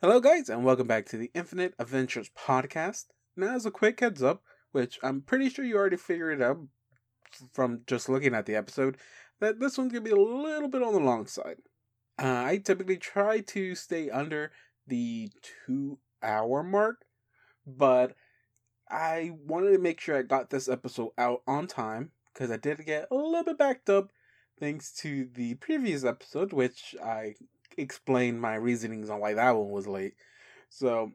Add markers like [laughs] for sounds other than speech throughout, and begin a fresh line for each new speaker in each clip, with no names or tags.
Hello, guys, and welcome back to the Infinite Adventures podcast. Now, as a quick heads up, which I'm pretty sure you already figured out from just looking at the episode, that this one's going to be a little bit on the long side. Uh, I typically try to stay under the two hour mark, but I wanted to make sure I got this episode out on time because I did get a little bit backed up thanks to the previous episode, which I explain my reasonings on why that one was late. So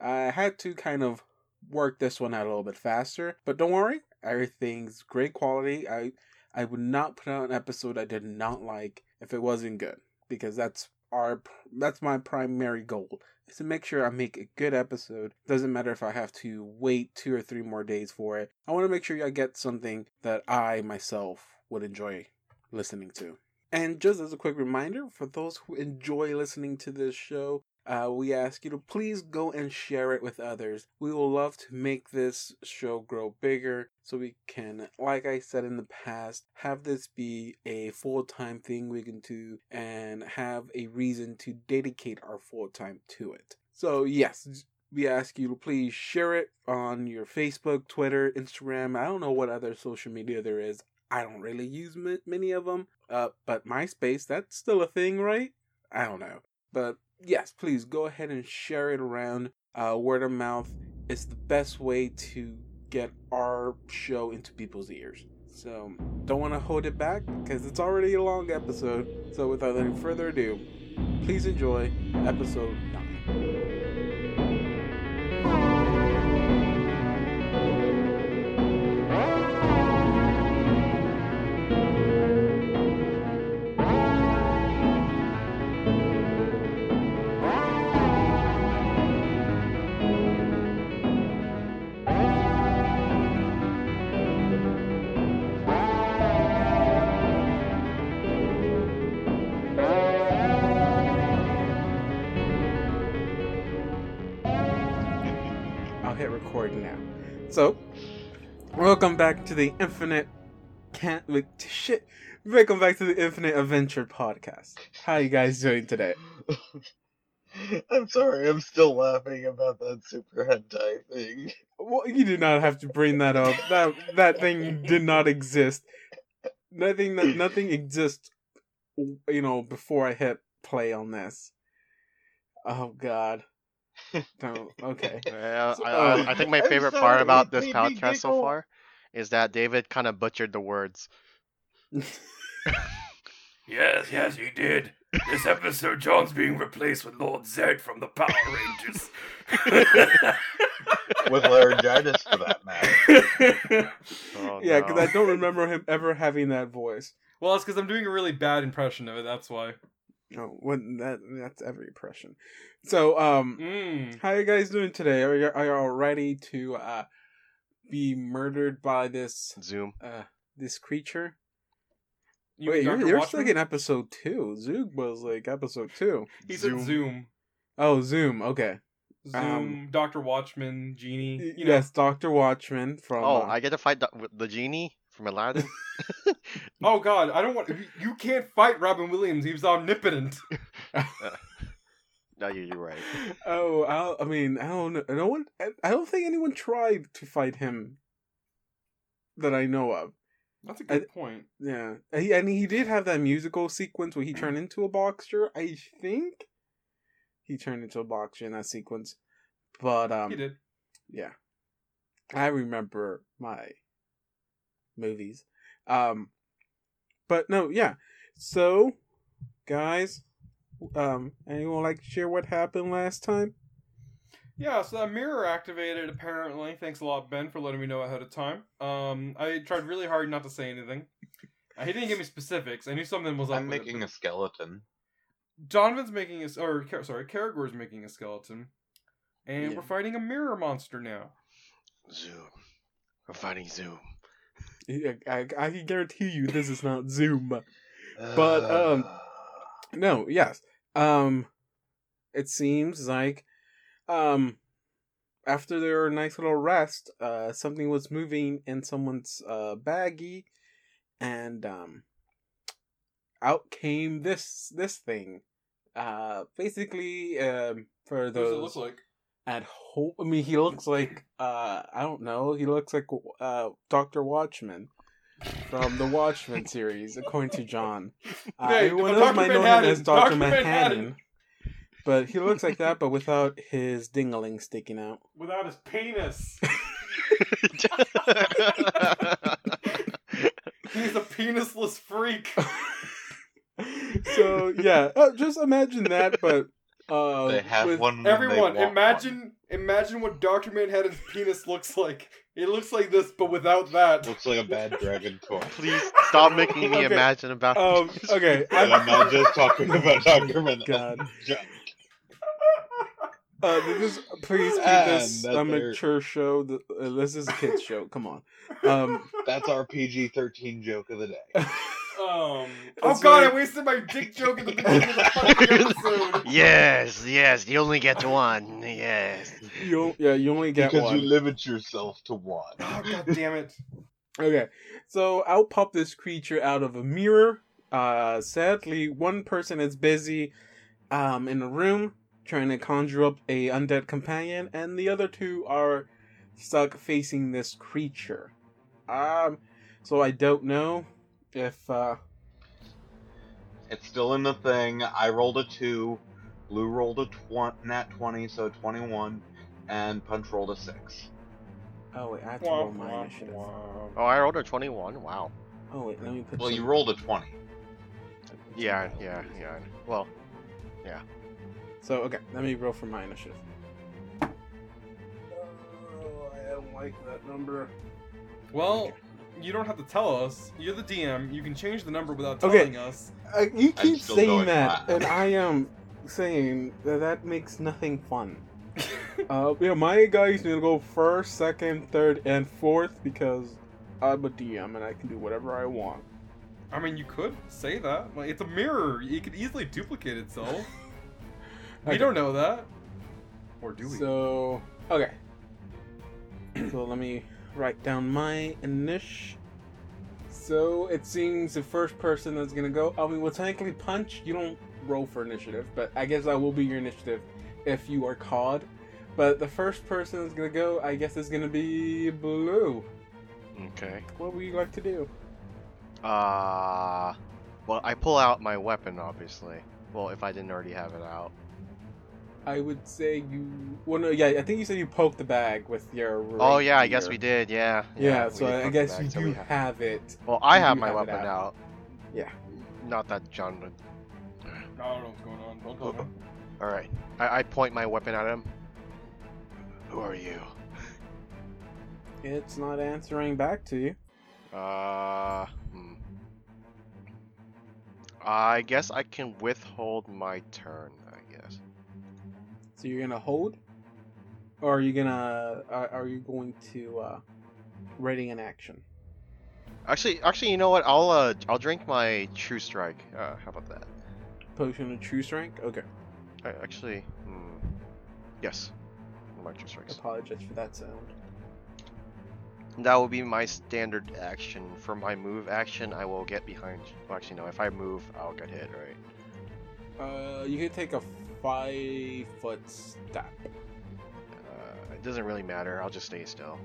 I had to kind of work this one out a little bit faster. But don't worry, everything's great quality. I I would not put out an episode I did not like if it wasn't good because that's our that's my primary goal is to make sure I make a good episode. Doesn't matter if I have to wait two or three more days for it. I want to make sure I get something that I myself would enjoy listening to. And just as a quick reminder, for those who enjoy listening to this show, uh, we ask you to please go and share it with others. We will love to make this show grow bigger so we can, like I said in the past, have this be a full time thing we can do and have a reason to dedicate our full time to it. So, yes, we ask you to please share it on your Facebook, Twitter, Instagram. I don't know what other social media there is. I don't really use m- many of them, uh, but MySpace, that's still a thing, right? I don't know. But yes, please go ahead and share it around. Uh, word of mouth is the best way to get our show into people's ears. So don't want to hold it back because it's already a long episode. So without any further ado, please enjoy episode 9. So, welcome back to the Infinite Can't like shit. Welcome back to the Infinite Adventure podcast. How you guys doing today?
[laughs] I'm sorry, I'm still laughing about that super hentai thing.
Well, you do not have to bring that up. That that thing did not exist. Nothing that nothing exists. You know, before I hit play on this. Oh [laughs] God. Don't, okay.
Yeah, I, um, I, I, think my favorite sorry, part about this podcast so far is that David kind of butchered the words.
yes, yes, you did. This episode, John's being replaced with Lord Zed from the Power Rangers.
with laryngitis, for that
[laughs]
matter.
Oh, yeah, because no. I don't remember him ever having that voice.
[laughs] Well, it's because I'm doing a really bad impression of it. That's why.
No, when that that's every impression. So, um, mm. how you guys doing today? Are you are y'all ready to uh be murdered by this
Zoom
uh this creature? You Wait, you're, you're stuck in episode two. Zoom was like episode two.
He Zoom. said Zoom.
Oh, Zoom. Okay.
Zoom, um, Doctor Watchman, Genie.
You know. Yes, Doctor Watchman from.
Oh, uh,
[laughs]
I get to fight the, the genie from [laughs] Aladdin.
oh God, I don't want you can't fight Robin Williams. He was omnipotent.
uh, no, you're, you're right.
Oh, I, I, mean, I don't know. No one, I don't think anyone tried to fight him that I know of.
That's a good I, point.
Yeah, he, and he did have that musical sequence where he turned into a boxer. I think he turned into a boxer in that sequence, but um,
he did.
Yeah, I remember my movies. Um, but no, yeah. So, guys, um, anyone like to share what happened last time?
Yeah, so that mirror activated apparently. Thanks a lot, Ben, for letting me know ahead of time. Um, I tried really hard not to say anything. Uh, He didn't give me specifics. I knew something was up.
I'm making
it.
a skeleton.
Donovan's making a, or sorry, Caragor's making a skeleton, and yeah. we're fighting a mirror monster now.
Zoom. We're fighting Zoom. [laughs]
I, I, I, can guarantee you this is not Zoom. But um no, yes. Um it seems like um after their nice little rest, uh something was moving in someone's uh baggie and um out came this this thing. Uh, basically, um, for
What does it
those
look like?
at home, I mean, he looks like uh, I don't know, he looks like uh, Doctor Watchman from the Watchmen series, according to John. Uh,
Hey,
everyone
Dr.
else might know him
Manhattan,
as Doctor
Dr.
Manhattan,
Manhattan.
but he looks like that, but without his dingaling sticking
[laughs]
out.
Without his penis. He's a penisless freak.
so yeah, uh, just imagine that, but uh,
[sighs] They have
with-
Um,
one. when they
Everyone,
want
imagine imagine what Dr. Manhattan's penis looks like. It looks like this, but without that.
one. Looks like a bad
[laughs]
dragon toy.
Please stop making me
Okay.
imagine about
Um,
[laughs]
okay,
And
I'm-
I'm not just talking
[laughs]
about Dr.
God.
Manhattan.
Uh, this is please keep this
And that
a
they're-
mature show. Th- uh, This is a kids show. Come on. Um, [laughs]
That's our PG 13 joke of the day.
Um, oh
That's
god,
right.
I wasted my dick joke at the beginning of the fucking episode.
[laughs] Yes, yes, you only get one. Yes.
you yeah, you only get
because
one.
you limit yourself to one.
Oh god damn it.
okay, so I'll pop this creature out of a mirror. Uh, sadly, one person is busy, um, in a room trying to conjure up a undead companion, and the other two are stuck facing this creature. Um, so I don't know if uh,
It's still in the thing. I rolled a two, Blue rolled a tw- nat twenty, so twenty-one, and Punch rolled a six.
oh wait, I have to roll
Womp,
my
womp,
initiative.
womp.
Oh, I rolled a 21. Wow.
Oh wait, let me put.
Well,
some-
you rolled a twenty.
Yeah, yeah, yeah. Well,
So okay, let me roll for my initiative. Oh, I don't like that number.
Well, you don't have to tell us. You're the DM. You can change the number without
Okay.
telling us.
Uh, you
I'm
keep
still
saying
going
that,
flat.
and I am saying that that makes nothing fun. [laughs] uh, yeah, my guys need to go first, second, third, and fourth because I'm a DM and I can do whatever I want.
I mean, you could say that. Like, it's a mirror. It could easily duplicate itself. We
Okay.
don't know that. Or do we?
So okay. so let me write down my initial. So it seems the first person that's gonna go. I mean, well, technically, punch. You don't roll for initiative, but I guess that will be your initiative if you are caught. But the first person that's gonna go, I guess, is gonna be blue.
okay.
What would you like to do?
Uh, well, I pull out my weapon, obviously. Well, if I didn't already have it out.
I would say you. Well, no, yeah, I think you said you poked the bag with your.
Oh
rapier.
yeah, I guess we did. Yeah.
Yeah,
we
so
did
I,
put it
guess
back,
you
so
do
we
have,
ha-
it.
Well, I
you
have
do
my
have it
weapon
out.
out.
Yeah.
Not that John would.
I don't know what's going on. Don't tell me.
All right. I, I point my weapon at him. Who are you?
It's not answering back to you.
Uh. Hmm. I guess I can withhold my turn. I guess.
So you're gonna hold, or are you gonna are, are you going to uh ready an action?
Actually, actually, you know what? I'll uh, I'll drink my True Strike. Uh, how about that?
Potion of true strength. Okay,
I, actually, hmm. yes, my True Strikes.
apologize for that sound.
That will be my standard action. For my move action, I will get behind. Well, actually, no. If I move, I'll get hit, right?
Uh, you can take a five foot step.
Uh, it doesn't really matter. I'll just stay still.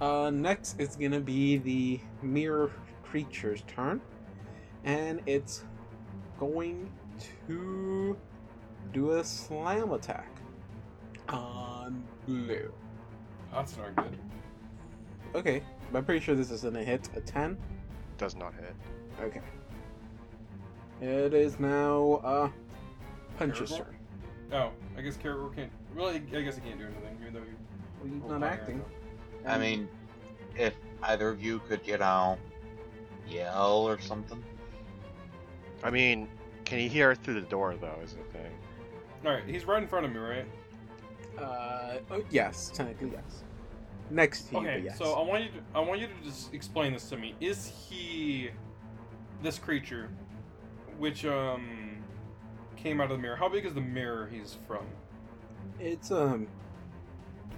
Uh, next is gonna be the mirror creature's turn, and it's going to do a slam attack on blue.
That's not good.
Okay, I'm pretty sure this isn't a hit. A ten.
Does not hit.
Okay. It is now uh Punch's
Terrible.
turn.
Oh, I guess Caragor can't. Well, I I guess he can't do anything, even though he.
Well, he's
rolled
not
higher,
acting.
I mean, if either of you could, you know, yell or something.
I mean, can you hear through the door though? Is the thing.
[laughs] so- Alright, he's right in front of me, right?
uh oh, yes, technically yes. Next to you,
okay,
but yes.
so I want you to I want you to just explain this to me. Is he this creature which um came out of the mirror? How big is the mirror he's from?
it's um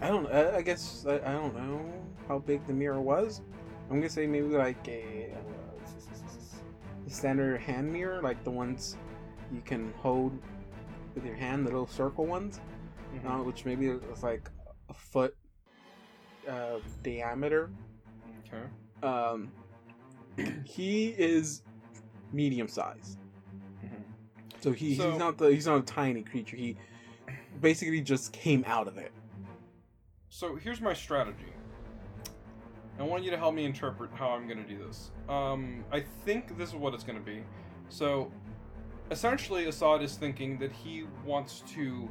I don't I, I guess I, I don't know how big the mirror was. I'm gonna say maybe like a uh, standard hand mirror, like the ones you can hold with your hand, the little circle ones,
Mhm.
uh, which maybe it's like a foot uh, diameter.
Okay.
Um, [clears throat] he is medium sized,
Mhm.
so he,
So-
he's not the he's not a tiny creature. He basically just came out of it.
So here's my strategy. I want you to help me interpret how I'm going to do this. Um, I think this is what it's going to be. So, essentially, Assad is thinking that he wants to,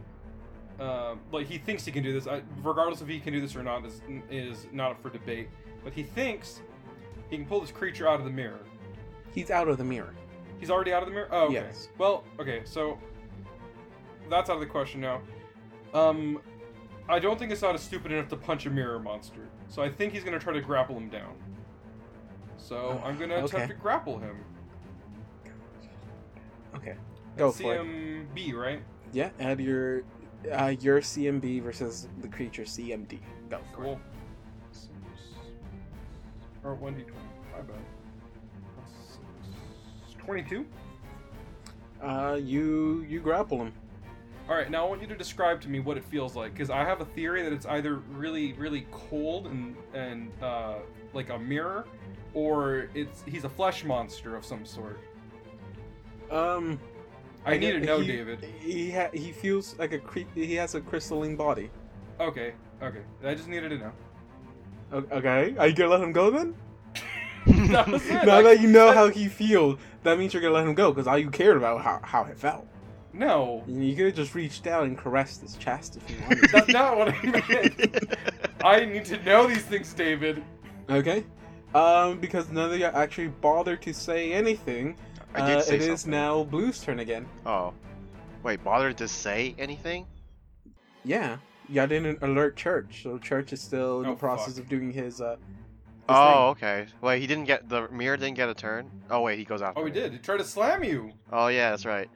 uh, like, he thinks he can do this. I, regardless if he can do this or not is is not up for debate. But he thinks he can pull this creature out of the mirror.
He's out of the mirror.
He's already out of the mirror. Oh, okay.
Yes.
Well, okay. So that's out of the question now. Um, I don't think Assad is stupid enough to punch a mirror monster, so I think he's gonna try to grapple him down. So I'm gonna
Oh, Okay.
attempt to grapple him.
Okay, go
That's
for it.
CMB, right?
Yeah, add your uh, your CMB versus the creature CMD. Go for it.
Cool. Six. Or one d twenty. My bad. Plus six. Twenty-two.
Uh, you you grapple him.
All right, now I want you to describe to me what it feels like, because I have a theory that it's either really, really cold and and uh, like a mirror, or it's he's a flesh monster of some sort.
Um,
I, need
get-
to know,
he-
David.
He ha- he feels like a creep. He has a crystalline body.
Okay, okay, I just needed to know.
O- Okay, are you gonna let him go then?
That was it.
now
I-
that you know how he feels, that means you're gonna let him go because all you cared about was how how it felt.
No,
You could have just reached down and caressed his chest if you
[laughs]
wanted.
that's not what I meant. I need to know these things, David.
okay, um, because none of you actually bothered to say anything.
I did
uh,
say
it is
something.
now Blue's turn again.
Oh, wait. Bothered to say anything?
Yeah, y'all didn't alert Church, so Church is still in
Oh,
the process
fuck.
of doing his. uh his
Oh, okay. Wait, he didn't get the mirror. Didn't get a turn. Oh wait, he goes after.
Oh, he
me.
did. He tried to slam you.
Oh yeah, that's right.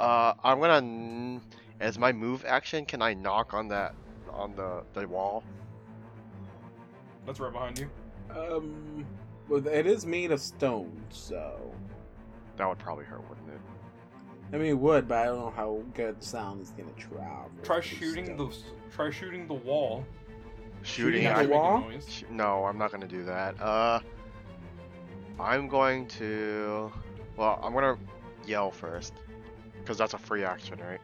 Uh, I'm gonna n- as my move action. Can I knock on that on the the wall?
That's right behind you.
thing. Um, well, it is made of stone, so
That would probably hurt, wouldn't it?
I mean it would, but I don't know how good sound is gonna travel.
Try
through
shooting the
stone.
try shooting the wall.
Shooting
Shooting
at
I-
Actually
the wall?
making noise.
Sh- No, I'm not gonna do that. Uh, I'm going to. Well, I'm gonna yell first, because that's a free action, right?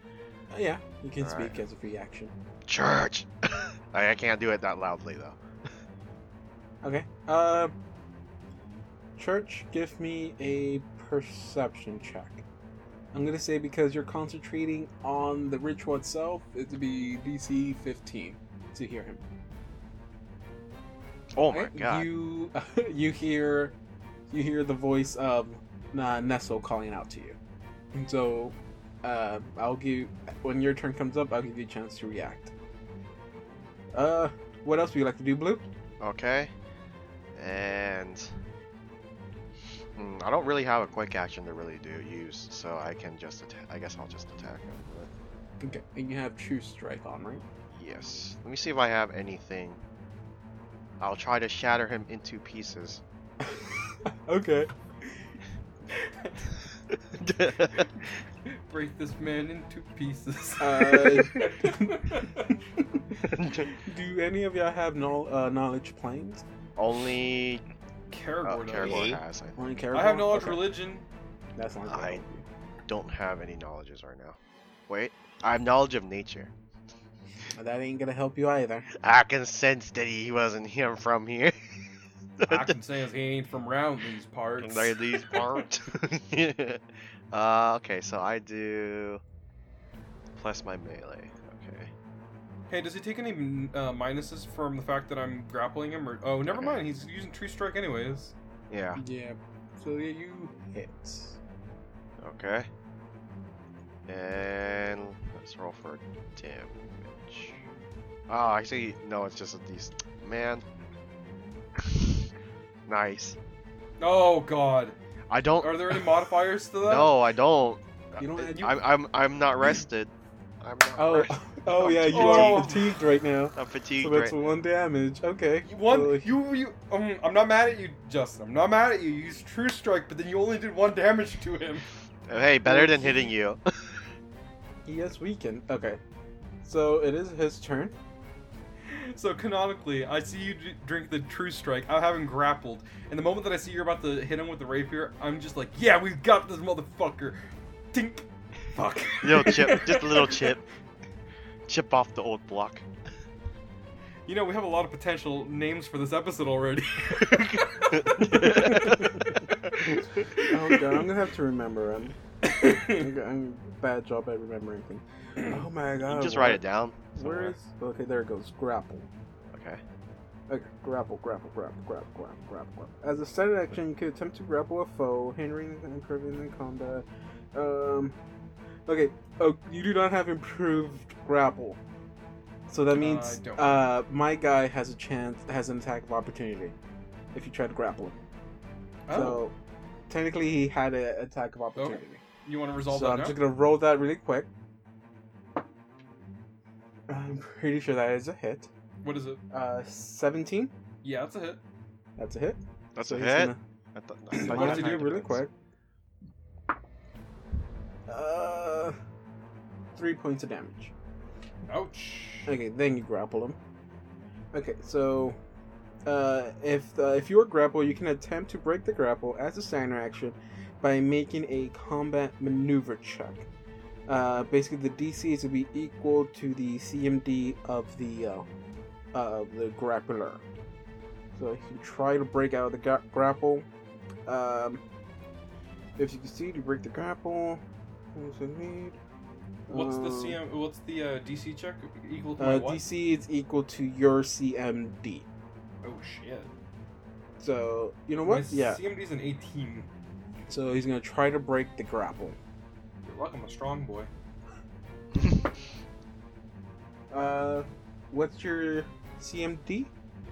Uh, yeah, you can
All
speak
right.
as a reaction.
Church. [laughs] I, I can't do it that loudly though.
Okay. Uh, Church, give me a perception check. I'm gonna say because you're concentrating on the ritual itself, it'd be DC 15 to hear him.
Oh my
Right?
god.
You [laughs] you hear you hear the voice of uh, Nestle calling out to you. And so uh, I'll give when your turn comes up, I'll give you a chance to react. Uh, what else would you like to do, Blue?
Okay. And Mm, I don't really have a quick action to really do use, so I can just. Atta- I guess I'll just attack him. With...
Okay, and you have True Strike on, right?
Yes. Let me see if I have anything. I'll try to shatter him into pieces. [laughs]
okay.
Break this man into
[laughs]
pieces. [laughs]
Uh, do any of y'all have no, uh, knowledge planes?
Only uh,
Caragor does.
Caragor
Yeah.
has. I
Only
I have
Caragor?
knowledge
Okay.
[laughs]
religion.
That's not
I-
good.
don't have any knowledges right now. Wait, I have knowledge of nature.
That ain't gonna help you either.
I can sense that he wasn't him from here. [laughs]
I can say as he ain't from round these parts.
Like these parts. [laughs] uh, okay, so I do plus my melee. Okay.
Hey, does he take any uh, minuses from the fact that I'm grappling him? Or oh, never
Okay.
mind. He's using tree strike anyways.
Yeah.
Yeah. So yeah, you hit.
Okay. And let's roll for damage. Oh, I see. No, it's just a these. Man. [laughs] nice.
Oh God.
I don't. [laughs]
Are there any modifiers to that?
No, I don't.
You don't add-
I'm, I'm, I'm not rested. I'm not
Oh,
rested.
[laughs] oh yeah, you
Oh.
are fatigued right now.
I'm
[laughs]
fatigued
So that's
right
one damage. Okay.
You- One,
Well,
you, you, um, I'm not mad at you, Justin. I'm not mad at you. You used true strike, but then you only did one damage to him.
Hey, better than hitting you.
Yes, we can. Okay. So it is his
[laughs]
turn.
So canonically, I see you d- drink the True Strike. I haven't grappled, and the moment that I see you're about to hit him with the rapier, I'm just like, "Yeah, we've got this motherfucker." Tink. Fuck.
Little
[laughs]
chip, just a little chip. Chip off the old
[laughs]
block.
You know, we have a lot of potential names for this episode already. [laughs]
Oh god, I'm gonna have to remember
[laughs]
him. I'm, go- I'm bad job at remembering things. Oh my god.
You just write it down.
Where
somewhere.
is? Okay, there it goes. Grapple.
Okay.
Okay, grapple, grapple, grapple, grapple, grapple, grapple, grapple. As a standard action, you can attempt to grapple a foe, hindering and improving in combat. Um, okay. Oh, you do not have improved grapple, so that means
I don't.
uh, my guy has a chance, has an attack of opportunity, if you try to grapple him.
Oh.
So, technically, he had an attack of opportunity.
you want to resolve
so
that
I'm
now?
just gonna roll that really quick. I'm pretty sure that is a hit.
What is it?
Uh, 17.
Yeah, that's a hit.
That's a hit.
That's
So
a
he's
hit.
[clears throat] gonna-
I thought- I thought
What
you
does he do
had
really
defense.
quick? Uh, three points of damage.
Ouch.
Okay, then you grapple him. Okay, so uh, if uh, if you are grappled, you can attempt to break the grapple as a standard action by making a combat maneuver check. Uh, basically, the DC is to be equal to the CMD of the uh, uh, the grappler. So you can try to break out of the gra- grapple. Um, if you succeed, you break the grapple. What's the need?
What's the
Um,
CM? What's the uh, DC check equal to my
uh,
what?
DC is equal to your CMD.
Oh shit.
So you know
My
what? yeah.
CMD's an 18.
So he's gonna try to break the grapple.
You're lucky I'm a strong boy.
Uh, what's your CMD?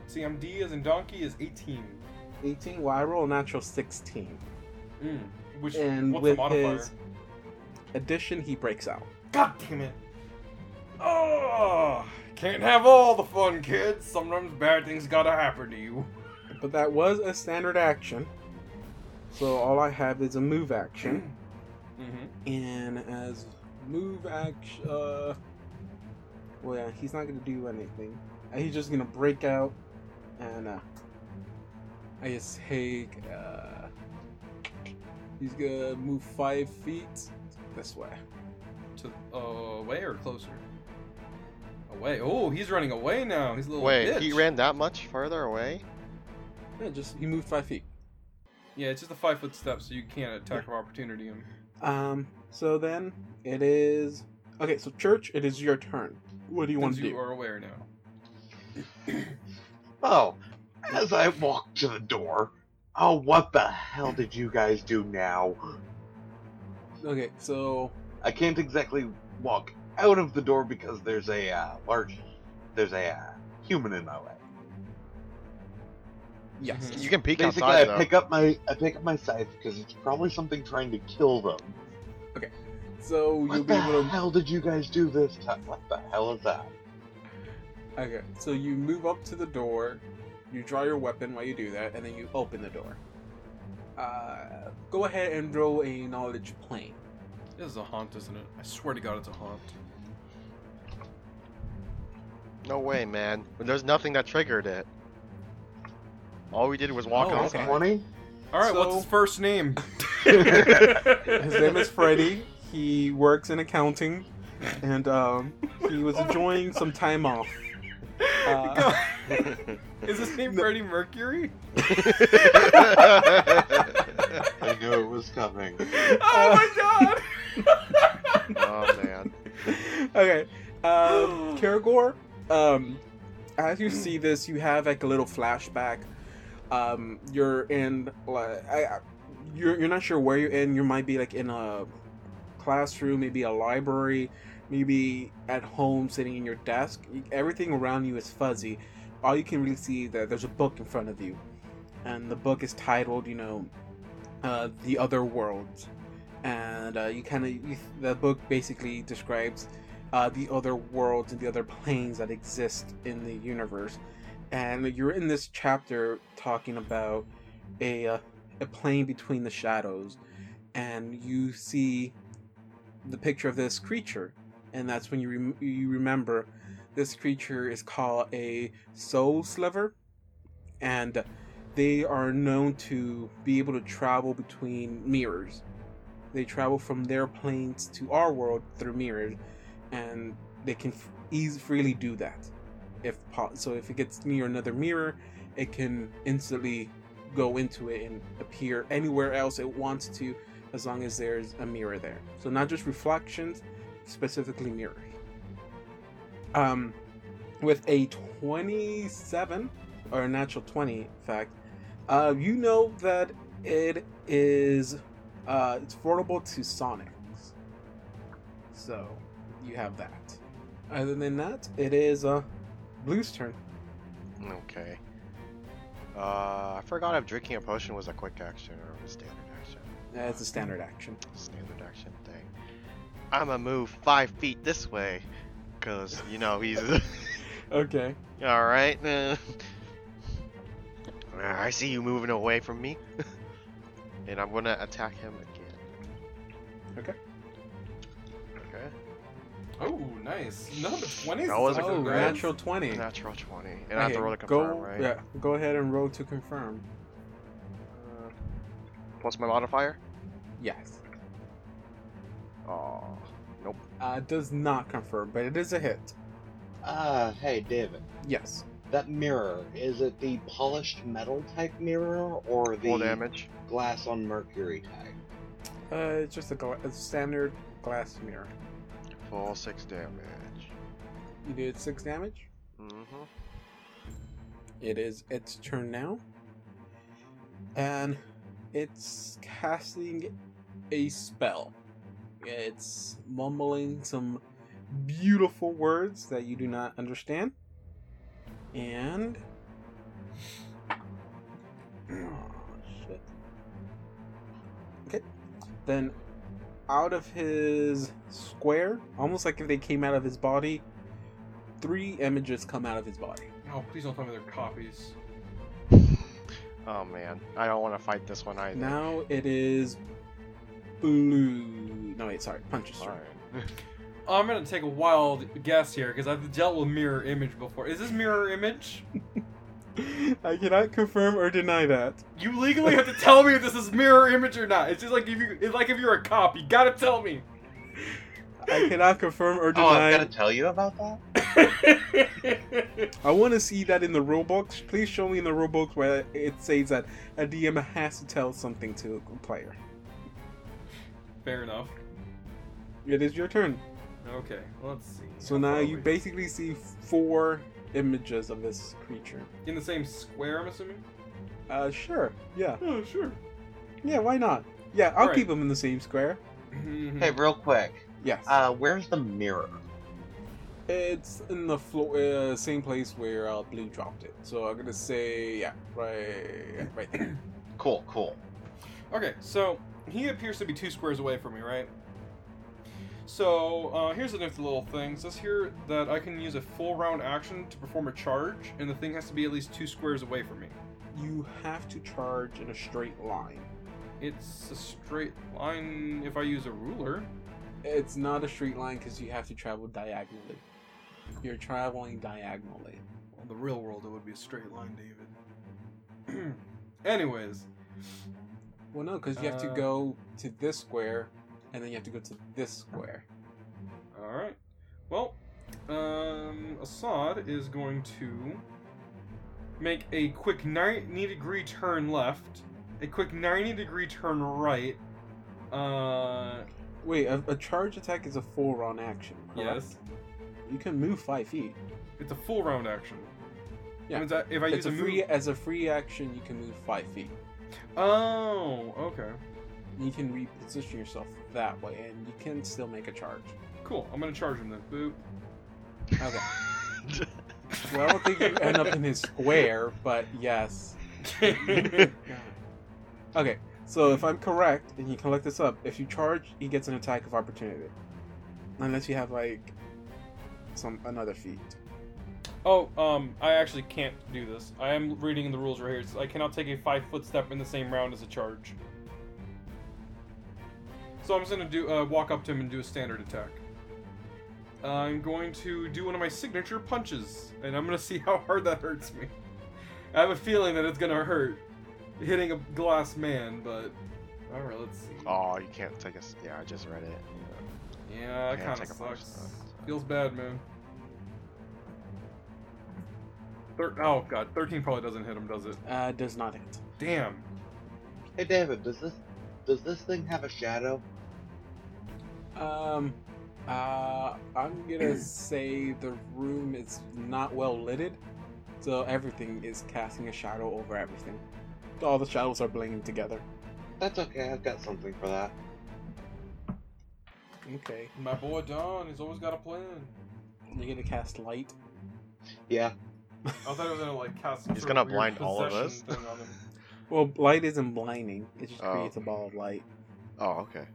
CMD as in donkey is 18.
18. Well, I roll a natural 16.
Mm. Which
And
what's the
with
modifier?
his addition, he breaks out.
God damn it! Oh, can't have all the fun, kids. Sometimes bad things gotta happen to you.
But that was a standard action. So all I have is a move action.
Mm-hmm.
And as move action, uh, well, yeah, he's not gonna do anything. Uh, He's just gonna break out, and uh, I guess take. Uh, he's gonna move five feet this way.
To uh, away or closer? Away. Oh, he's running away now. He's a
[laughs]
little
Wait,
bitch.
he ran that much farther away?
Yeah, just he moved five feet.
Yeah, it's just a five foot step, so you can't attack of opportunity him.
Um, so then it is okay. So church, it is your turn. What do you want
Since
to
you
do?
are aware now.
Oh, as I walk to the door, oh, what the hell did you guys do now?
Okay, so
I can't exactly walk out of the door because there's a uh, large, there's a uh, human in my way.
yes,
Mhm.
You can peek
Basically,
outside
I
though.
pick up my I pick up my scythe because it's probably something trying to kill them.
so you'll
What
be
the
able to
hell did you guys do this time? What the hell is that?
Okay, so you move up to the door, you draw your weapon while you do that, and then you open the door. Uh, go ahead and roll a knowledge plane.
This is a haunt, isn't it? I swear to God, it's a haunt.
No way, man. There's nothing that triggered it. All we did was walk
Oh,
on
okay.
outside.
[laughs] Twenty.
All right,
So-
what's his
[laughs]
first name?
His name is Freddy. He works in accounting, and um, he was enjoying some time off. Uh,
is his name
No.
Freddie Mercury?
I knew it was coming.
Oh my
[laughs]
god!
oh man.
[laughs] okay, um, Karagor, um, as you see this, you have like a little flashback. Um, you're in like I, I- you're you're not sure where you're in. You might be like in a classroom, maybe a library, maybe at home sitting in your desk. You- Everything around you is fuzzy. All you can really see is that there's a book in front of you, and the book is titled, you know, uh, "The Other Worlds," and uh, you kind of the book basically describes uh, the other worlds and the other planes that exist in the universe. And you're in this chapter talking about a uh, a plane between the shadows, and you see the picture of this creature, and that's when you rem- you remember this creature is called a soul sliver, and they are known to be able to travel between mirrors. They travel from their planes to our world through mirrors, and they can f- eas- freely do that. If po- so, if it gets near another mirror, it can instantly go into it and appear anywhere else it wants to, as long as there's a mirror there. So not just reflections, specifically mirror. Um, with a 27 or a natural 20, in fact, uh, you know that it is uh, it's portable to Sonics. So you have that. Other than that, it is uh, Blue's turn.
Okay. Uh, I forgot if drinking a potion was a quick action or a standard action.
That's a standard action.
Standard action thing. I'ma move five feet this way, cause you know he's. [laughs]
Okay.
All right. [laughs] uh, I see you moving away from me, [laughs] and I'm gonna attack him again.
Okay.
Okay.
Oh, nice. Another 20?
That was a
Oh,
good roll.
natural 20.
Natural twenty, and I have to
Okay,
roll to confirm,
go,
right?
Yeah, go ahead and roll to confirm.
Uh, plus my modifier.
Yes.
Oh, nope.
Uh, does not confirm, but it is a hit.
Ah, hey, David.
Yes.
That mirror, is it the polished metal type mirror or the
Full damage.
glass on mercury type?
Uh, it's just a, gla- a standard glass mirror.
Full six damage.
You did six damage.
Mm-hmm. [laughs]
It is its turn now. And it's casting a spell. It's mumbling some beautiful words that you do not understand. And. Oh, shit. Okay. Then out of his square, almost like if they came out of his body, three images come out of his body.
Oh, please don't tell me they're copies.
Oh man, I don't want to fight this one either.
Now it is blue. No, wait, sorry, punches.
All
turn.
right.
Oh, I'm gonna take a wild guess here because I've dealt with mirror image before. Is this mirror image?
[laughs] I cannot confirm or deny that.
You legally have to tell me if this is mirror image or not. It's just like if you, it's like if you're a cop, you gotta tell [laughs] me.
[laughs]
I cannot confirm or
Oh,
deny.
I've got to tell you about that?
I want to see that in the rulebooks. Please show me in the rulebooks where it says that a DM has to tell something to a player.
Fair enough.
It is your turn.
Okay, let's see.
So
How
now
far
you
away?
basically see four images of this creature.
in the same square, I'm assuming.
Uh, sure. Yeah.
Oh, [laughs] sure.
Yeah, why not? Yeah, I'll
Right.
keep them in the same square.
Hmm.
Hey, real quick.
Yes.
Uh, where's the mirror?
It's in the floor, uh, same place where uh, Blue dropped it. So I'm gonna say, yeah, right, right there.
Cool, cool.
Okay, so he appears to be two squares away from me, right? So uh, here's the next little thing. It says here that I can use a full round action to perform a charge, and the thing has to be at least two squares away from me.
You have to charge in a straight line.
It's a straight line if I use a ruler.
It's not a straight line because you have to travel diagonally. You're traveling diagonally.
Well, in the real world, it would be a straight line, David. [clears throat] Anyways,
Well, no, because you have to
Uh.
go to this square, and then you have to go to this square.
all right. Well, um, Assad is going to make a quick 90 degree turn left, a quick 90 degree turn right. Uh,
Wait, a, a charge attack is a full round action. Correct?
yes,
You can move five feet. it's
it's a full round action.
Yeah.
Means that if I use
a
a
free
move.
as a free action. You can move five feet.
Oh, okay.
You can reposition yourself that way, and you can still make a charge.
Cool. I'm gonna charge him then. Boop.
Okay. Well, I don't think you end up in his square, but yes. [laughs] Okay, so if I'm correct, and you can look this up, if you charge, he gets an attack of opportunity, unless you have like some another feat.
Oh, um, I actually can't do this. I am reading the rules right here. It's, I cannot take a five foot step in the same round as a charge. So I'm just gonna do uh, walk up to him and do a standard attack. I'm going to do one of my signature punches, and I'm gonna [laughs] see how hard that hurts me. I have a feeling that it's gonna hurt hitting a glass man, but all right, let's see.
Oh, you can't take us. Yeah, I just read it. Yeah.
Yeah, that
Yeah,
kind of
take a punch,
sucks.
though.
Feels bad, man. Thir- oh god, thirteen probably doesn't hit him, does it?
Uh, does not hit.
Damn.
Hey David, does this does this thing have a shadow?
Um, uh, I'm gonna say the room is not well lighted, so everything is casting a shadow over everything. All the shadows are blinging together.
That's okay. I've got something for that.
Okay,
My boy Don, he's always got a plan.
you're gonna cast light.
Yeah.
I thought I was gonna like cast.
He's gonna blind all of us?
Well, light isn't blinding; it just
Oh.
creates a ball of light.
Oh, okay.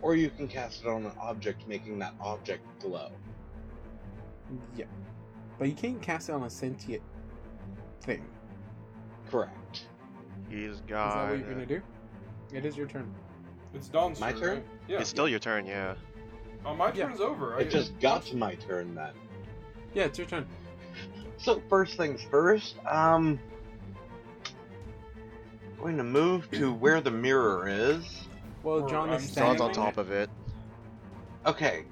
Or you can cast it on an object, making that object glow.
Yeah, but you can't cast it on a sentient thing.
Correct.
He's
Is
got.
that what you're
it.
gonna do? It is your turn.
It's Don's
My turn?
right? Yeah.
It's still your turn, yeah.
oh, my
Yeah.
turn's over. I
It just got to my turn then.
Yeah, it's your turn.
So first things first, um going to move to where the mirror is.
Well,
Or,
John
um,
is
John's
standing.
on top of it.
Okay.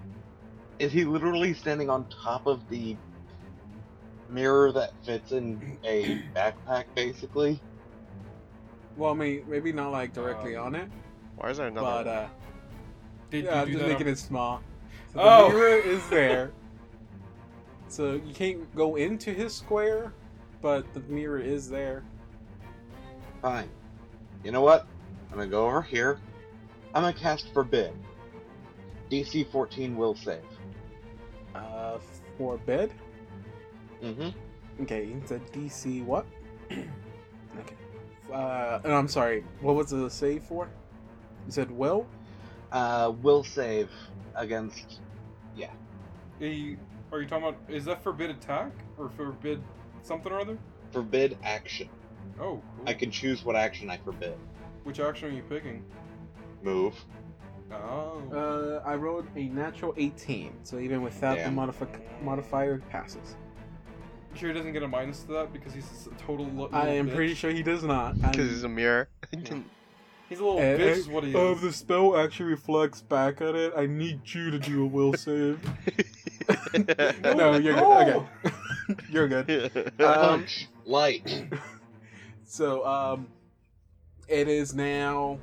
Is he literally standing on top of the mirror that fits in a backpack basically?
Well, I mean, maybe not like directly
Um,
on it,
Why is there another?
but uh,
Did
yeah,
you
I'm
do
just
that
making
on-
it small. So the
[laughs] Oh.
mirror is there. So you can't go into his square, but the mirror is there.
Fine. You know what? I'm gonna go over here. I'm gonna cast Forbid. DC 14 will save.
Uh, for bed.
Mm-hmm.
Okay, it's a DC what? [clears throat] okay. Uh, and I'm sorry. What was the save for? You said will.
Uh, will save against.
Are you, are you talking about? Is that forbid attack or forbid something or other?
Forbid action.
Oh, cool.
I can choose what action I forbid.
Which action are you picking?
Move.
Oh.
Uh, I rolled a natural 18, so even without
Damn.
the modifi- modifier, it passes.
You sure he doesn't get a minus to that because he's just a total. Lo-
I
little
am
bitch?
pretty sure he does not.
Because he's
[laughs]
a mirror.
he's a little
Eh,
bitch.
eh,
is what he is.
Oh, if the spell actually reflects back at it, I need you to do a will save.
[laughs]
[laughs] no, you're good. Okay. [laughs] you're good. Um,
Punch. Light. [clears throat]
so, um, it is now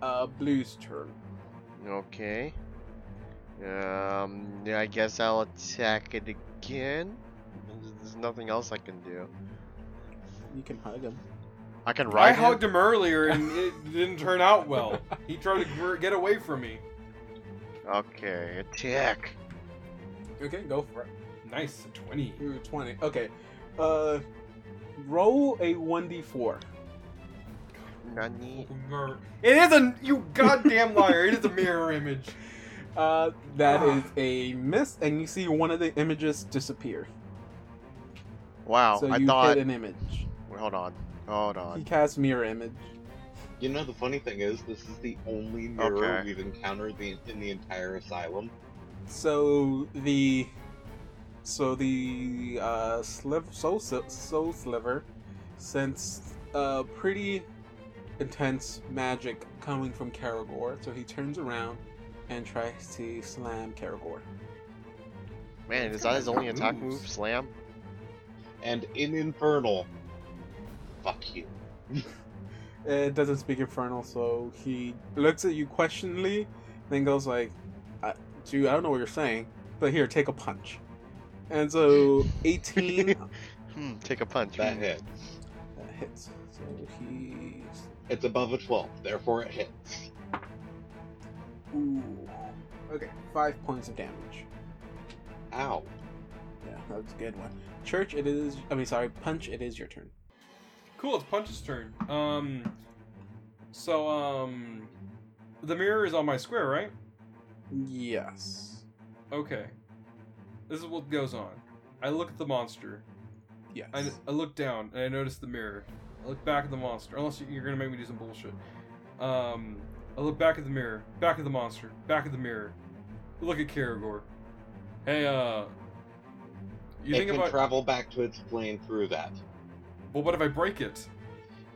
uh, Blue's turn.
okay. Um, yeah, I guess I'll attack it again. There's nothing else I can do.
You can hug him.
I can
I
ride him.
hugged him earlier and it didn't turn out well. He tried to gr- get away from me.
Okay, attack.
Okay, go for it.
Nice 20.
You're 20. Okay. Uh, roll a 1d4.
Nani?
Mer- It is a you goddamn liar. It is a mirror image.
Uh, that is a miss, and you see one of the images disappear.
Wow,
so
I
you
thought.
hit an image.
Wait, hold on. Hold
He
on.
casts mirror image.
You know the funny thing is, this is the only mirror
Okay.
we've encountered the, in the entire asylum.
So the so the uh, sliv- soul si- soul sliver sensed a pretty intense magic coming from Karagor. So he turns around and tries to slam Karagor.
Man, is that his only attack move? Slam?
And in Infernal. Fuck you.
It doesn't speak Infernal, so he looks at you questioningly, then goes like, I, "Dude, I don't know what you're saying, but here, take a punch." And so 18
Hmm, take a punch.
That
Hmm.
hits.
that hits. So he's
It's above a 12, therefore it hits.
Ooh. Okay, five points of damage.
Ow.
Yeah, that's a good one. Church, it is. I mean, sorry, punch. It is your turn.
Cool, it's Punch's turn. Um so um the mirror is on my square, right?
Yes.
Okay. This is what goes on. I look at the monster.
Yes.
I, I look down and I notice the mirror. I look back at the monster. Unless you- you're gonna make me do some bullshit. Um, I look back at the mirror, back at the monster, back at the mirror. Look at Karagor. Hey, uh, you
it
think
can
about
travel back to its plane through that.
well, what if I break it?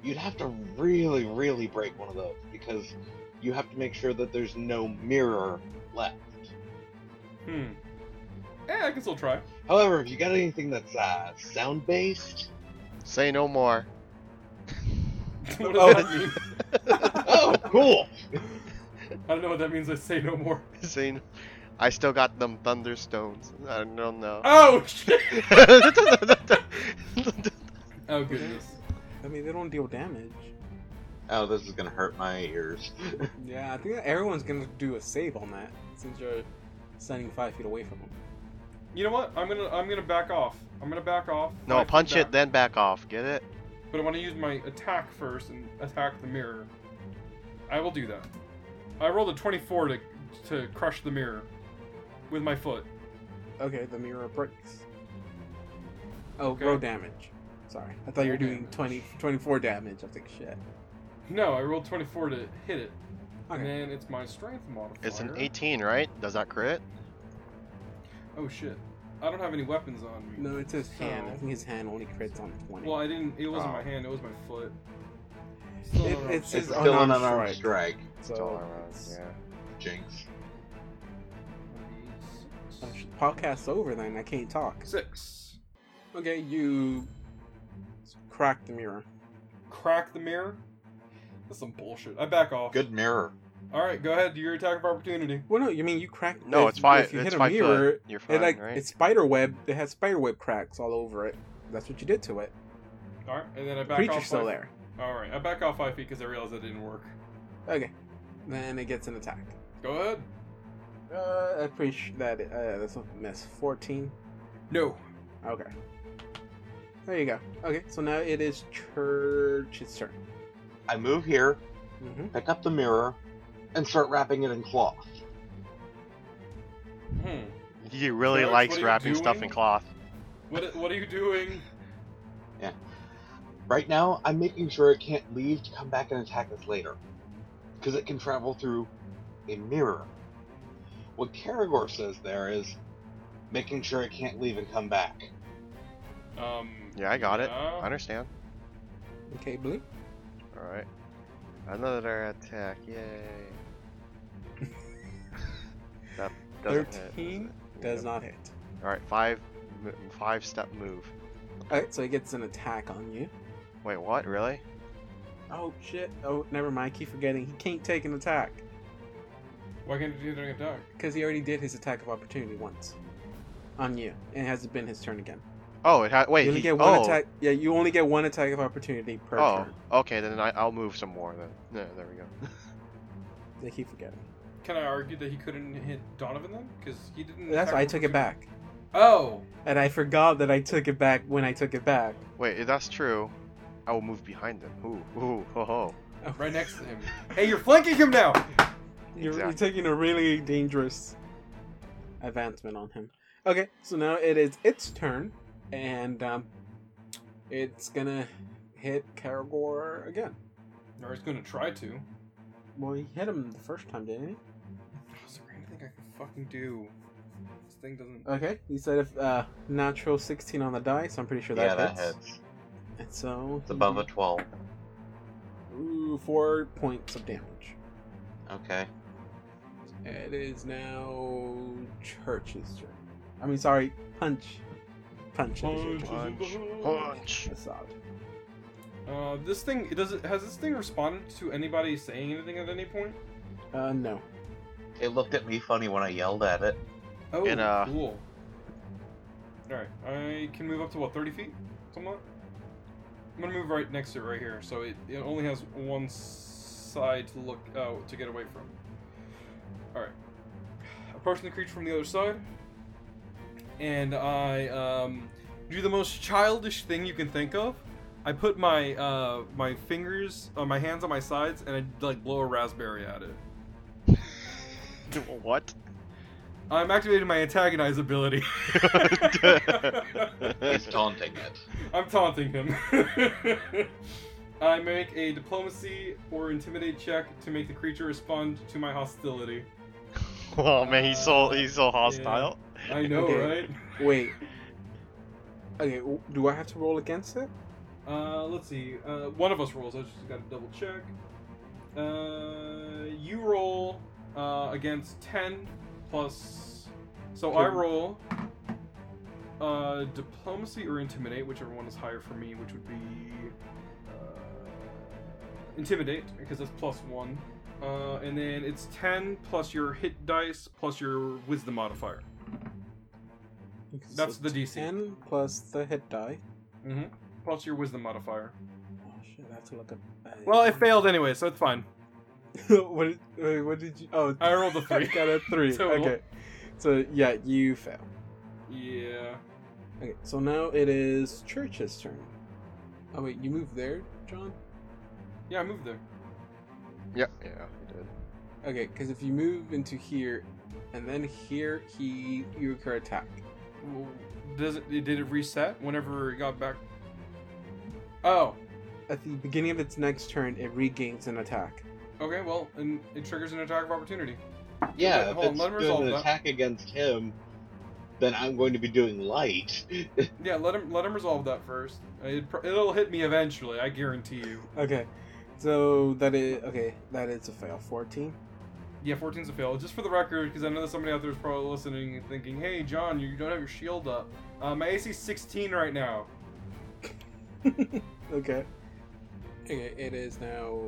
You'd have to really, really break one of those because you have to make sure that there's no mirror left.
Hmm. Eh, I can still try. [laughs]
However, if you got anything that's uh, sound based,
Say no more. [laughs]
what does that mean?
[laughs] oh, cool!
I don't know what that means. I say no more. [laughs]
Say no. I still got them thunderstones. I don't [laughs] know.
Oh shit! Oh goodness.
I mean, they don't deal
[laughs]
damage.
Oh, this is gonna hurt my ears.
Yeah, I think that everyone's gonna do a save on that since you're standing five feet away from them.
You know what? I'm gonna I'm gonna back off. I'm gonna back off.
no,
Five feet
punch it,
back.
then back off. Get it?
But I want to use my attack first and attack the mirror. I will do that. I rolled a 24 to to crush the mirror with my foot.
Okay, the mirror breaks. Oh,
Okay.
roll damage. Sorry, I thought you were
Roll
doing
damage.
20, 24 damage. I was like, shit.
No, I rolled 24 to hit it.
Okay.
And then it's my strength modifier.
It's an 18, right? Does that crit?
Oh shit. I don't have any weapons on me.
No, it's his hand. I
So-
think his hand only crits on 20.
Well, I didn't. It wasn't
Oh.
my hand. It was my foot.
It-
no, no,
it's
no.
his
It's still an
unarmed
unarmed
strike.
strike.
So,
Jinx.
uh, sh- podcast's over then. I can't talk.
Six.
Okay, you crack the mirror.
Crack the mirror. That's some bullshit. I back off.
Good mirror.
All right, go ahead. Do your attack of opportunity.
Well, no, you mean you crack.
No,
if-
it's fine.
If you
it's
hit a
fine.
mirror,
You're fine,
it like
right?
it's spider web. It has spider web cracks all over it. That's what you did to it.
All right, and then I
The
back off.
creature's still
five-
there.
All right, I back off five feet because I realized that didn't work.
Okay, then it gets an attack.
Go ahead.
Uh, I'm pretty sure that uh, that's a miss. Fourteen.
No.
Okay. There you go. Okay, so now it is Church's turn.
I move here,
Mm-hmm.
pick up the mirror, and start wrapping it in cloth.
Hmm.
He really
George,
likes
what are you
wrapping stuff in
doing?
cloth.
What What are you doing?
Right now, I'm making sure it can't leave to come back and attack us later. Because it can travel through a mirror. What Karagor says there is making sure it can't leave and come back.
Um.
Yeah, I got it.
yeah.
I understand.
Okay, blue.
Alright. Another attack.
[laughs]
Yay. that doesn't hit, does it?
13 Does not hit.
Alright, five, mo- five step move.
All right, so it gets an attack on you.
Wait, what? Really?
Oh shit! Oh, never mind. I keep forgetting he can't take an attack
Why can't you do an attack?
because he already did his attack of opportunity once on you, and it hasn't been his turn again.
Oh, it ha- wait.
you only
he-
get one
oh.
attack. Yeah, you only get one attack of opportunity per
Oh,
turn.
okay. Then I, I'll move some more. Then there, there we go.
I keep forgetting.
Can I argue that he couldn't hit Donovan then? Because he didn't.
That's why
attack
I took
him for
it
two-
back,
Oh.
and I forgot that I took it back when I took it back.
Wait, if that's true, I will move behind him. Ooh, ooh, ho, ho.
Right next to him. Hey, you're flanking him now.
You're,
Exactly.
you're taking a really dangerous advancement on him. Okay, so now it is its turn, and um, it's gonna hit Karagor again.
Or he's gonna try to.
Well, he hit him the first time, didn't he?
Is there anything I can fucking do? This thing doesn't.
Okay, he said if uh, natural 16 on the die, so I'm pretty sure that
yeah, that
hits.
hits.
And so
It's above a 12.
ooh, four points of damage.
Okay.
It is now Church's turn. I mean, sorry, Punch. Punch. Punch.
Punch, punch.
Assad.
Uh, this thing. It doesn't. Has this thing responded to anybody saying anything at any point?
Uh, no.
It looked at me funny when I yelled at [laughs] it.
Oh,
And, uh,
cool. Alright, I can move up to what, 30 feet? Somewhat? I'm gonna move right next to it right here, so it, it only has one side to look uh, to get away from. Alright. Approaching the creature from the other side. And I um, do the most childish thing you can think of. I put my uh, my fingers, uh, my hands on my sides, and I like blow a raspberry at it.
what? [laughs]
I'm activating my antagonize ability. [laughs]
He's taunting it.
I'm taunting him. [laughs] I make a diplomacy or intimidate check to make the creature respond to my hostility.
Oh man, he's so
Uh,
he's so hostile.
I know,
Okay.
right?
Wait. Okay, w- do I have to roll against it?
Uh, let's see. Uh, one of us rolls. I just got to double check. Uh, you roll uh, against ten plus. So I
Okay.
roll uh, diplomacy or intimidate, whichever one is higher for me, which would be uh, intimidate because that's plus one. Uh, and then it's ten plus your hit dice plus your wisdom modifier.
Because
That's
it's
the DC.
10 plus the hit die.
Mm-hmm. Plus your wisdom modifier.
Oh shit, I have to look up. uh,
Well, it failed anyway, so it's fine.
[laughs] what, did, wait, what did you. Oh,
I rolled a
I [laughs]
three. [laughs]
got a 3.
Total.
Okay. So, yeah, you fail.
yeah.
Okay, so now it is Church's turn. Oh, wait, you moved there, John?
Yeah, I moved there.
Yeah, yeah, he did.
Okay, because if you move into here and then here, he you occur attack.
Well, Does it, it- did it reset whenever it got back? Oh,
At the beginning of its next turn, it regains an attack.
okay. Well, and it triggers an attack of opportunity.
Yeah,
Okay,
if
hold on,
it's
let me resolve
doing an
that.
attack against him, then I'm going to be doing light.
Yeah, let him let him resolve that first. It, pro- it'll hit me eventually. I guarantee you.
Okay, so that is okay. That is a fail. Fourteen. [laughs]
Yeah, 14's a fail. Just for the record, because I know that somebody out there is probably listening and thinking, "Hey, John, you don't have your shield up." Uh, my AC 16 right now.
Okay. Okay, it is now.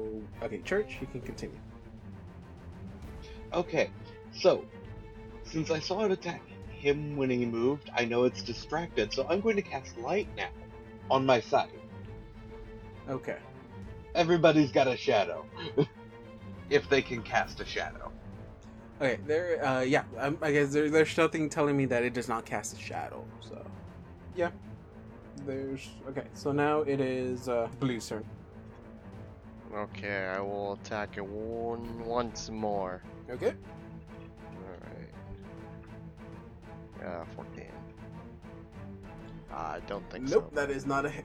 Okay, Church, you can continue.
Okay, so since I saw it attack him when he moved, I know it's distracted, so I'm going to cast light now on my side.
Okay.
Everybody's got a shadow, [laughs] if they can cast a shadow.
Okay. There. Uh. Yeah. Um, I guess there, there's nothing telling me that it does not cast a shadow. So. Yeah. There's. Okay. So now it is uh, Blue's turn.
Okay, I will attack it one once more.
Okay.
Alright. Uh, 14. Ah, I don't think
Nope.
so.
That is not a hit.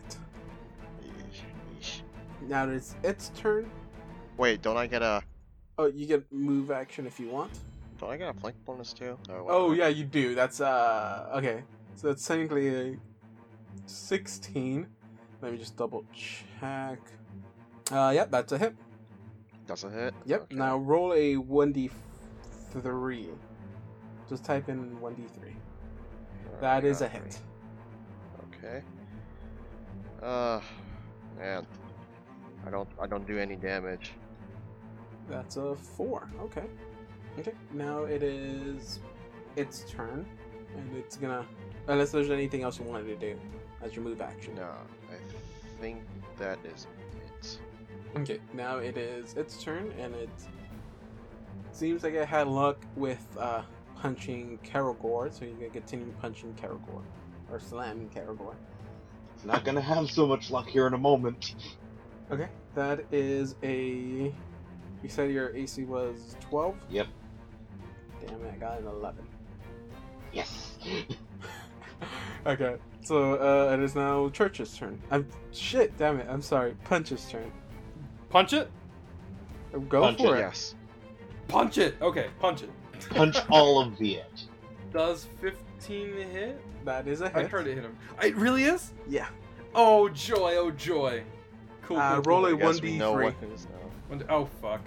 Yeesh, yeesh.
Now it is its turn.
Wait, don't I get a
Oh, you get move action if you want.
don't I get a flank bonus too? Or
Oh
whatever.
yeah, you do. That's uh okay. So that's technically a sixteen. Let me just double check. Uh, yep, that's a hit.
That's a hit.
Yep.
Okay.
Now roll a one d three. Just type in one d three.
Alright,
That
I
is a
got
hit.
three. Okay. Uh, man, I don't I don't do any damage.
That's a four. Okay. Okay. Now it is its turn, and it's gonna unless there's anything else you wanted to do as your move action.
No, I think that is it.
Okay, now it is its turn, and it seems like it had luck with uh, punching Karagor, so you can continue punching Karagor or slamming Karagor.
It's not going to have so much luck here in a moment.
Okay, that is a. You said your AC was twelve.
Yep.
Damn it, I got an
[laughs]
eleven.
Yes. [laughs]
okay, so uh, it is now Church's turn. I'm shit. Damn it, I'm sorry. Punch's turn.
Punch it.
Go
Punch
for
it,
it.
Yes.
Punch it. Okay, punch it.
Punch all of the edge.
Does 15 hit?
That is a
I
hit.
tried to hit him. It really is.
Yeah.
Oh joy! Oh joy! Cool.
Uh,
cool, cool.
roll
I
a
guess
one
we
d
know
three.
what it is now.
One- Oh fuck.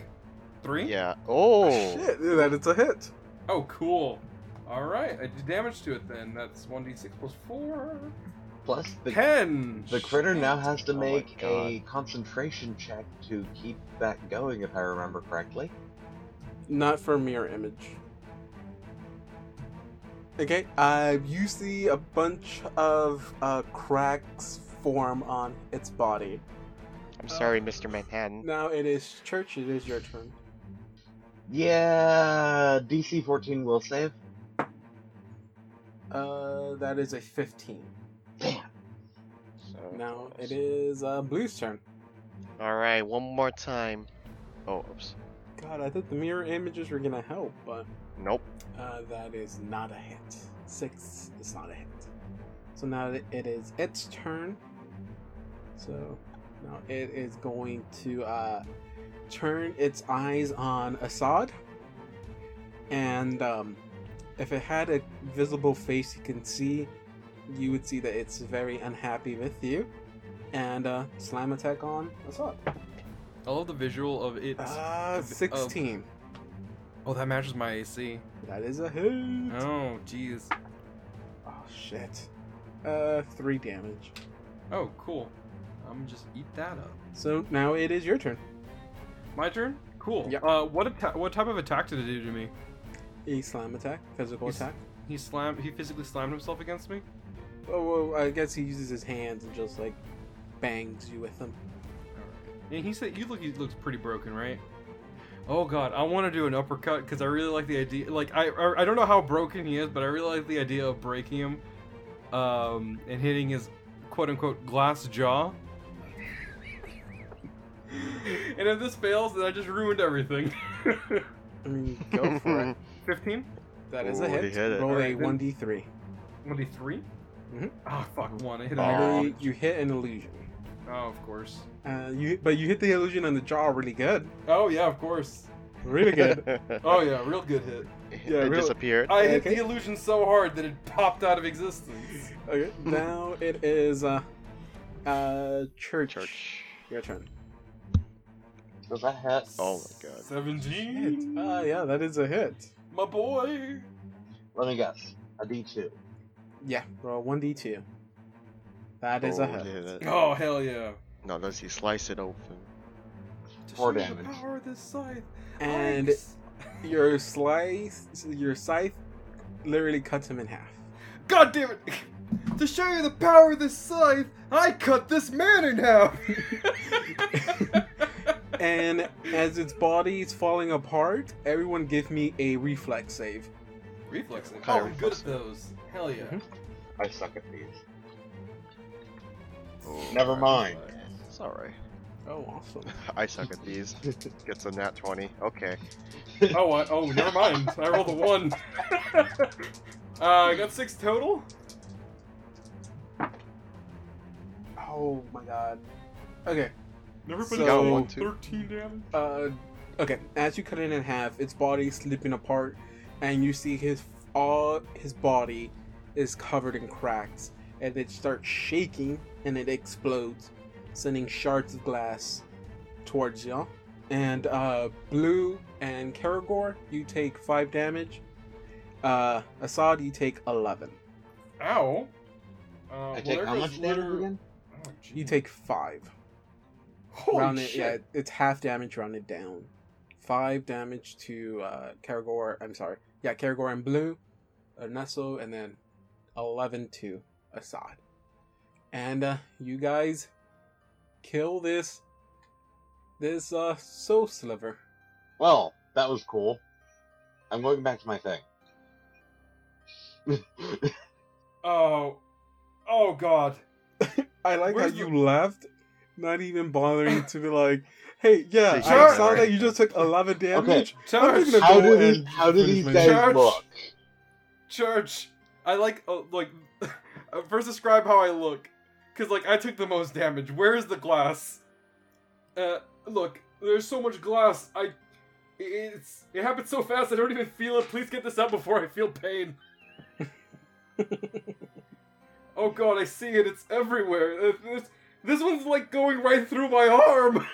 Three?
Yeah. Oh.
Shit, dude, that it's a hit.
Oh, cool. All right, I did damage to it then. That's one d six plus four.
Plus, the
Ten.
The critter now has to
Oh my
make a
God.
concentration check to keep that going, if I remember correctly.
Not for mirror image. Okay, uh, you see a bunch of uh, cracks form on its body.
I'm sorry,
Uh,
Mr.
Mm.
Manhattan.
Now it is Church, it is your turn.
Yeah, DC 14 will save.
Uh, that is a 15.
So
Now
close.
it is uh, Blue's turn.
All right, one more time. Oh, oops.
God, I thought the mirror images were gonna help, but
Nope.
uh, that is not a hit. Six is not a hit. So now it it is its turn. So Now it is going to uh, turn its eyes on Assad, and um, if it had a visible face you can see, you would see that it's very unhappy with you, and uh, slam attack on Assad.
I love the visual of it.
Uh,
um,
sixteen.
oh, that matches my AC.
That is a hit.
Oh, jeez.
Oh shit. Uh, three damage.
Oh, cool. I'm just eat that up.
So now it is your turn.
My turn. Cool.
Yep.
Uh, what atta- what type of attack did it do to me?
A slam attack, physical
He's-
attack.
He slammed. He physically slammed himself against me.
Oh, well, I guess he uses his hands and just like bangs you with them.
And he said, "You look. He looks pretty broken, right?" Oh God, I want to do an uppercut because I really like the idea. Like I, I, I don't know how broken he is, but I really like the idea of breaking him, um, and hitting his quote unquote glass jaw. [laughs] and if this fails, then I just ruined everything. [laughs]
I mean, [laughs]
[laughs]
go for it.
Fifteen.
That is a
Ooh, he
hit.
hit it.
Roll a
Alright, then-
one d three.
One d three.
Mhm.
Oh fuck, one. I hit
Aw.
another.
You you hit an illusion.
Oh, of course.
Uh, you but you hit the illusion on the jaw really good,
Oh yeah, of course.
[laughs]
really good.
Oh yeah, real good hit.
yeah,
it
really-
disappeared.
I hit
Okay.
the illusion so hard that it popped out of existence.
okay, now it is uh, uh, church.
Church.
Your turn.
Does that hit?
Oh my god.
Hit.
Seventeen.
Ah, yeah, that is a hit.
My boy.
Let me guess. A D2.
Yeah, roll one d two. That is a
Oh,
hit.
did it.
Oh hell yeah.
No, does he slice it open?
To
Four
show you The
damage.
power of this scythe.
And
Yikes.
your slice, your scythe, literally cuts him in half.
God damn it! [laughs] to show you the power of this scythe, I cut this man in [laughs] half.
[laughs] And as its body is falling apart, everyone give me a reflex save.
reflex. save.
Kinda
Oh, I'm good
reflex
at those. Hell yeah.
Mhm.
I suck at these.
Oh,
Never mind.
It's alright.
Oh, awesome.
[laughs] I suck at these. Gets a nat 20. Okay.
[laughs] Oh, I, oh, never mind. I rolled a one. [laughs] uh, I got six total.
Oh my god. Okay.
Everybody
So-
got
Got one, two.
thirteen damage.
Uh, okay. As you cut it in half, its body is slipping apart, and you see his all his body is covered in cracks, and it starts shaking and it explodes, sending shards of glass towards you. And uh, Blue and Karagor, you take five damage. Uh, Assad, you take eleven.
Ow. Uh, well,
I
there
take how
goes
much damage
litter-
again?
Oh, geez.
You take five.
Holy
round it,
shit.
yeah, it's half damage rounded down. Five damage to uh Karagor. I'm sorry, yeah, Karagor and Blue, uh, Nesso, and then eleven to Assad. And uh, you guys kill this this uh soul sliver.
Well, that was cool. I'm going back to my thing. [laughs]
Oh. Oh god.
I like
Where's
how
the-
you left, not even bothering to be like, [laughs] "Hey, yeah,
Did
I
you-
saw that you just took eleven damage."
Church.
gonna
how
go
do these,
and
how do
finish
these
my
guys
Church.
look?
Church. I like oh, like [laughs] uh, first describe how I look cuz like I took the most damage. Where is the glass? Uh look, there's so much glass. I it's it happened so fast I don't even feel it. Please get this out before I feel pain. oh god, I see it. It's everywhere. Uh, This, this one's like going right through my arm.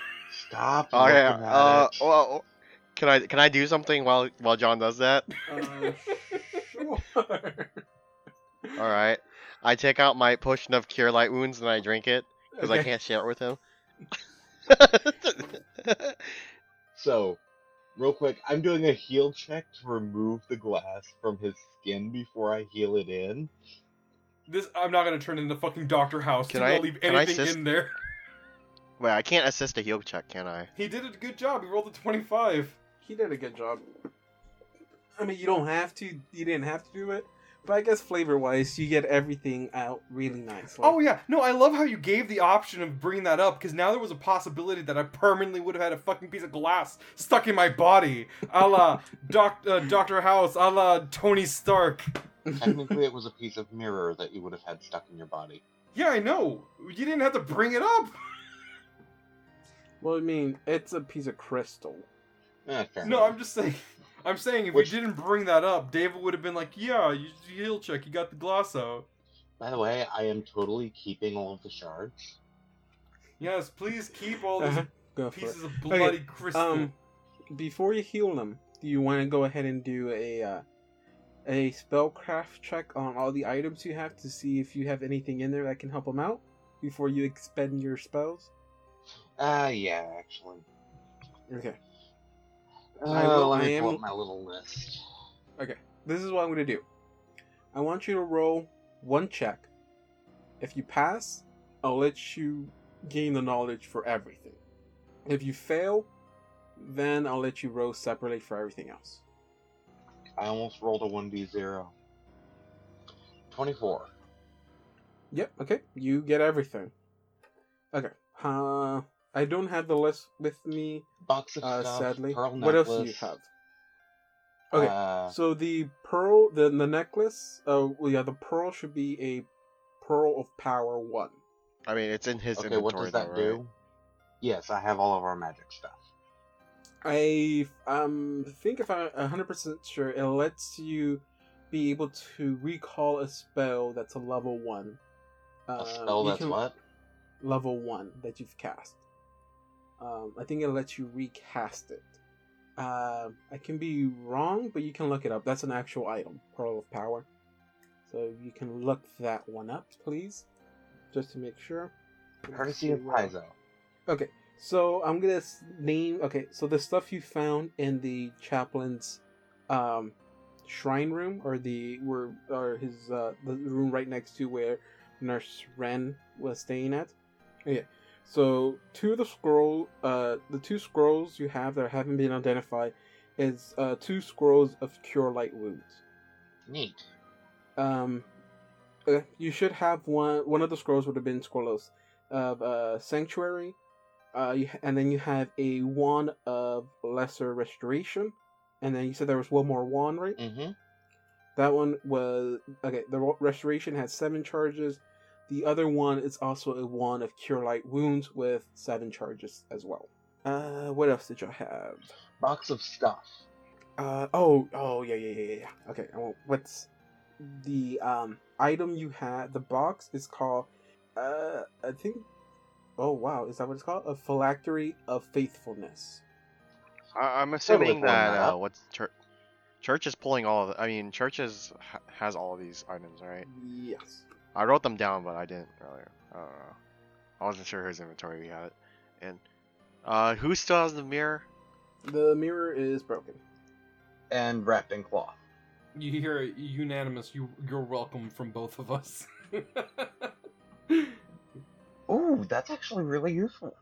Stop.
Oh yeah.
looking at
Uh,
it.
well, can I can I do something while while John does that?
Oh,
Uh, [laughs]
[laughs]
sure.
All right. I take out my potion of cure light wounds and I drink it because I
Okay.
can't share it with him. [laughs]
So, real quick, I'm doing a heal check to remove the glass from his skin before I heal
[laughs]
it in.
This I'm not gonna turn into fucking Doctor House.
Can
Do not
I-
leave
can I
anything
assist?
in there. [laughs]
Wait, I can't assist a heal check, can I?
He did a good job. He rolled a 25.
he did a good job. I mean, you don't have to. You didn't have to do it, but I guess flavor wise, you get everything out really nicely.
Oh yeah, no, I love how you gave the option of bringing that up because now there was a possibility that I permanently would have had a fucking piece of glass stuck in my body, a
[laughs]
la Doc, uh, Doctor House, a la Tony Stark.
Technically, it was a piece of mirror that you would have had stuck in your body.
Yeah, I know. You didn't have to bring it up.
Well, I mean, it's a piece of crystal.
Eh, fair
No,
enough.
I'm just saying. I'm saying if
Which-
we didn't bring that up, David would have been like, "Yeah, you you heal check. You got the gloss out.
By the way, I am totally keeping all of the shards.
Yes, please keep all these
[laughs]
Uh-huh. Go for it.
pieces of bloody crystal."
Um, before you heal them, do you want to go ahead and do a uh, a spellcraft check on all the items you have to see if you have anything in there that can help them out before you expend your spells?
Ah, yeah, actually.
Okay.
Uh,
I will-
let me
I
pull
am-
up my little list.
This is what I'm going to do. I want you to roll one check. If you pass, I'll let you gain the knowledge for everything. If you fail, then I'll let you roll separately for everything else.
I almost rolled a 1d0. 24.
Yep. Okay. You get everything. Okay. Uh, I don't have the list with me,
Box of
uh,
stuff,
sadly.
pearl
what else
necklace.
do you have? Okay.
Uh,
so the pearl, the the necklace. Oh, well, yeah. The pearl should be a pearl of power one.
I mean, it's in his
okay,
inventory.
what does that
though,
do?
right?
Yes, I have all of our magic stuff.
I um think if I'm hundred percent sure, it lets you be able to recall a spell that's a level one.
A
Um,
spell
you
that's
can-
what?
level one that you've cast. Um, I think it lets you recast it. Uh, I can be wrong, but you can look it up. That's an actual item, Pearl of Power. So you can look that one up, please, just to make sure.
Courtesy of Paizo.
Okay, so I'm gonna s- name. Okay, so the stuff you found in the chaplain's um, shrine room, or the where, or his uh, the room right next to where Nurse Wren was staying at. Okay, so two of the scroll, uh, the two scrolls you have that haven't been identified, is uh, two scrolls of cure light wounds.
Neat.
Um, uh, you should have one. One of the scrolls would have been scrolls of uh, sanctuary. Uh, you, and then you have a wand of lesser restoration, and then you said there was one more wand, right?
Mm-hmm.
That one was okay. The ro- restoration had seven charges. The other one is also a wand of cure light wounds with seven charges as well. Uh, what else did you have?
Box of stuff.
Uh oh oh yeah yeah yeah yeah yeah. Okay, well, what's the um item you had? The box is called uh I think. Oh wow, is that what it's called? A phylactery of faithfulness.
I- I'm
Totally
assuming
pulling
that,
that
uh,
up.
what's church? Church is pulling all. Of the, I mean, church is, ha- has all these items, right?
Yes.
I wrote them down, but I didn't earlier. I don't know. I wasn't sure whose inventory we had it. And uh, who still has the mirror?
The mirror is broken.
And wrapped in cloth.
you hear a unanimous, "You you're welcome" from both of us. [laughs]
Ooh, that's actually really useful.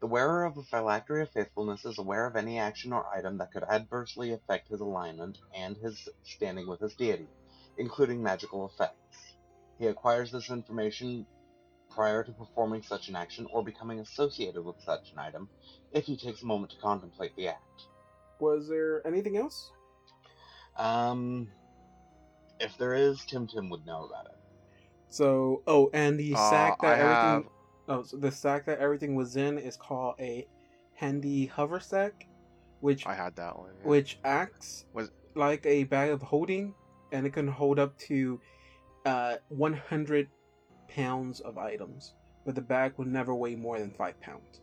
The wearer of a phylactery of faithfulness is aware of any action or item that could adversely affect his alignment and his standing with his deity, including magical effects. He acquires this information prior to performing such an action or becoming associated with such an item if he takes a moment to contemplate the act.
Was there anything else?
Um, if there is, Tim Tim would know about it.
So oh, and the
Uh,
sack that
I
everything.
have.
Oh, so the sack that everything was in is called a handy hover sack, which
I had that one. yeah.
which acts
Was-
like a bag of holding, and it can hold up to uh, 100 pounds of items, but the bag will never weigh more than five pounds.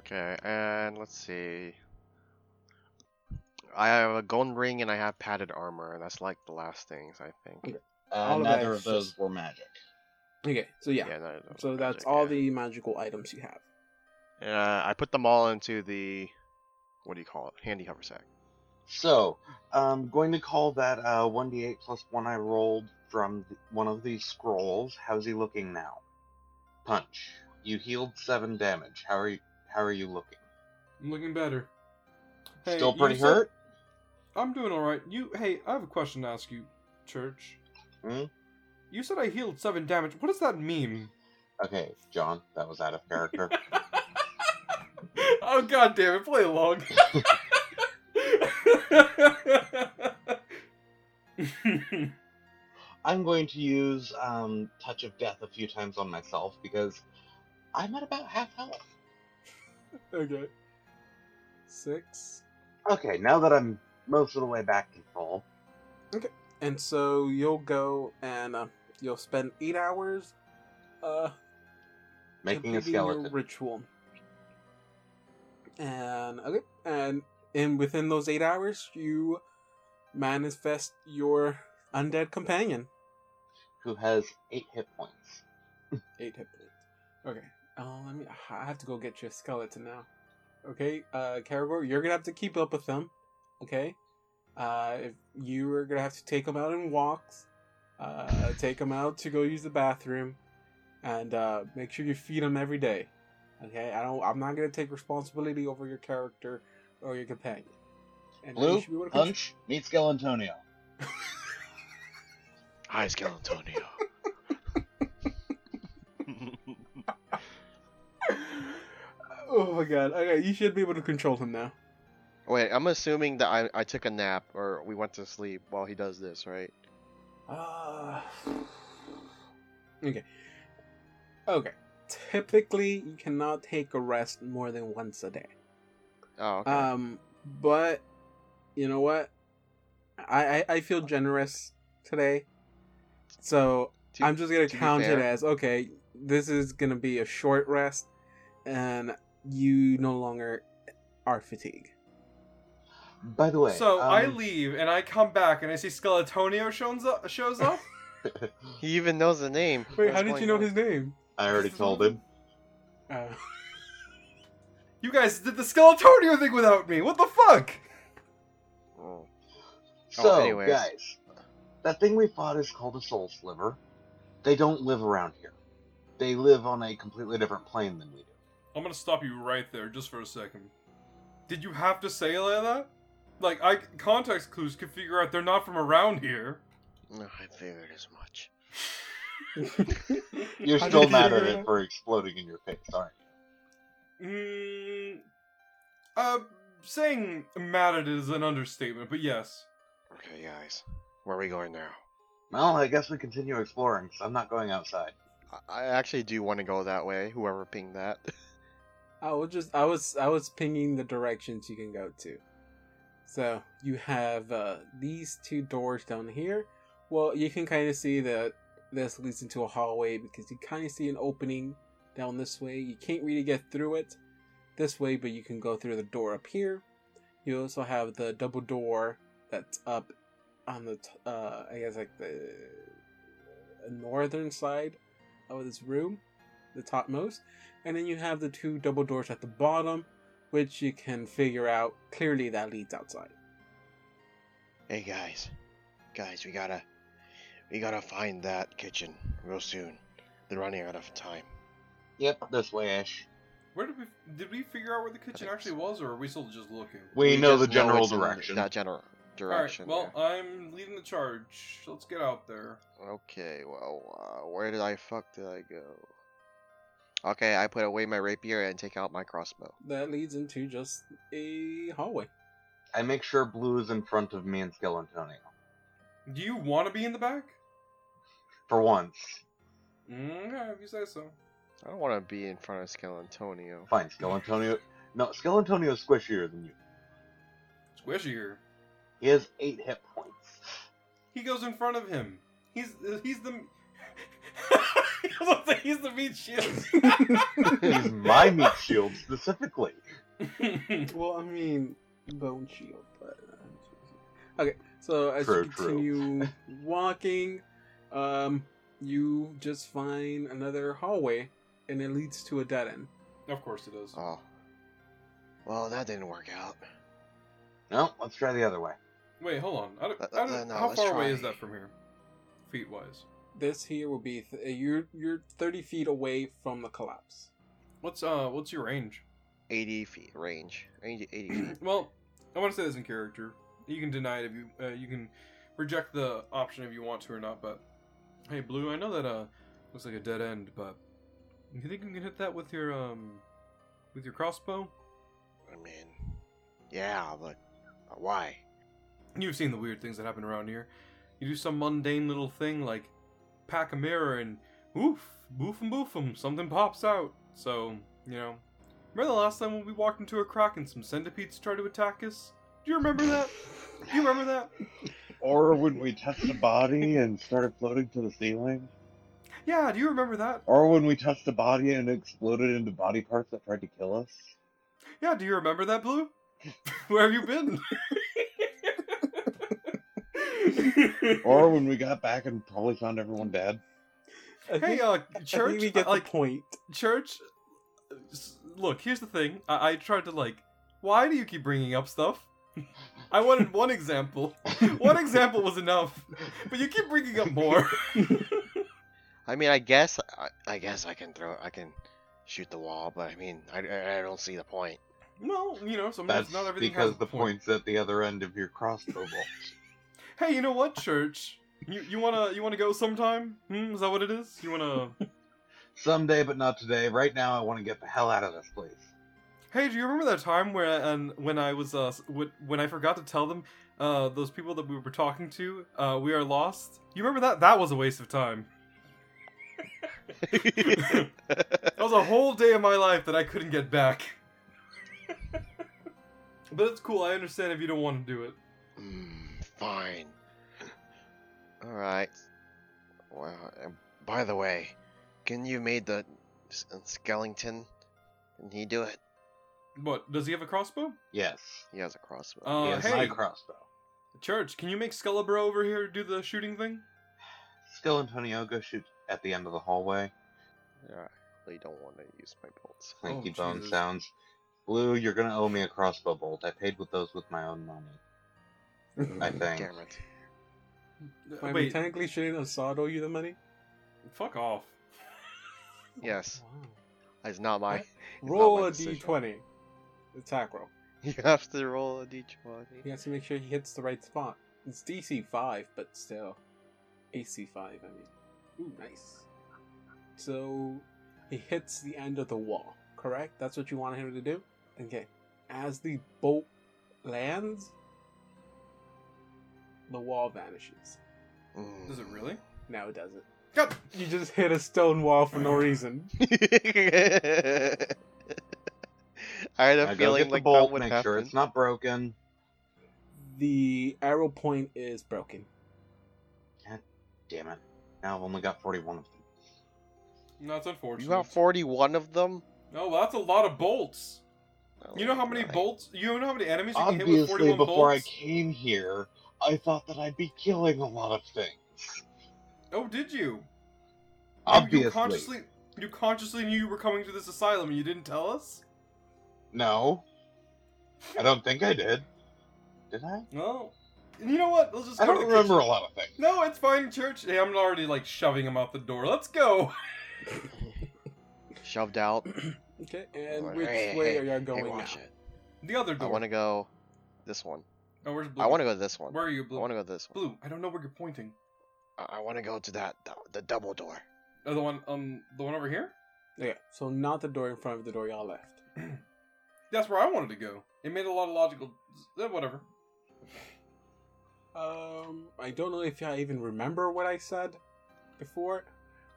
Okay, and let's see. I have a golden ring and I have padded armor. That's like the last things I think.
Okay. All
Uh,
of
neither
that
of
is
those
just-
were magic.
Okay, so yeah,
no, no, no,
so that's
magic,
all
yeah.
the magical items you have.
Uh, I put them all into the what do you call it? Handy haversack.
So, I'm going to call that uh, 1d8 plus 1 I rolled from th- one of these scrolls. How's he looking now? Punch. You healed 7 damage. How are you, how are you looking?
I'm looking better. Hey,
Still
you
pretty
said-
hurt?
I'm doing all right. You, hey, I have a question to ask you, Church.
Hmm?
You said I healed seven damage. What does that mean?
Okay, John, that was out of
[laughs]
character.
[laughs] oh god damn it, play [laughs] along.
I'm going to use um, Touch of Death a few times on myself because I'm at about half health.
Okay. Six.
Okay, now that I'm most of the way back to full,
And so you'll go and uh, you'll spend eight hours uh,
making a
completing your
skeleton.
ritual. And okay, and in within those eight hours, you manifest your undead companion.
who has eight hit points.
Eight hit points. Okay. Oh, let me. I have to go get your skeleton now. Okay, uh, Caragor, you're gonna have to keep up with them. Okay. Uh, if you are gonna have to take them out in walks, uh, take them out to go use the bathroom, and uh, make sure you feed them every day. Okay. I don't. I'm not gonna take responsibility over your character or your companion. And you
Blue,
should be able to control-
Punch, meet Skelantonio.
Hi, Skeletonio.
[laughs] [laughs]
[laughs]
oh my god. Okay, you should be able to control him now.
Wait, I'm assuming that I, I took a nap or we went to sleep while he does this, right?
Uh, okay. Okay. Typically, you cannot take a rest more than once a day.
Oh, okay.
Um, but you know what? I I, I feel generous today, so
To-
I'm just gonna
to be
count it
fair-
as okay. This is gonna be a short rest, and you no longer are fatigued.
By the way,
So I
um,
leave and I come back and I see Skeletonio shows up. Shows up.
He even knows the name.
Wait,
What's
how did
going
you know
on?
his [laughs] name?
I already told him.
[laughs]
Uh, [laughs]
you guys did the Skeletonio thing without me. What the fuck?
Oh. Oh,
So,
anyways.
guys, that thing we fought is called a soul sliver. They don't live around here. They live on a completely different plane than we do.
I'm gonna stop you right there, just for a second. Did you have to say it like that? Like, I context clues could figure out they're not from around here.
No, I figured as much.
You're
How
still
did you
mad at
figure it
[laughs]
it
out?
for exploding in your face, aren't
Mm, uh, saying mad at it is an understatement, but yes.
Okay, guys. Where are we going now?
you? Well, I guess we continue exploring, so I'm not going outside.
I- I actually do want to go that way, whoever pinged that. [laughs]
I was just I was I was pinging the directions you can go to. So you have uh, these two doors down here. Well, you can kind of see that this leads into a hallway because you kind of see an opening down this way. You can't really get through it this way, but you can go through the door up here. You also have the double door that's up on the t- uh, I guess like the northern side of this room, the topmost and then you have the two double doors at the bottom, which you can figure out clearly that leads outside.
Hey guys, guys, we gotta, we gotta find that kitchen real soon. They're running out of time.
Yep, this way ish.
Where did we did we figure out where the kitchen
think
actually was, or are we still just looking?
We, know
just
the general
it's in
direction.
That general direction.
All right.
yeah.
Well, I'm leading the charge. Let's get out there.
Okay. Well, uh, where did I fuck did I go? Okay, I put away my rapier and take out my crossbow.
That leads into just a hallway.
I make sure Blue is in front of me and Skelantonio.
Do you want to be in the back?
For once.
Mm, Okay, if you say so.
I don't want to be in front of Skelantonio.
Fine, Skelantonio. No, Skelantonio is squishier than you.
Squishier.
He has eight hit points.
He goes in front of him. He's he's the. [laughs] I was like, he's the meat shield.
He's my meat [laughs] shield specifically.
well, I mean, bone shield, but uh, okay. So as you
True, true.
continue [laughs] walking, um, you just find another hallway, and it leads to a dead end.
[laughs] of course it is.
Oh. Well, that didn't work out.
No, let's try the other way.
Wait, hold on. I don't,
Uh,
I
uh,
don't,
no,
how
let's
far away
try.
is that from here, feet wise?
This here will be th- uh, you're you're thirty feet away from the
[laughs]
collapse.
What's uh, what's your range?
80 feet range. 80, 80
[clears throat]
feet.
well, I want to say this in character. You can deny it if you uh, you can reject the option if you want to or not. But hey, Blue, I know that uh looks like a dead end, but you think you can hit that with your um with your crossbow?
I mean, yeah, but but why?
You've seen the weird things that happen around here. You do some mundane little thing like pack a mirror and oof, boofum boofum, something pops out. So you know, Remember the last time when we walked into a crack and some centipedes tried to attack us? Do you remember that? Do you remember that?
Or when we touched a body and started floating to the ceiling?
Yeah, do you remember that?
Or when we touched a body and it exploded into body parts that tried to kill us?
Yeah, do you remember that, Blue? [laughs] Where have you been?
Or when we got back and probably found everyone
[laughs]
dead?
[laughs] I
hey,
think,
uh,
I
church,
think we get
like
the point.
church. s- Look, here's the thing. I, I tried to like. Why do you keep bringing up stuff? [laughs] I wanted one example. [laughs] One example was enough, but you keep bringing
[laughs]
up more.
I mean, I guess I, I guess I can throw I can shoot the wall, but I mean, I, I I don't see the point. [laughs]
well, you know, sometimes
That's
not everything has
because
a
the point's at the other end of your crossbow bolt.
Hey, you know what, church? You you wanna you wanna go sometime? Hmm, is that what it is?
[laughs]
You wanna?
Someday, but not today. Right now, I want to get the hell out of this place.
Hey, do you remember that time where and when I was uh s- when when I forgot to tell them uh those people that we were talking to uh we are lost? You remember that? That was a waste of time. That was a
[laughs]
whole day of my life that I couldn't get back. but it's cool. I understand if you don't want to do it.
Mm, fine. All right. Well, uh, by the way, can you made the s- uh, skeleton? Can he do it?
What? Does he have a crossbow?
Yes.
He has a crossbow.
Uh,
yes,
hey,
my crossbow.
church, can you make Skelebro over here do the shooting thing?
Still, Antonio, go shoot at the end of the hallway.
Yeah, I really don't want to use my bolts.
Clinky
Oh,
bone
Jesus.
sounds. Blue, you're gonna owe me a crossbow bolt. I paid with those with my own money. I
Mm,
think.
Damn it. Uh,
Wait, we
Oh, Wait,
technically shouldn't Assad owe you the money?
fuck off.
Yes,
Wow.
it's not my.
What?
it's not my
Roll a
decision.
d20. Attack roll.
[laughs] You have to roll a d20.
He has to make sure he hits the right spot. It's DC 5, but still. AC 5, I mean. Ooh, nice. So, he hits the end of the wall, correct? That's what you want him to do? Okay. As the bolt lands, the wall vanishes.
Does it really?
No, it doesn't.
God.
You just hit a stone wall
[laughs]
for no reason.
Mm. [laughs] I had a
Now go
feeling
get the
like
bolt.
that would
make
happen.
sure it's not broken.
The arrow point is
[laughs]
broken.
Damn it! Now I've only got forty-one of them.
That's unfortunate.
You got 41 of them?
Oh, well, that's a lot of bolts.
Oh,
You know how many
right.
bolts? You know how many enemies you can hit with
Obviously,
forty-one
before I
bolts?
came here, I thought that I'd be killing a lot of things.
Oh, did you? You, you
Obviously,
consciously, you consciously knew you were coming to this asylum and you didn't tell us.
No. I don't think I did. Did I?
No. And you know what? Let's just.
I
go
don't
to the
remember a lot of things.
kitchen. No, it's fine, church. Hey, I'm already like shoving him out the door. Let's go. [laughs]
Shoved out.
Okay, and
Alright,
which
hey,
way
hey,
are y'all going
hey,
now?
watch it.
The other
I
door.
want to go this one.
Oh, where's blue?
I want to go this one.
Where are you,
I
blue?
want to go this one.
Blue. I don't know where you're pointing.
I, want to go to that, the, the double door.
Oh, the one, um, the one over here.
Okay, so not the door in front of the door y'all left.
That's where I wanted to go. It made a lot of logical. eh, Whatever.
Um, I don't know if y'all even remember what I said before,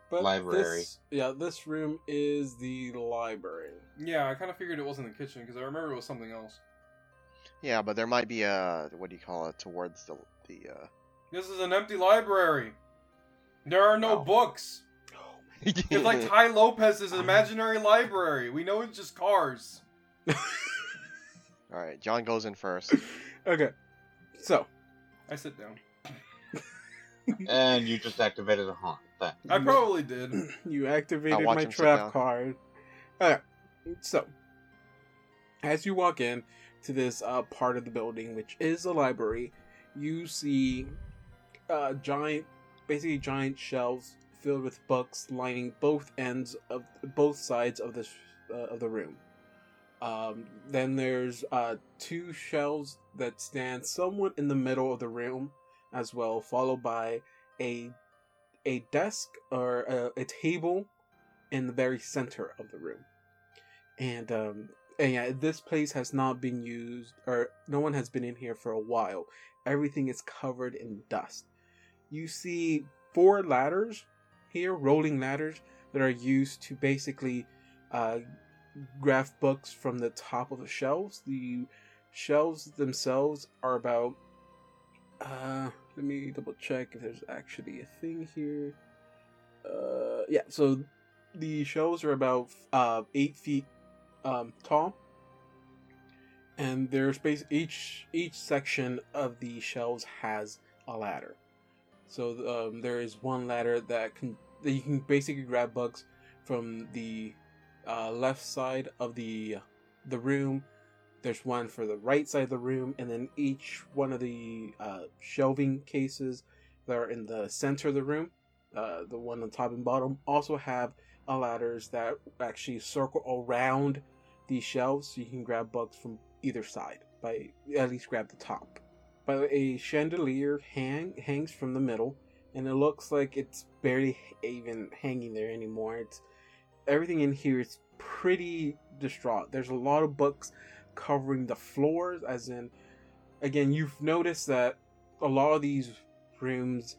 but
Library.
This, yeah, this room is the library. [gasps]
Yeah, I kind of figured it wasn't the kitchen because I remember it was something else.
Yeah, but there might be a, what do you call it, towards the, the uh...
This is an empty library. There are no
Oh.
Wow.
books.
[laughs]
[laughs]
It's like Ty Lopez's
Um.
imaginary library. We know it's just cars.
All right, John goes in first.
Okay, so
I sit down.
and you just activated a haunt. Thanks.
I
Mm.
you-
[clears throat]
probably did.
[clears throat] you activated
watch
my
him sit
trap
down.
card. Alright, so as you walk in to this uh, part of the building, which is the library, you see uh, giant, basically giant shelves filled with books lining both ends of both sides of the sh- uh, of the room. Um, then there's uh, two shelves that stand somewhat in the middle of the room as well, followed by a a desk or uh, a, a table in the very center of the room. And um and yeah, this place has not been used or no one has been in here for a while. Everything is covered in dust. You see four ladders here, rolling ladders that are used to basically uh graph books from the top of the shelves. The shelves themselves are about. Uh, let me double check if there's actually a thing here. Uh, yeah, so the shelves are about uh, eight feet um, tall, and there's space. Each each section of the shelves has a ladder. So um, there is one ladder that can that you can basically grab bugs from the uh, left side of the the room. There's one for the right side of the room, and then each one of the uh, shelving cases that are in the center of the room, uh, the one on top and bottom, also have uh, ladders that actually circle around these shelves, so you can grab bugs from either side. By at least grab the top. But a chandelier hang hangs from the middle, and it looks like it's barely even hanging there anymore. It's everything in here is pretty distraught. There's a lot of books covering the floors, as in, again, you've noticed that a lot of these rooms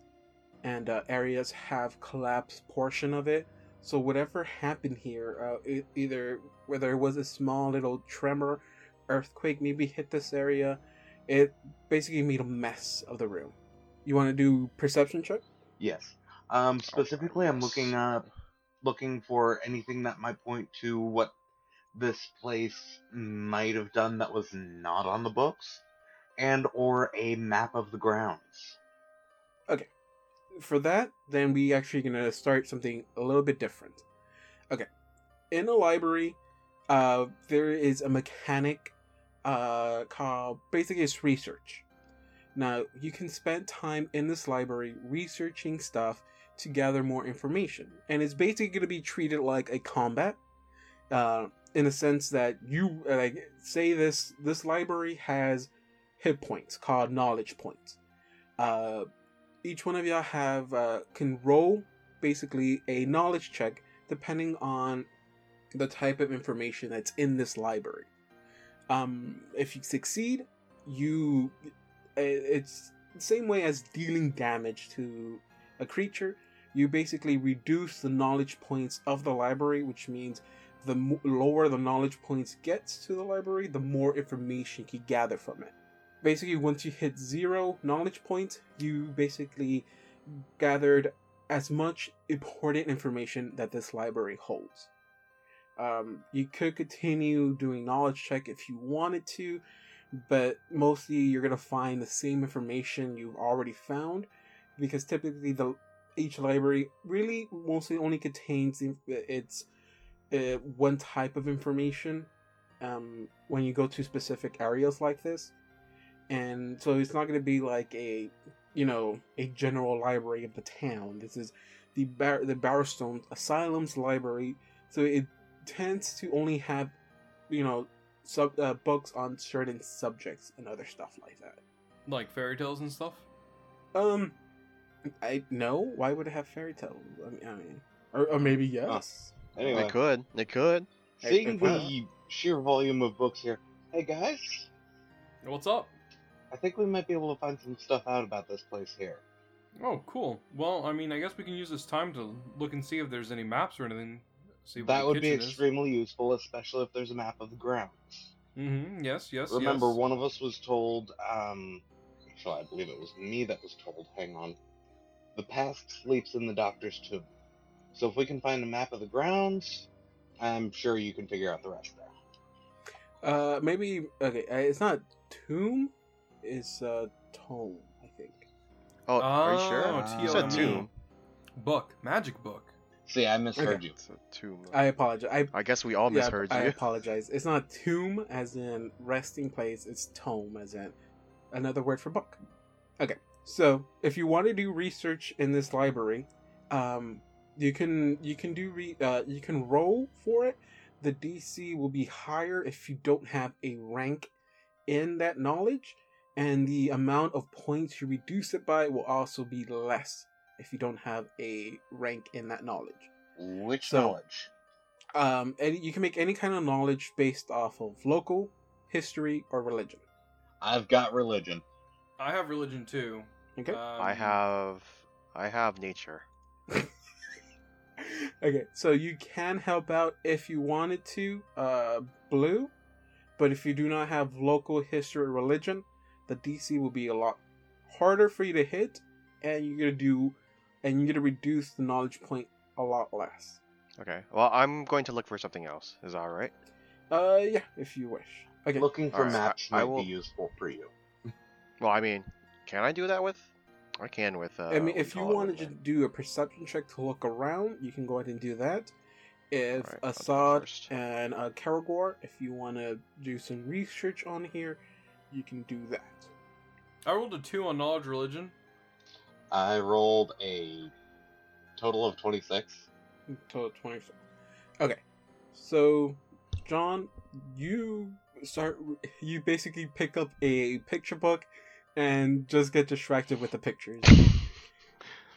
and uh, areas have collapsed portion of it. So whatever happened here, uh, it, either whether it was a small little tremor, earthquake maybe hit this area, it basically made a mess of the room. You want to do perception check?
Yes.
Oh,
Um, specifically, I'm looking up, looking for anything that might point to what this place might have done that was not on the books, and or a map of the grounds.
for that, then we actually gonna start something a little bit different. Okay, in a library, uh, there is a mechanic, uh, called basically it's research. Now you can spend time in this library researching stuff to gather more information, and it's basically gonna be treated like a combat, uh, in a sense that you like say this this library has hit points called knowledge points. Uh, each one of y'all have uh, can roll basically a knowledge check depending on the type of information that's in this library. Um, if you succeed, you i- it's the same way as dealing damage to a creature. You basically reduce the knowledge points of the library, which means the mo- lower the knowledge points gets to the library, the more information you gather from it basically once you hit zero knowledge points you basically gathered as much important information that this library holds um, you could continue doing knowledge check if you wanted to but mostly you're going to find the same information you've already found because typically the each library really mostly only contains the- its uh, one type of information um, when you go to specific areas like this and so it's not going to be like a you know a general library of the town this is the Bar- the barrowstone asylum's library so it tends to only have you know sub uh, books on certain subjects and other stuff like that
Like fairy tales and stuff?
um i no why would it have fairy tales i mean, I mean or, or maybe yes
They
Anyway,
could. They could.
seeing
Hey, uh,
the sheer volume of books here, hey guys,
What's up?
I think we might be able to find some stuff out about this place here.
Oh, cool. Well, I mean, I guess we can use this time to look and see if there's any maps or anything. See what
That
the
would be
kitchen
extremely useful, especially if there's a map of the grounds.
Mm-hmm. Yes, yes.
Remember,
yes.
one of us was told, um, actually, I believe it was me that was told, hang on, the past sleeps in the doctor's tomb. So if we can find a map of the grounds, I'm sure you can figure out the rest there.
uh maybe okay uh, it's not tomb it's uh tome i think
Oh, are you sure?
Oh,
You said
TLM.
tomb.
Book, magic book.
See, I misheard you.
It's a tomb.
i apologize i
I guess we all
Yeah,
misheard
I
you.
apologize. It's not tomb as in resting place, it's tome as in another word for book. Okay. So if you want to do research in this library, um, you can you can do re- uh, you can roll for it. The DC will be higher if you don't have a rank in that knowledge, and the amount of points you reduce it by will also be less if you don't have a rank in that knowledge
Which
So-
knowledge?
um, and you can make any kind of knowledge based off of local history or religion. [laughs]
I've got religion.
I have religion too.
Okay.
Um,
I have. I have nature.
okay, so you can help out if you wanted to, uh, blue, but if you do not have local history or religion, the DC will be a lot harder for you to hit, and you're gonna do, and you're gonna reduce the knowledge point a lot less.
Okay. Well, I'm going to look for something else. Is that all right?
Uh, yeah, if you wish. Okay,
Looking for
Alright, I-
maps
I
might
will-
be useful for you.
Well, I mean, can I do that with? I can with. Uh,
I mean,
what do
if you
call it,
want
with
to
the-
just do a perception check to look around, you can go ahead and do that. If
Alright, I'll do that
Assad
first.
and uh, Karagor, if you want to do some research on here, you can do that.
I rolled a two on knowledge religion.
I rolled a total of 26.
Until 26. Okay, so John, you start. [laughs] You basically pick up a picture book and just get distracted with the pictures.
[laughs]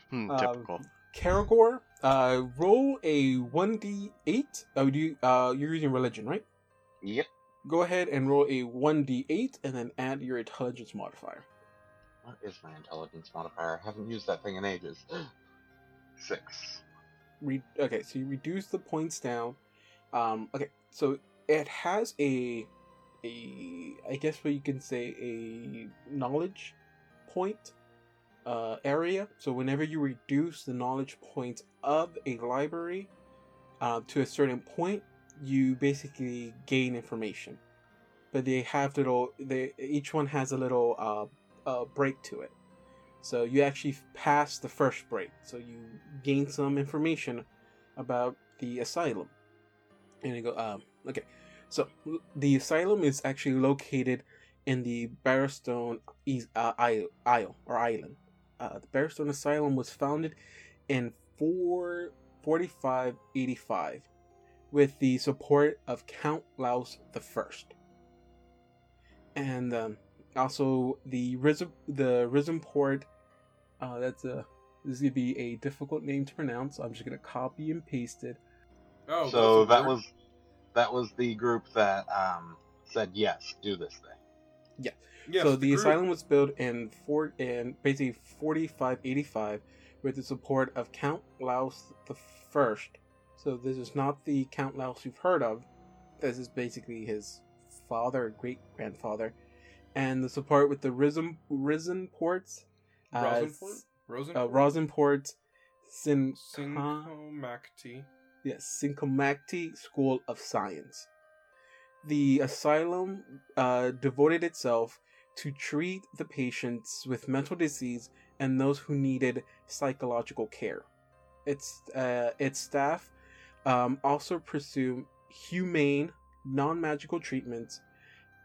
Hmm,
um,
typical.
Karagor, uh, roll a one d eight. Oh, do you, uh, you're using religion, right?
Yep.
Go ahead and roll a one d eight, and then add your intelligence modifier.
What is my intelligence modifier? I haven't used that thing in ages. [gasps] Six.
Re- okay, so you reduce the points down. Um, okay, so it has a, a, I guess what you can say a knowledge point, uh, area. So whenever you reduce the knowledge point of a library, uh, to a certain point, you basically gain information. But they have little. They each one has a little uh, uh, break to it. So you actually pass the first break. So you gain some information about the asylum. And you go, um, okay. So the asylum is actually located in the Barrowstone is- uh, Isle, Isle or Island. Uh, the Barrowstone Asylum was founded in 4, 4585 with the support of Count Laos the First. And um, also the Riz- the Risenport. Uh, that's a this is gonna be a difficult name to pronounce. I'm just gonna copy and paste it.
Oh,
so
that's a
that
word.
was that was the group that um, said yes, do this thing.
Yes,
so the,
group.
asylum was built in four in basically 4585 with the support of Count Laos the First. So this is not the Count Laos you've heard of. This is basically his father, great grandfather, and the support with the Risen Risen ports, uh,
Rosenport. Rosen.
uh, Rosenport, Sin
Syncomacty.
Yes, Sincomacti School of Science. The asylum uh, devoted itself to treat the patients with mental disease and those who needed psychological care. Its uh, its staff um, also pursue humane, non-magical treatments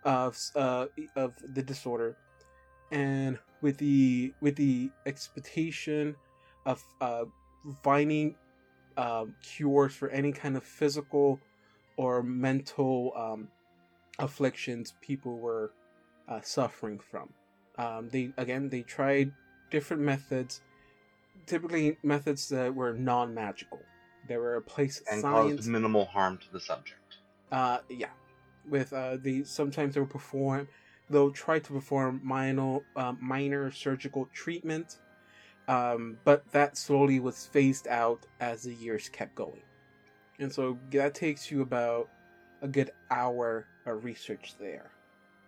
of s- uh, of the disorder, and with the with the expectation of uh, finding um, cures for any kind of physical or mental um, afflictions people were uh, suffering from. Um, they again they tried different methods, typically methods that were non-magical. They were a place
And
science
caused minimal harm to the subject.
uh yeah with uh the sometimes they'll perform they'll try to perform minor uh, minor surgical treatment um but that slowly was phased out as the years kept going and so that takes you about a good hour of research there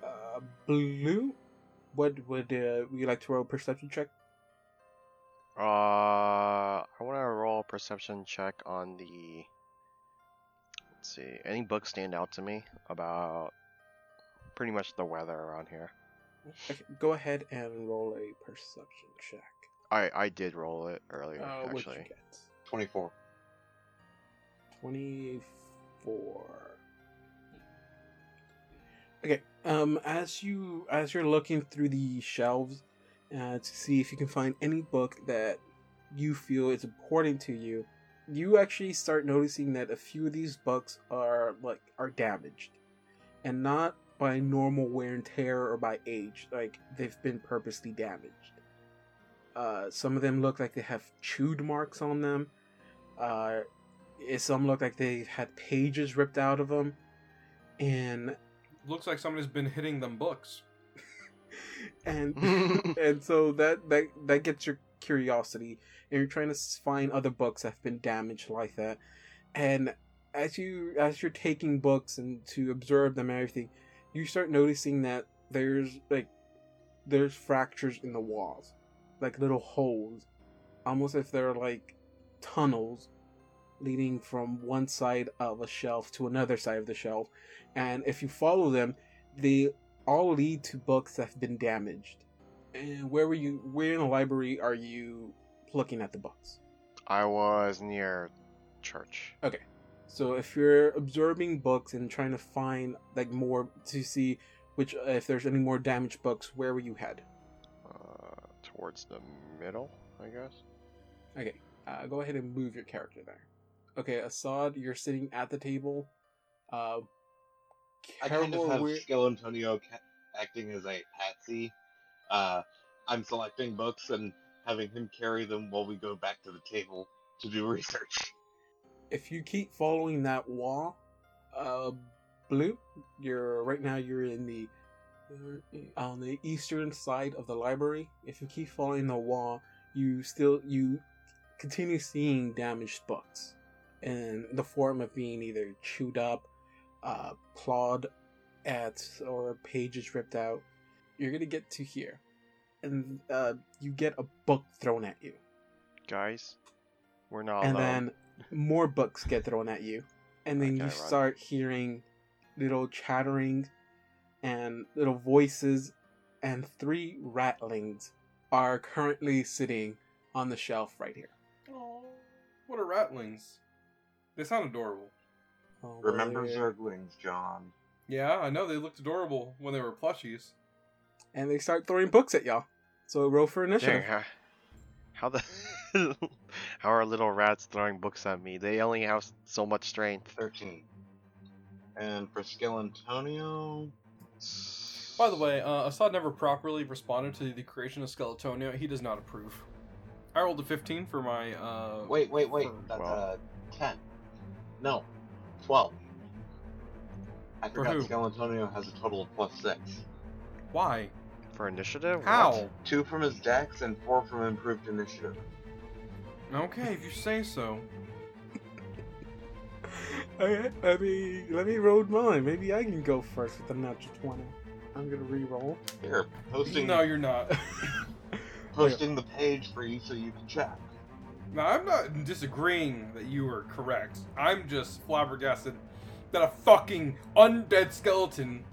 uh blue what would uh, would you like to roll a perception check
Uh, I want to roll a perception check on the. Let's see. Any books stand out to me about pretty much the weather around here?
okay, go ahead and roll a perception check
I I did roll it earlier
uh, what you
actually.
get
24.
24 okay um as you as you're looking through the shelves uh, to see if you can find any book that you feel is important to you you actually start noticing that a few of these books are like are damaged and not by normal wear and tear or by age like they've been purposely damaged uh, some of them look like they have chewed marks on them uh, it- some look like they had pages ripped out of them, and
Looks like somebody's been hitting them books.
[laughs] and and so that that that gets your curiosity, and you're trying to s- find other books that have been damaged like that. And as you as you're taking books and to observe them and everything, you start noticing that there's like there's fractures in the walls, like little holes, almost if they're like tunnels leading from one side of a shelf to another side of the shelf. And if you follow them, they all lead to books that have been damaged. And where were you? Where in the library are you looking at the books?
I was near church.
So if you're observing books and trying to find like more to see which if there's any more damaged books, where were you head?
Uh, towards the middle, I guess.
Uh, go ahead and move your character there. Okay, Assad, you're sitting at the table. Uh,
I kind of
Caribor,
have
where-
Skill Antonio ca- acting as a patsy. Uh, I'm selecting books and having him carry them while we go back to the table to do [laughs] research.
if you keep following that wall, uh, blue, you're right now you're in the uh, on the eastern side of the library. If you keep following the wall, you still you continue seeing damaged books in the form of being either chewed up, uh, clawed at, or pages ripped out. You're gonna get to here, and uh, you get a book thrown at you
Guys, we're not
and
alone.
then more books get thrown at you and then
Okay,
you
right.
start hearing little chattering and little voices and three rattlings are currently sitting on the shelf right here
Aw, what are rattlings? They sound adorable.
Oh, well,
Remember
they're-
Zerglings, John.
Yeah, I know they looked adorable when they were plushies.
and they start throwing books at y'all so roll for
Dang,
initiative
how, how the [laughs] how are little rats throwing books at me? They only have s- so much strength.
13. And for Skill Antonio.
By the way, uh, Assad never properly responded to the creation of Skeletonia. He does not approve. I rolled a 15 for my. Uh,
Wait, wait, wait.
For-
That's
well.
uh, 10. No, 12. I
For
forgot
who?
Skill Antonio has a total of plus 6.
Why?
For initiative? What?
How?
Two from his dex and four from improved initiative.
Okay, if you say so.
[laughs] okay, let me let me roll mine maybe i can go first with a natural 20 i'm gonna re-roll
Here, posting,
No, you're not.
posting the page for you so you can check.
Now, I'm not disagreeing that you were correct. I'm just flabbergasted that a fucking undead skeleton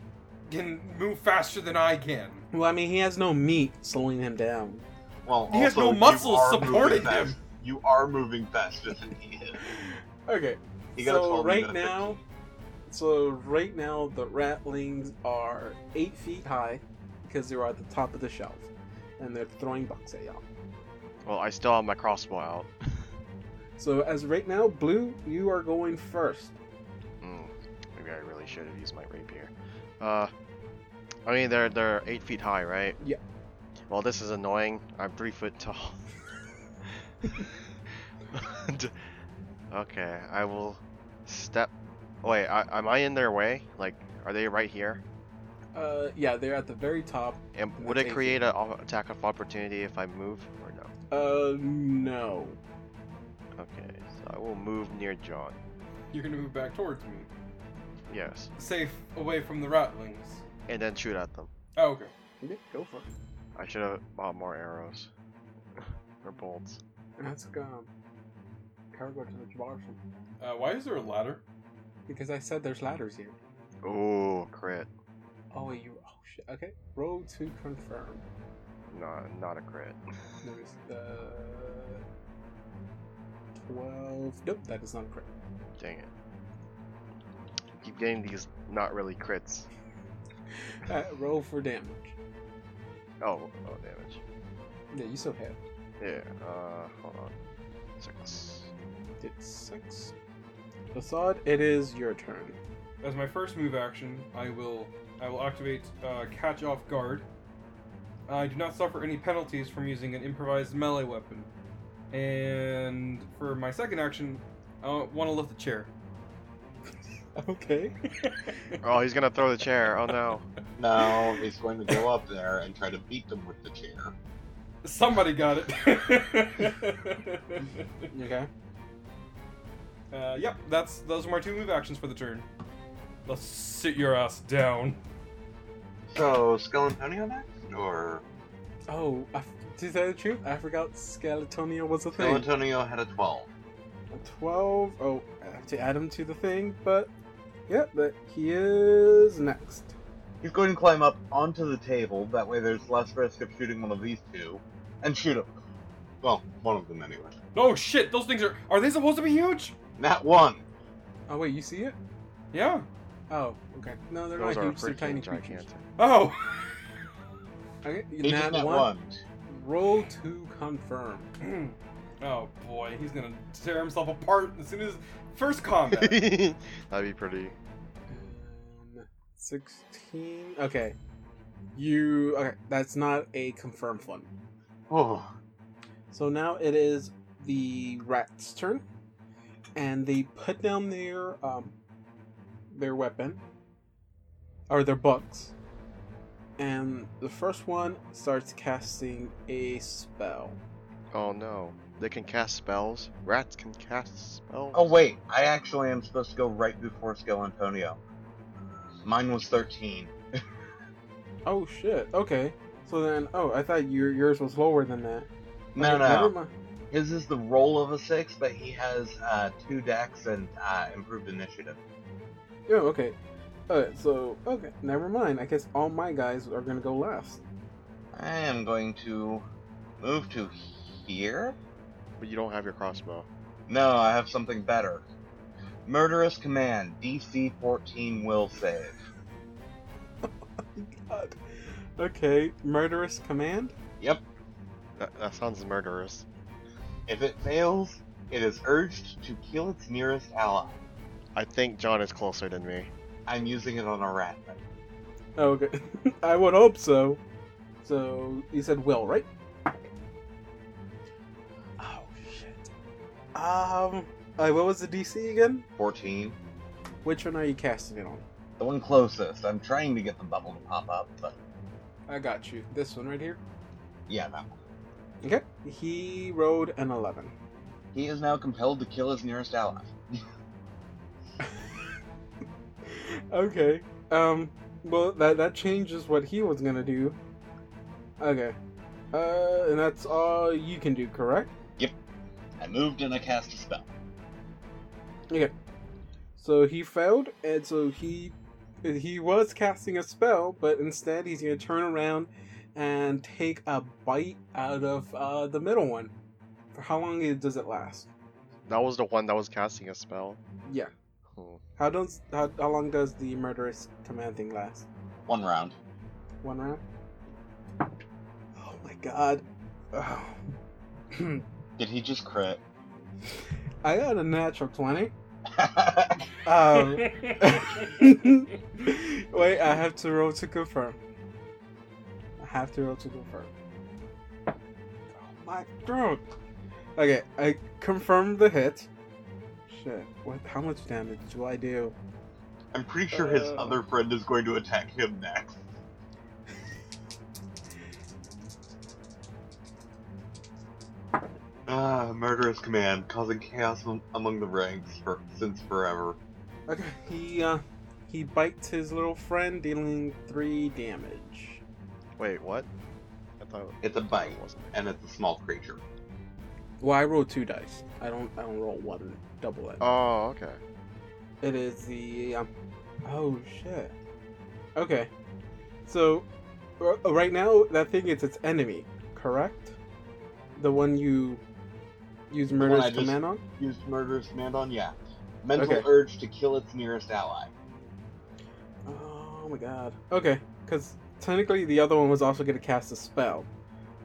can move faster than I can.
well i mean he has no meat slowing him down [laughs]
Well,
He has
also,
no
you
muscles
are
supporting
moving fast-
him.
You are moving faster than he is.
okay
He got a
So
12, you
right
got a
now-
15.
So right now the ratlings are eight feet high because they're at the top of the shelf, and they're throwing bucks at y'all.
Well, I still have my crossbow out.
So as right now, blue, you are going first.
Mm, maybe I really should have used my rapier. Uh, I mean they're they're eight feet high, right?
Yeah.
Well, this is annoying. I'm three foot tall. [laughs] D- okay, I will step. Wait, I, am I in their way? Like, are they right here?
Uh, yeah, they're at the very top.
And
And
would
that's
it
eight
create an attack of opportunity if I move or no?
Uh, no.
Okay, so I will move near John.
You're gonna move back towards me,
Yes,
safe away from the rattlings.
and then shoot at them.
Oh, okay.
Okay, go for it.
I should have bought more arrows [laughs] or bolts.
That's um, cargo to the bottom
Uh, why is there a ladder?
because I said there's ladders here.
Ooh, crit.
Oh wait, you. Oh shit. Okay, roll to confirm.
Not not a crit.
There's uh, twelve. Nope, that is not correct.
Dang it. Keep getting these not really crits.
Uh, roll for damage.
Oh, oh damage.
Yeah, you still hit.
Yeah. Uh, hold on. Six.
Did six. Assad, it is your turn. [laughs]
As my first move action, I will I will activate uh, catch off guard. I do not suffer any penalties from using an improvised melee weapon. And for my second action, I want to lift the chair.
Okay.
Oh, he's gonna throw the chair. Oh no.
Now he's going to go up there and try to beat them with the chair.
Somebody got it. [laughs]
Okay.
uh, yep, that's those are my two move actions for the turn. Let's sit your ass down.
So, Skelentonio next? Or.
Oh, I, to tell you the truth, I forgot Skeletonia was a thing.
Skelentonio had a 12.
A 12. Oh, I have to add him to the thing, but yeah, but he is next.
He's going to climb up onto the table, that way there's less risk of shooting one of these two, and shoot him. Well, one of them anyway.
Oh shit, those things are are they supposed to be huge?
Not one!
Oh, wait, you see it?
Yeah.
Oh, okay. No, [laughs] they're
Those
not
are
huge, they're tiny
freaking
creatures.
gigantic.
Oh. [clears throat]
Okay, you
He
nat
just not
one.
one.
Roll to confirm.
oh boy, he's gonna tear himself apart as soon as
[laughs]
first combat.
That'd be pretty.
Um, 16. Okay. You. Okay, that's not a confirmed one.
Oh,
So now it is the rat's turn, and they put down their um, their weapon or their books, and the first one starts casting a spell.
Oh no. They can cast spells. Rats can cast spells.
Oh wait, I actually am supposed to go right before Skill Antonio. Mine was thirteen.
Oh shit! Okay, so then oh, I thought your yours was lower than that.
No,
Okay, never
no,
mind.
his is the roll of a six, but he has uh, two decks and uh, improved initiative.
Oh, okay. Alright, so okay, never mind. I guess all my guys are gonna go last.
I am going to move to here.
But you don't have your crossbow.
No, I have something better. Murderous Command DC fourteen will save.
God. Okay, murderous command.
That, that sounds murderous.
If it fails, it is urged to kill its nearest ally.
I think John is closer than me.
I'm using it on a rat.
Oh, Okay. [laughs] I would hope so. So you said will, right? Oh shit. Um uh, what was the DC again?
Fourteen.
Which one are you casting it on?
The one closest. I'm trying to get the bubble to pop up, but
I got you. This one right here.
yeah, no.
Okay. He rolled an eleven.
He is now compelled to kill his nearest ally.
okay. Um well that that changes what he was gonna do. Okay. Uh and that's all you can do, correct?
I moved and I cast a spell.
So he failed, and so he he was casting a spell, but instead he's gonna turn around and take a bite out of uh, the middle one. For how long it- does it last?
That was the one that was casting a spell.
Yeah.
Hmm.
How does how, how long does the murderous command thing last?
One round.
One round. Oh my [sighs] god. [clears throat] Oh.
Did he just crit? [laughs]
I got a natural twenty.
I
[laughs] Um, [laughs] Wait, I have to roll to confirm. I have to roll to confirm. Oh my god. Okay, I confirmed the hit. Shit, what? How much damage do I do?
am pretty sure his
Uh.
other friend is going to attack him next. Ah, murderous command, causing chaos am- among the ranks for, since forever.
Okay, he uh, he bites his little friend, dealing three damage.
Wait, what? I thought
It's a bite,
it wasn't.
and it's a small creature.
Well, I roll two dice. I don't I don't roll one double it.
Oh, okay. [laughs]
It is the um, oh shit. Okay, so r- uh, right now that thing is its enemy, correct? The one you use
one
murderous
I just-
command on.
Used murderous command on, yeah. Mental
Okay.
urge to kill its nearest ally.
Oh my god. Okay, because technically the other one was also gonna cast a spell,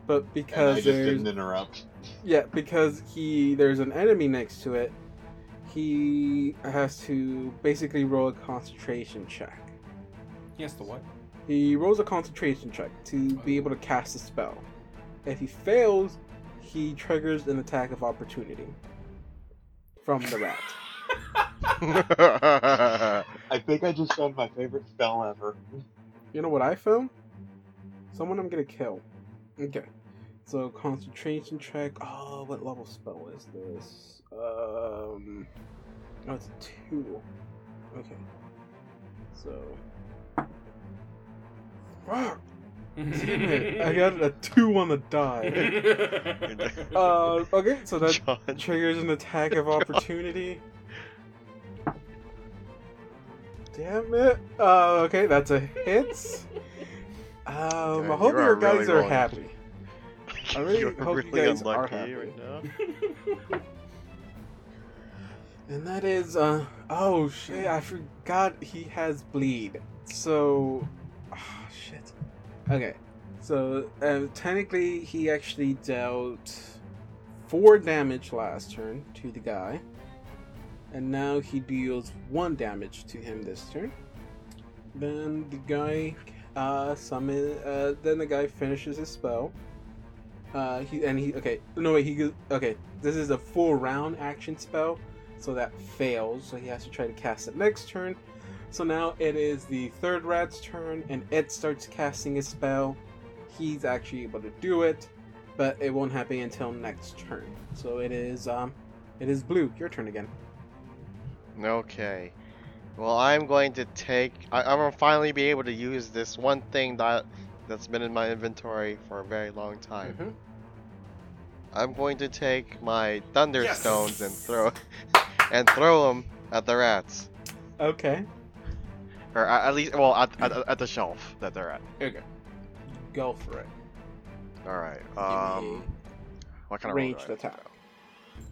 but
And I
because
just
there's
didn't interrupt.
yeah because he there's an enemy next to it, he has to basically roll a concentration check.
Yes, the what?
He rolls a concentration check to be able to cast a spell. If he fails, he triggers an attack of opportunity from the rat.
I think I just found my favorite spell ever.
You know what I film? Someone I'm gonna kill. Okay. So concentration check. Oh, what level spell is this? Um, oh, it's a two. Okay. So. Fuck! [laughs] Damn it. I
[laughs]
got a two on the die. Uh, okay, so that
John.
triggers an attack of opportunity. Damn it! Uh, okay, that's a hit. Um,
Damn,
I hope
you are
your guys
really
are
rolling.
happy.
[laughs]
I really
You're
hope you
really
guys are
unlucky right now.
And that is, uh, oh shit, I forgot he has bleed. So, ah, shit. Okay, so uh, technically he actually dealt four damage last turn to the guy, and now he deals one damage to him this turn. Then the guy, uh, summon, uh, then the guy finishes his spell. Uh, he and he okay, no wait, he goes okay. This is a full round action spell so that fails. So he has to try to cast it next turn. So now it is the third rat's turn, and it starts casting a spell. He's actually able to do it, but it won't happen until next turn. So it is um, it is blue. Your turn again.
Okay. Well, I'm going to take. I, I'm gonna finally be able to use this one thing that that's been in my inventory for a very long time.
Mhm.
I'm going to take my thunderstones and
Yes.
throw [laughs] and throw them at the rats,
Okay.
or at, at least, well, at, at, at the shelf that they're at.
Okay. Go for it.
All right.
Give
Um,
me
what kind of
ranged attack.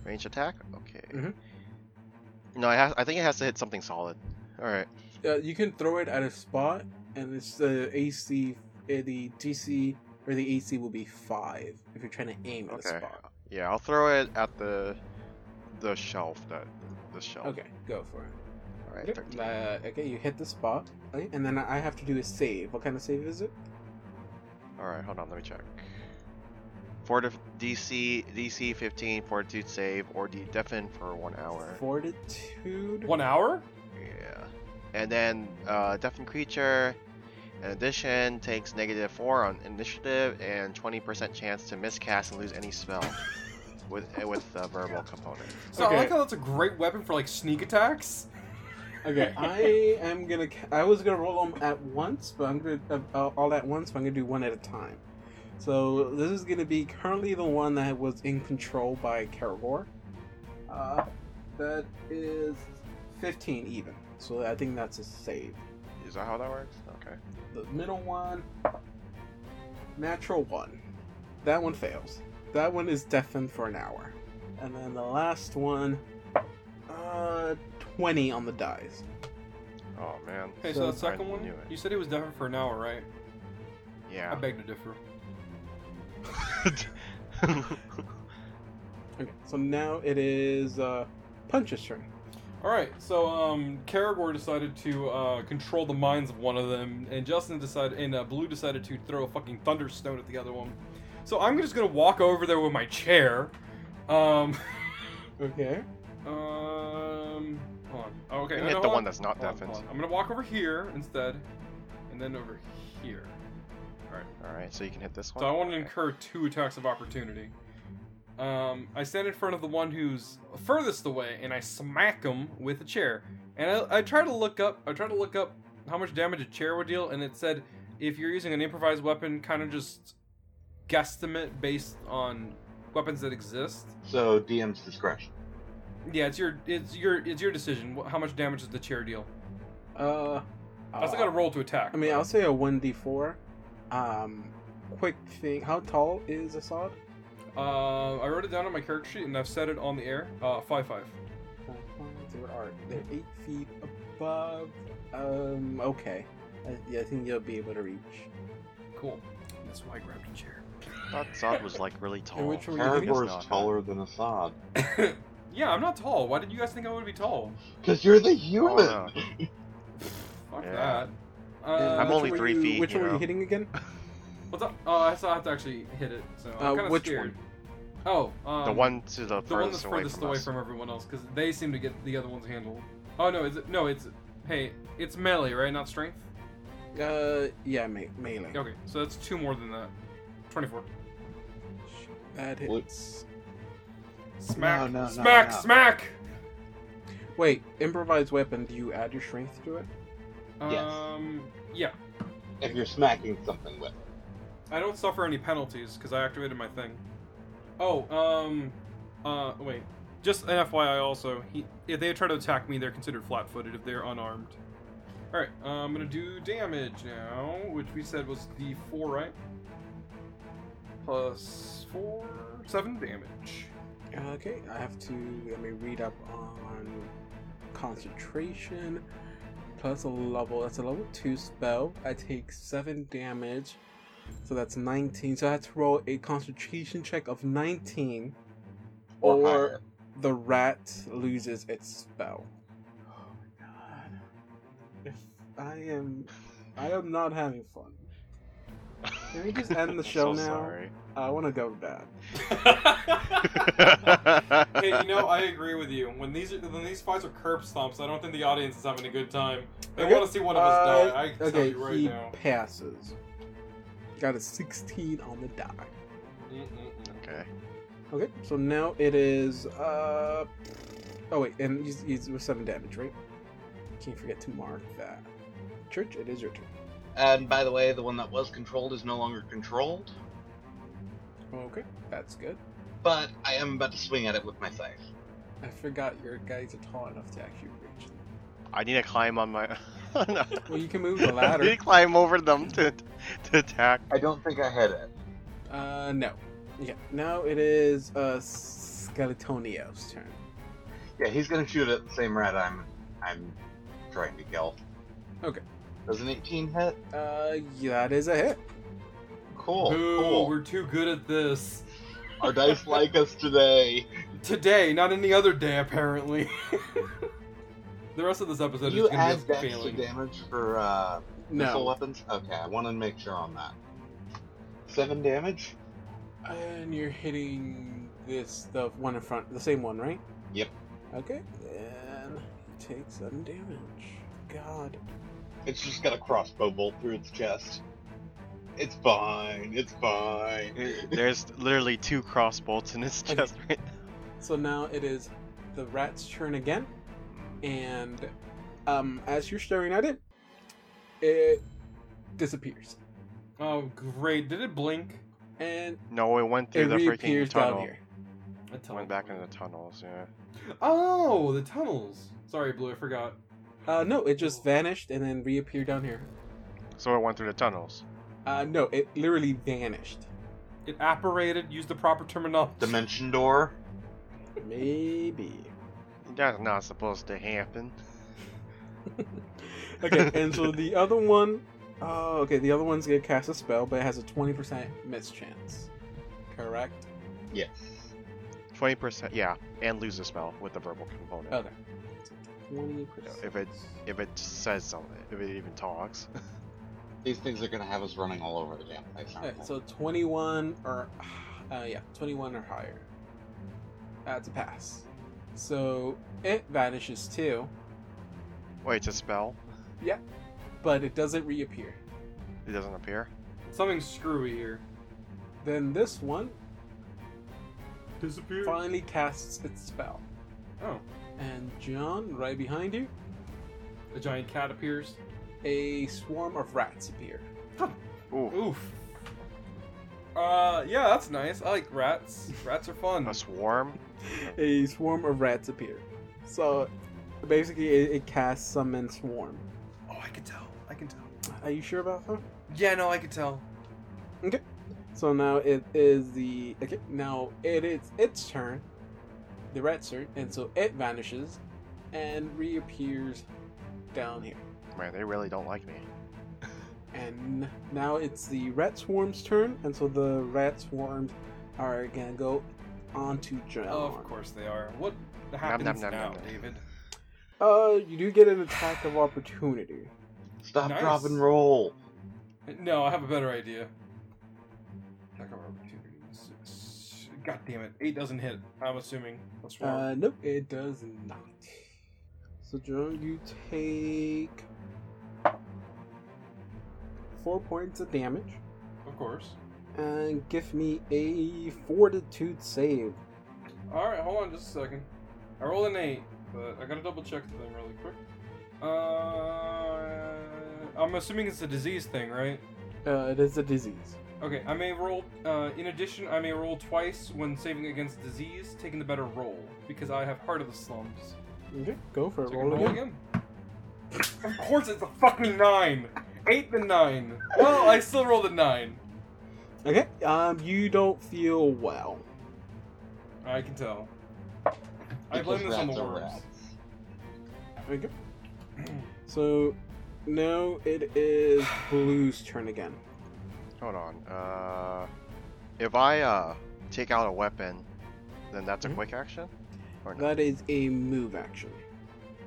Range attack. Okay.
Mhm. Mm-hmm.
No, I ha- I think it has to hit something solid. All right.
Uh, you can throw it at a spot, and it's the AC, uh, the DC, or the AC will be five if you're trying to aim at a
Okay.
spot.
Yeah, I'll throw it at the the shelf that the shelf.
Okay, go for it.
All right.
Yep,
13.
Uh, okay, you hit the spot, okay, and then I have to do a save. What kind of save is it?
All right, hold on, let me check. Fortif DC DC 15 fortitude save or de deafen for one hour.
Fortitude. [laughs]
One hour?
Yeah, and then uh, deafen creature. In addition, takes negative four on initiative and 20% chance to miscast and lose any spell with uh, with the verbal component.
So
Okay.
I like how that's a great weapon for like sneak attacks.
Okay, I am gonna. ca- I was gonna roll them at once, but I'm gonna uh, uh, all at once. But I'm gonna do one at a time. So this is gonna be currently the one that was in control by Karagor. Uh, that is 15 even. So I think that's a save.
Is that how that works? Okay.
The middle one, natural one. That one fails. That one is deafened for an hour. And then the last one, uh, 20 on the dice.
Oh man.
Okay, so,
So-
that second
I
one,
knew it.
you said it was different for an hour, right?
[laughs]
I
Yeah.
beg to differ.
Okay, so now it is, uh, Punch's turn.
All right, so um, Karagor decided to uh, control the minds of one of them, and Justin decided, and uh, Blue decided to throw a fucking thunderstone at the other one. So I'm just gonna walk over there with my chair. Um, [laughs]
Okay.
um, hold on. Oh, okay,
You
no,
hit
no,
the
hold
one
on.
that's not
Hold on,
deafened.
hold on. I'm gonna walk over here instead, and then over here.
All right, so you can hit this one.
So I want to
Okay.
incur two attacks of opportunity. Um, I stand in front of the one who's furthest away, and I smack him with a chair. And I, I try to look up. I try to look up how much damage a chair would deal, and it said if you're using an improvised weapon, kind of just guesstimate based on weapons that exist.
So DM's discretion.
Yeah, it's your it's your it's your decision. wh- How much damage does the chair deal?
Uh,
I still got to roll to attack.
I mean,
but-
I'll say a 1d4. Um, quick thing. How tall is Assad?
Uh, I wrote it down on my character sheet, and I've said it on the air. Uh, five five.
Five, five, They are they're eight feet above. Um. Okay. I, yeah, I think you'll be able to reach.
Cool. That's why I grabbed a chair.
I thought Zod was like really tall.
which one Well, you think it's
Caragor
not,
is
huh?
taller than Assad.
yeah, I'm not tall. Why did you guys think I would be tall?
Because you're the
Oh,
human!
no.
Fuck
Yeah.
that.
And
Uh,
I'm
which
only
one
three
you-
feet,
Which
you
one were you
know.
hitting again?
what's up? Oh, I still have to actually hit it. So I'm
Uh,
kinda
which
scared. Oh, um,
the one to the,
the one that's
furthest away
furthest
from
away
us.
from everyone else because they seem to get the other one's handle. Oh no, is it? No, it's hey, it's melee, right? Not strength.
Uh, yeah, me- melee.
Okay, so that's two more than that. Twenty-four.
That
What-
hits.
Smack,
no, no,
smack,
no.
smack.
Wait, improvised weapon. Do you add your strength to it?
Yes.
Um, yeah.
If you're smacking something with.
I don't suffer any penalties because I activated my thing. Oh, um, uh, wait. Just an FYI, also, he, if they try to attack me, they're considered flat-footed if they're unarmed. All right, uh, I'm gonna do damage now, which we said was the four, right? Plus four, seven damage.
Okay, I have to let me read up on concentration plus a level. That's a level two spell. I take seven damage, so that's nineteen. So I have to roll a concentration check of nineteen,
Or
or
higher.
the rat loses its spell. Oh my god! If I am, I am not having fun. Can we just
[laughs]
end the show
so
now?
Sorry.
I want to go to bed.
hey, you know, I agree with you. When these are, when these fights are curb stomps, I don't think the audience is having a good time. They
Okay.
want to see one of us
Uh,
die. I can tell
Okay,
you right
he
now.
passes. Got a 16 on the die.
Mm-mm-mm.
[laughs] okay.
Okay, so now it is. uh... Oh, wait, and he's, he's with 7 damage, right? Can't forget to mark that. Church, it is your turn.
And by the way, the one that was controlled is no longer controlled,
Okay, that's good.
but I am about to swing at it with my scythe.
I forgot your guys are tall enough to actually reach. them.
I need to climb on my. [laughs]
Well, you can move the
I need
ladder.
to climb over them to to attack.
I don't think I hit it.
Uh, no. Yeah, now it is uh, Skeletonio's turn.
Yeah, he's gonna shoot at the same rat I'm I'm trying to kill.
Okay.
Does an 18 hit?
Uh, yeah, that is a hit.
Cool.
Boo,
cool.
we're too good at this.
Our dice like us
[laughs]
today.
Today, not any other day, apparently. [laughs] the rest of this episode
you
is going
add
to be
dex
us
to
failing.
damage for uh, missile
No.
weapons? Okay, I want to make sure on that. Seven damage?
And you're hitting this the one in front, the same one, right?
Yep.
Okay. Then take seven damage. God.
It's just got a crossbow bolt through its chest. It's fine. It's fine. [laughs]
There's literally two cross bolts in his
Okay.
chest right [laughs]
So now it is the rat's turn again, and um, as you're staring at it, it disappears
Oh, great. Did it blink?
and
No, it went through
it
the freaking
reappears down
tunnel.
here.
It
It went back into the tunnels, yeah.
Oh, the tunnels. Sorry, Blue, I forgot.
Uh, no, it just vanished and then reappeared down here.
So it went through the tunnels.
Uh, no, it literally vanished.
It apparated, used the proper terminology.
Dimension door.
Maybe.
That's not supposed to happen. [laughs]
okay, and so the other one, oh, okay, the other one's gonna cast a spell, but it has a twenty percent miss chance. Correct.
Yes.
Twenty percent, yeah, and lose a spell with the verbal component.
Okay. Twenty percent.
If it if it says something, if it even talks.
These things are gonna have us running all over the damn place. aren't
Okay,
they?
so twenty-one or, [sighs] uh, yeah, twenty-one or higher. That's a pass. So it vanishes too,
Wait, it's a spell.
but it doesn't reappear.
It doesn't appear.
Something screwy here.
Then this one
Disappeared.
finally casts its spell,
Oh,
and John, right behind you,
a giant cat appears.
a swarm of rats appear.
Ooh,
Oof. Uh, yeah, that's nice. I like rats. Rats are fun.
a swarm.
a swarm of rats appear. So basically, it, it casts summon swarm.
Oh, I can tell. I can tell.
Are you sure about that?
Yeah, no, I can tell.
So now it is the okay. Now it is its turn, the rat's turn, and so it vanishes, and reappears down here.
Man, they really don't like me.
And now it's the rat swarm's turn, and so the rat swarms are gonna go onto John.
Oh, of course they are. What
nom,
happens
nom,
now,
nom, nom.
David?
Uh, you do get an attack of opportunity.
Stop,
Nice.
drop, and roll.
No, I have a better idea. Attack of opportunity. Six. God damn it. Eight doesn't hit, I'm assuming. That's wrong.
Uh, nope, it does not. So, John, you take four points of damage,
of course.
and give me a fortitude save.
All right, hold on just a second. I rolled an eight, but I gotta double check the thing really quick. Uh, I'm assuming it's a disease thing, right?
Uh, it is a disease.
Okay, I may roll. Uh, in addition, I may roll twice when saving against disease, taking the better roll because I have heart of the slums.
Okay, go for it.
So I can
Roll again.
Of course, it's a fucking nine. Eight and nine. Well, I still rolled a nine.
Okay. Um, you don't feel well.
I can tell. I
Because
blame this on the
rats are
worms.
rats.
Okay. So, now it is Blue's turn again.
Hold on. Uh, if I uh take out a weapon, then that's a
Mhm.
quick action. Or no?
That is a move action.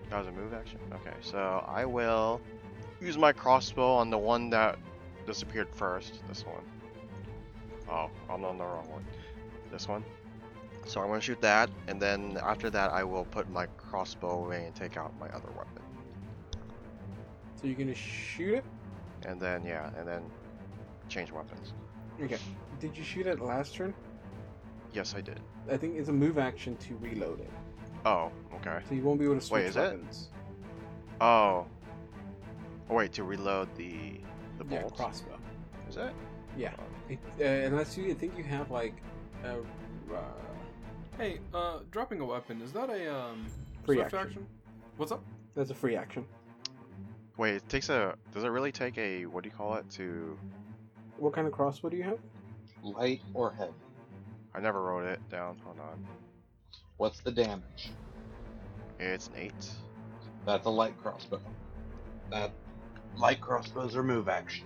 That was a move action. Okay, so I will use my crossbow on the one that disappeared first. This one. Oh, I'm on the wrong one. This one. So I'm gonna shoot that, and then after that, I will put my crossbow away and take out my other weapon.
So you're gonna shoot it.
And then yeah, and then change weapons.
Okay. Did you shoot it last turn?
Yes, I did.
I think it's a move action to reload it,
Oh, okay.
so you won't be able to switch
Wait, is it?
weapons.
Oh. Oh wait, to reload the the
yeah,
bolt.
crossbow.
Is Oh. it?
Yeah. It, uh, unless you, I think you have like a uh,
Hey, uh, dropping a weapon is that a um
free
swift
action.
action? What's up?
That's a free action.
Wait, it takes a. Does it really take a what do you call it to?
What kind of crossbow do you have?
Light or heavy?
I never wrote it down. Hold on.
What's the damage?
It's an eight.
That's a light crossbow. That light crossbows are move action.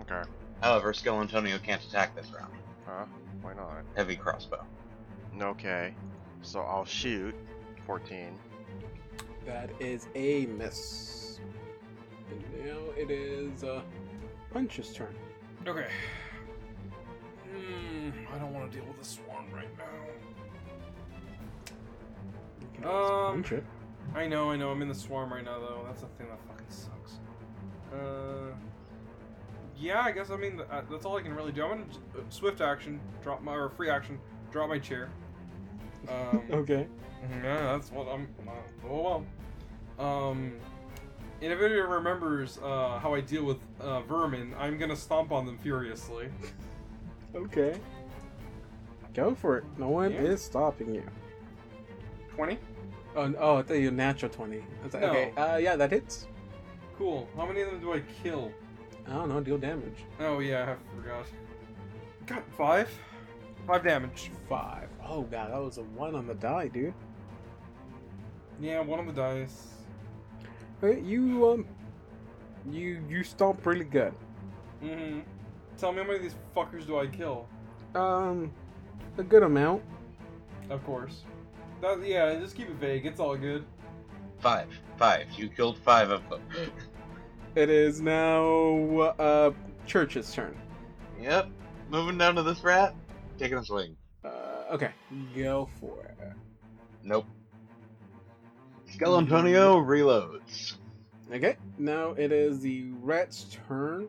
Okay.
However, Skill Antonio can't attack this round.
Huh? Why not?
Heavy crossbow.
Okay. So I'll shoot. Fourteen.
That is a miss. And now it is uh, Punch's turn.
Okay. Hmm, I don't want to deal with a swarm right now.
You can always
Um,
punch it.
I know, I know. I'm in the swarm right now, though. That's the thing that fucking sucks. Uh, yeah, I guess. I mean, th- uh, that's all I can really do. I'm gonna j- uh, swift action, drop my or free action, drop my chair. Um,
Okay.
Yeah, that's what I'm. Uh, oh well. Um, and if anybody remembers uh, how I deal with uh, vermin, I'm gonna stomp on them furiously.
Okay. Go for it. No one
Yeah.
is stopping you.
Twenty.
Oh, n- oh I thought you were natural 20. I was like,
No.
okay. Uh, yeah, that hits.
Cool. How many of them do I kill?
I don't know, deal damage.
Oh yeah, I forgot. Got five. Five damage.
Five. Oh, god, that was a one on the die, dude.
Yeah, one on the dice.
Okay, you, um, you, you stomp really good.
Mm-hmm. Tell me how many of these fuckers do I kill?
Um, a good amount.
Of course. That, yeah, just keep it vague. It's all good. [laughs]
Five. Five. You killed five of them. [gasps]
It is now, uh, Church's turn.
Yep. Moving down to this rat. Taking a swing.
Uh, okay, go for it.
Nope. Skill Antonio reloads.
Okay, now it is the rat's turn.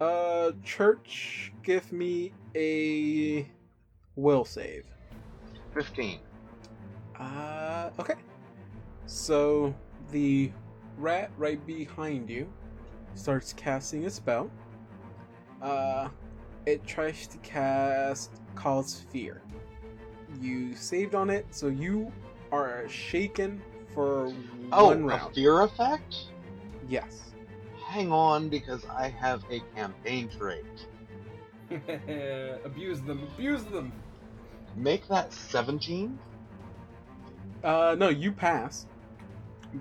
Uh, Church, give me a will save.
15.
Uh, okay. So the rat right behind you starts casting a spell. Uh, it tries to cast Cause Fear. You saved on it, so you are shaken for one
Oh, a
round.
fear effect?
Yes.
Hang on, because I have a campaign trait.
abuse them. Abuse them.
Make that 17?
Uh, no, you pass.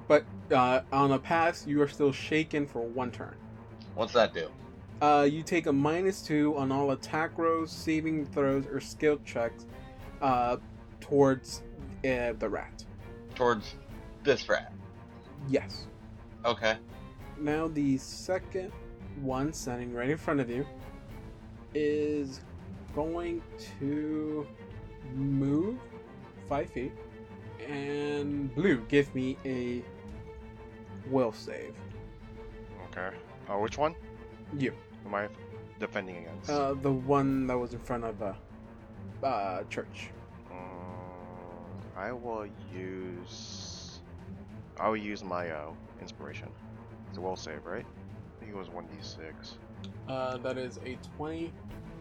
But uh, on a pass, you are still shaken for one turn.
What's that do?
Uh, you take a minus two on all attack rolls, saving throws, or skill checks uh, towards uh, the rat.
Towards this rat.
Yes.
Okay.
Now the second one standing right in front of you is going to move five feet. And blue, give me a will save.
Okay. Uh, which one?
You.
Am I? defending against?
Uh, the one that was in front of a uh, uh, church.
Mm, I will use. I will use my uh, inspiration. It's a will save, right? I think it was one d six.
Uh, that is a 20.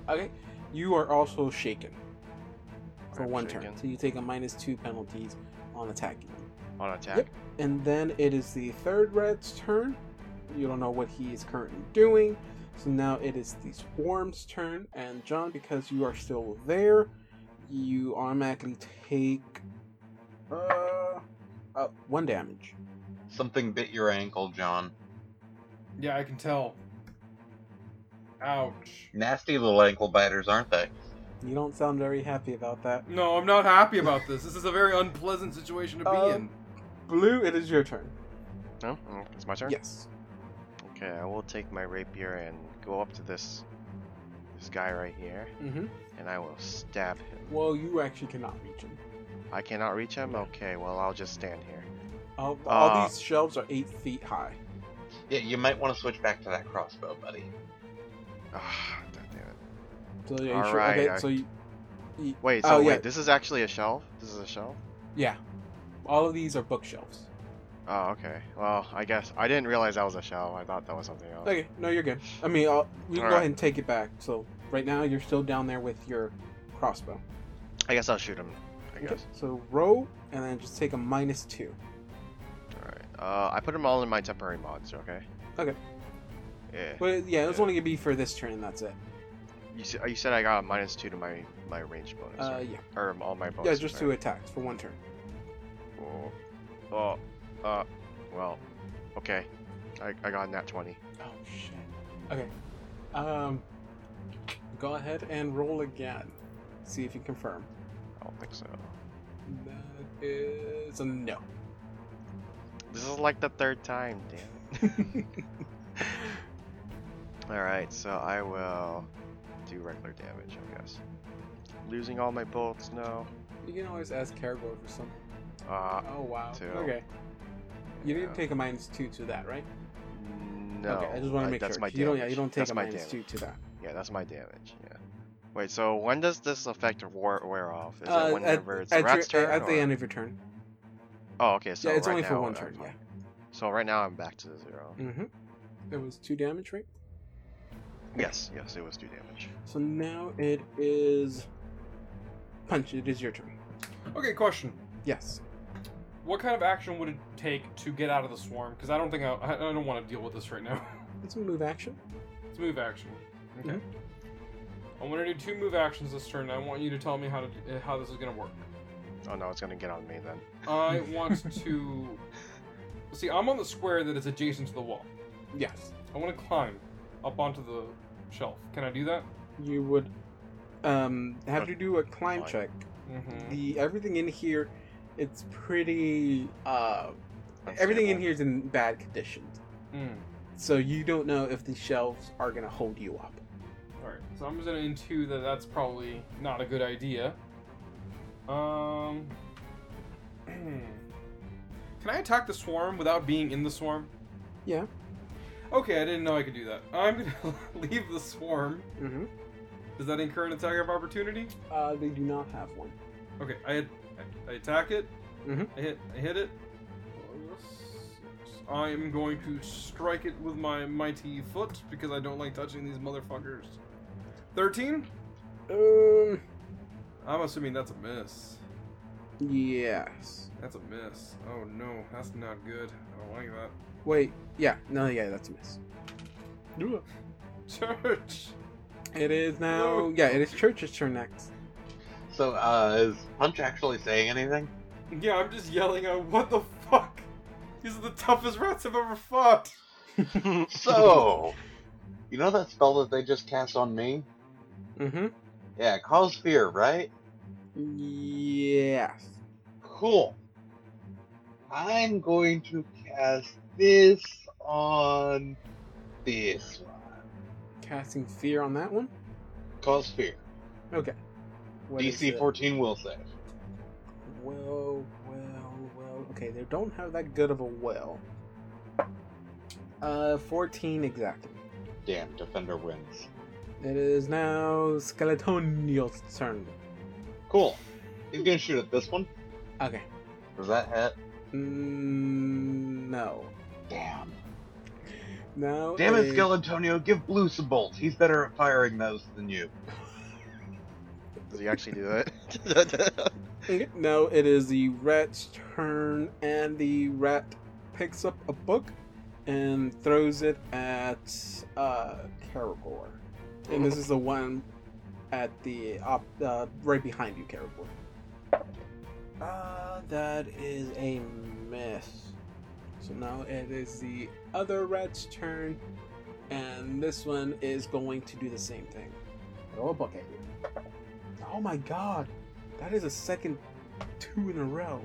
Okay. You are also shaken for one turn. So you take a minus two penalties on attacking.
On attack.
Yep. And then it is the third red's turn. You don't know what he is currently doing. So now it is the swarm's turn. And John, because you are still there, you automatically take uh, uh one damage.
Something bit your ankle, John.
Yeah, I can tell. Ouch.
Nasty little ankle biters, aren't they?
You don't sound very happy about that.
No, I'm not happy about this. This is a very unpleasant situation to be
Uh,
in.
Blue, it is your turn.
No, Mm, it's my turn.
Yes.
Okay, I will take my rapier and go up to this this guy right here,
Mm-hmm.
and I will stab him.
Well, you actually cannot reach him.
I cannot reach him. Okay, well I'll just stand here.
All, all
Uh,
these shelves are eight feet high.
Yeah, you might want to switch back to that crossbow, buddy.
Ah, God damn it.
So yeah, you
all
should-
right,
okay,
I-
so you, you-
Wait, so
Oh,
wait,
yeah.
this is actually a shelf. This is a shelf.
yeah, all of these are bookshelves.
Oh, okay. Well, I guess I didn't realize that was a shelf. I thought that was something else.
Okay, no, you're good. I mean, I'll, you can
All
go
right.
ahead and take it back. So right now you're still down there with your crossbow.
I guess I'll shoot him. I
Okay,
guess.
So roll and then just take a minus two.
All right. Uh, I put them all in my temporary mods. Okay.
Okay.
Yeah.
But yeah, it was
Yeah.
only gonna be for this turn. and That's it.
You, s- you said I got a minus two to my my range bonus.
Uh,
right?
yeah,
Or all my
yeah,
bonuses.
just
right?
two attacks for one turn.
Oh, oh, uh, well, okay. I, I got a nat 20.
Oh shit. Okay. Um, go ahead and roll again. See if you confirm.
I don't think so.
That is a no. [laughs]
This is like the third time, damn it. Alright, so I will do regular damage, I guess. Losing all my bolts, no.
You can always ask Caragor for some.
Uh,
Oh wow.
two.
Okay. You
yeah.
didn't take a minus two to that, right?
No.
Okay, I just want to make
that's
sure.
My
'cause you don't. Yeah, you
damage.
don't take
That's
a
my
minus
damage.
two to that.
Yeah, that's my damage, yeah. Wait, so when does this effect wear, wear off? Is
Uh,
it
at-
whenever it's the
at, your-
rat's turn?
at the
or-
end of your turn.
Oh, okay, so
yeah, it's
right
only for
now
one
I-
turn. Yeah.
So right now I'm back to zero.
Mm-hmm. It was two damage, right?
Yes, yes, it was two damage.
So now it is punch. It is your turn.
Okay, question.
Yes.
What kind of action would it take to get out of the swarm? Because I don't think I, I I don't want to deal with this right now. [laughs]
It's a move action.
it's move action. Okay. I'm gonna do two move actions this turn. And I want you to tell me how to uh, how this is gonna work.
Oh no, it's gonna get on me then.
I want to see. I'm on the square that is adjacent to the wall.
Yes.
I want to climb up onto the shelf. Can I do that?
You would um have to do a climb
Climb.
check.
Mm-hmm.
The everything in here, it's pretty. uh Everything in
Unstable.
here is in bad condition,
Mm.
so you don't know if the shelves are gonna hold you up.
All right. So I'm just gonna intuit that that's probably not a good idea. Um. [clears throat] Can I attack the swarm without being in the swarm?
Yeah.
Okay, I didn't know I could do that. I'm gonna [laughs] leave the swarm.
Mm-hmm.
Does that incur an attack of opportunity?
Uh, they do not have one.
Okay, I I attack it.
Mhm.
I hit I hit it. I am going to strike it with my mighty foot because I don't like touching these motherfuckers. Thirteen.
Um.
I'm assuming that's a miss.
Yes.
That's a miss. Oh no, that's not good. I don't like that.
Wait. Yeah. No. Yeah. That's a miss. Do it.
[laughs] Church.
It is now. Yeah. It is Church's turn next.
So, uh, is Punch actually saying anything?
Yeah, I'm just yelling out. What the fuck? These are the toughest rats I've ever fought.
[laughs] So, you know that spell that they just cast on me?
Mm-hmm.
Yeah, cause fear, right?
Yes.
Cool. I'm going to cast this on this one.
Casting fear on that one.
Cause fear.
Okay. What is
DC
it?
14 will save.
Well, well, well. Okay, they don't have that good of a well. Uh, fourteen exactly.
Damn, defender wins.
It is now Skeletonio's turn.
Cool. He's gonna shoot at this one.
Okay.
Does that hit?
Mm, no.
Damn.
Now
Damn it,
is-
Skeletonio, give Blue some bolts. He's better at firing those than you.
Does he actually do that?
Okay, [laughs] Now it is the rat's turn, and the rat picks up a book and throws it at uh, Caragor. And this is the one at the op- uh, right behind you, Caragor. Uh, that is a miss. So now it is the other rat's turn, and this one is going to do the same thing. Throw a book at you. Oh my god! That is a second two in a row.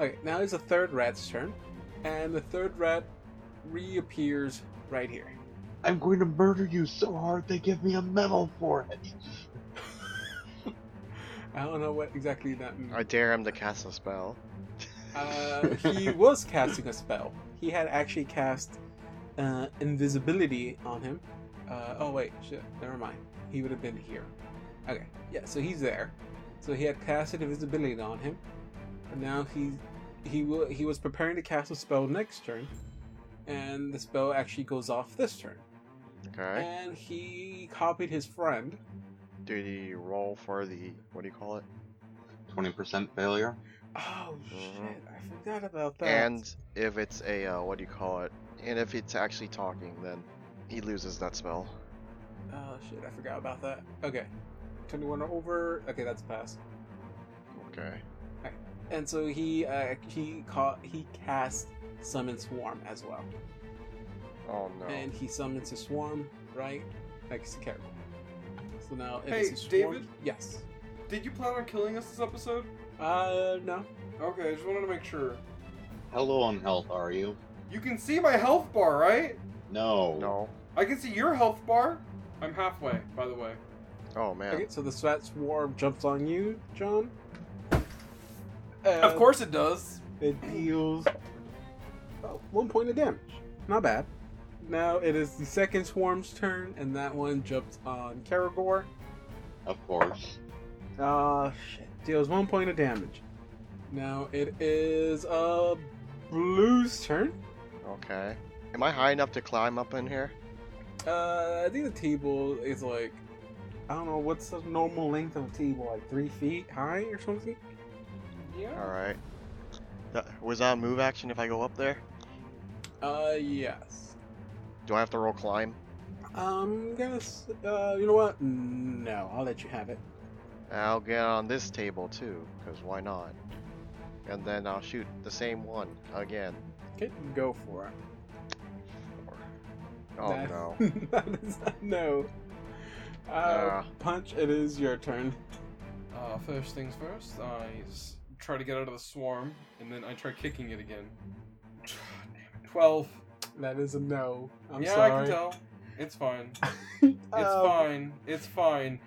Okay, now it's the third rat's turn, and the third rat reappears right here.
I'm going to murder you so hard they give me a medal for it.
I don't know what exactly that means.
[laughs] I dare him to cast a spell.
Uh, he was casting a spell. He had actually cast uh, invisibility on him. Uh, oh wait, shit, never mind. He would have been here. Okay, yeah, so he's there. So he had casted invisibility on him, and now he he will he was preparing to cast a spell next turn, and the spell actually goes off this turn.
Okay.
And he copied his friend.
Do the roll for the what do you call it?
20% failure.
Oh shit,
Mhm.
I forgot about that.
And if it's a uh, what do you call it? And if it's actually talking, then he loses that spell.
Oh shit, I forgot about that. Okay. 21 or over. Okay, that's a pass.
Okay.
And so he uh, he caught he cast summon swarm as well.
Oh no.
And he summons a swarm, right? Next to Carol. So now it is
Hey,
a swarm.
David?
Yes.
Did you plan on killing us this episode?
Uh no.
Okay, I just wanted to make sure.
How low on health are you?
You can see my health bar, right?
No.
No.
I can see your health bar. I'm halfway, by the way.
Oh man.
Okay, so the sweat swarm jumps on you, John. Uh,
Of course it does.
It deals oh, one point of damage. Not bad. Now it is the second swarm's turn, and that one jumps on Karagor.
Of course.
Ah, shit. Deals one point of damage. Now it is uh, blue's turn.
Okay. Am I high enough to climb up in here?
Uh, I think the table is like, I don't know, what's the normal length of a table? Like three feet high or something?
Yeah.
All right. That, was that a move action if I go up there?
Uh, yes.
Do I have to roll climb?
I'm gonna, s- uh, you know what? No, I'll let you have it.
I'll get on this table too, because why not? And then I'll shoot the same one again.
Okay, go for it.
Oh
That-
no.
[laughs] that is not, no. Uh,
Ah.
punch, it is your turn.
Uh, first things first, I s- try to get out of the swarm, and then I try kicking it again. [sighs] Twelve.
That is a no. I'm
yeah,
sorry.
I
[laughs]
can tell. It's fine. It's
Um,
fine. It's fine.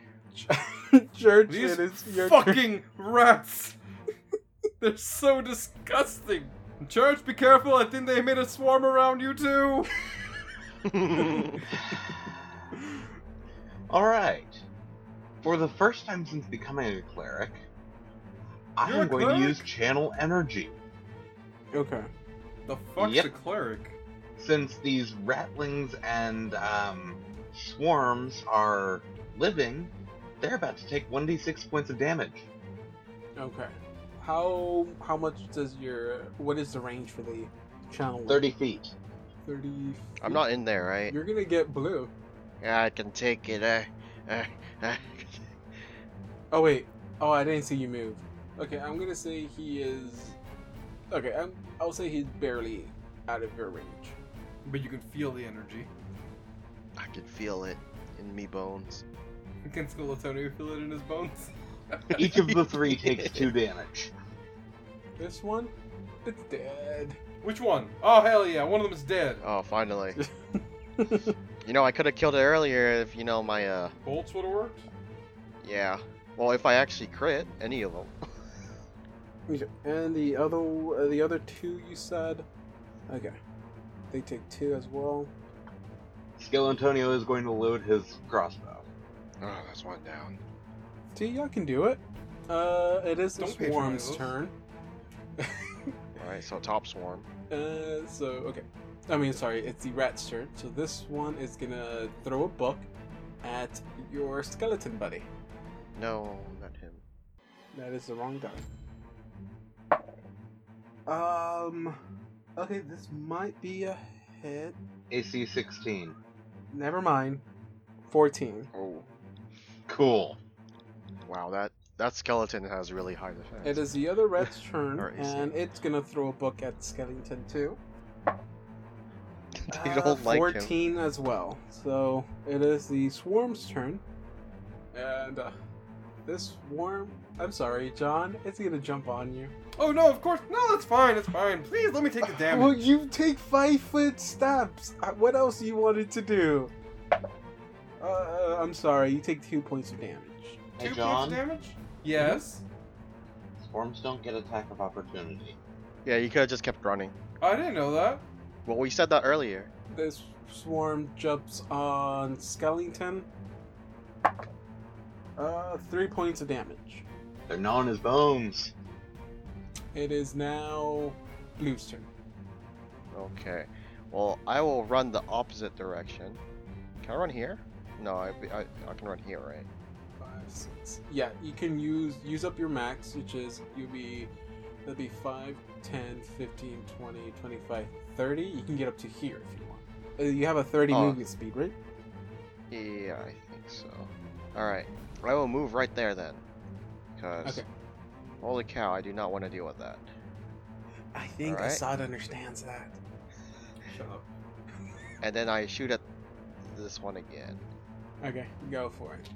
Church,
These
it is [laughs] your turn.
fucking rats. [laughs] They're so disgusting. Church, be careful. I think they made a swarm around you too.
Alright. For the first time since becoming a cleric, I
You're a
am going
cleric?
to use channel energy.
Okay.
The fuck's
Yep.
a cleric?
Since these rattlings and um, swarms are living, they're about to take 1d6 points of damage.
Okay. How how much does your what is the range for the channel?
30 feet.
Thirty.
I'm not in there, right?
You're gonna get blue.
Yeah, I can take it. Uh, uh, uh.
Oh wait. Oh, I didn't see you move. Okay, I'm gonna say he is. Okay, I'm. I'll say he's barely out of your range.
But you can feel the energy.
I can feel it in me bones.
Can Skeletonio feel it in his bones?
Each of the three takes 2 damage.
This one, it's dead.
Which one? Oh hell yeah, one of them is dead.
[laughs]
Oh, finally. you know, I could have killed it earlier if you know my uh.
Bolts would have worked.
Yeah. Well, if I actually crit any of them. [laughs]
Okay, And the other uh, the other two you said. Okay. They take two as well.
Skill Antonio is going to load his crossbow.
Oh, that's one down.
See, y'all can do it. Uh, it is the
Don't patronize
swarm's
us.
turn.
Alright, so top swarm.
Uh, so okay. I mean, sorry, it's the rat's turn. So this one is gonna throw a book at your skeleton buddy.
No, not him.
That is the wrong die. Um. Okay, this might be a hit.
AC 16.
Never mind. Fourteen.
Oh,
Cool.
wow, that that skeleton has really high defense.
It is the other
[laughs]
rat's turn,
Or AC.
and it's gonna throw a book at skeleton too.
[laughs] they
Uh,
don't like him.
Fourteen as well. So it is the swarm's turn, and uh, this swarm. I'm sorry, John. It's gonna jump on you.
Oh no, of course. No, that's fine. That's fine. Please let
[laughs]
me take the damage.
Well, you take five foot steps. Uh, What else you wanted to do? Uh, I'm sorry. You take two points of damage.
Hey,
Two points
John.
of damage? Yes.
Swarms don't get attack of opportunity.
Yeah, you could have just kept running.
I didn't know that.
Well, we said that earlier.
This swarm jumps on Skellington. Uh, three points of damage.
They're gnawing his bones.
It is now Blue's turn.
Okay. Well, I will run the opposite direction. Can I run here? No, I, I, I can run here, right?
Five, six. Yeah, you can use use up your max, which is you'll be that'd be 5, 10, 15, 20, 25, 30. You can get up to here if you want. Uh, You have a 30
Oh.
movement speed, right?
Yeah, I think so. Alright. I will move right there then. Because.
Okay.
Holy cow, I do not want to deal with that.
I think
Alright.
Assad understands that.
Shut up.
And then I shoot at this one again.
Okay, go for it.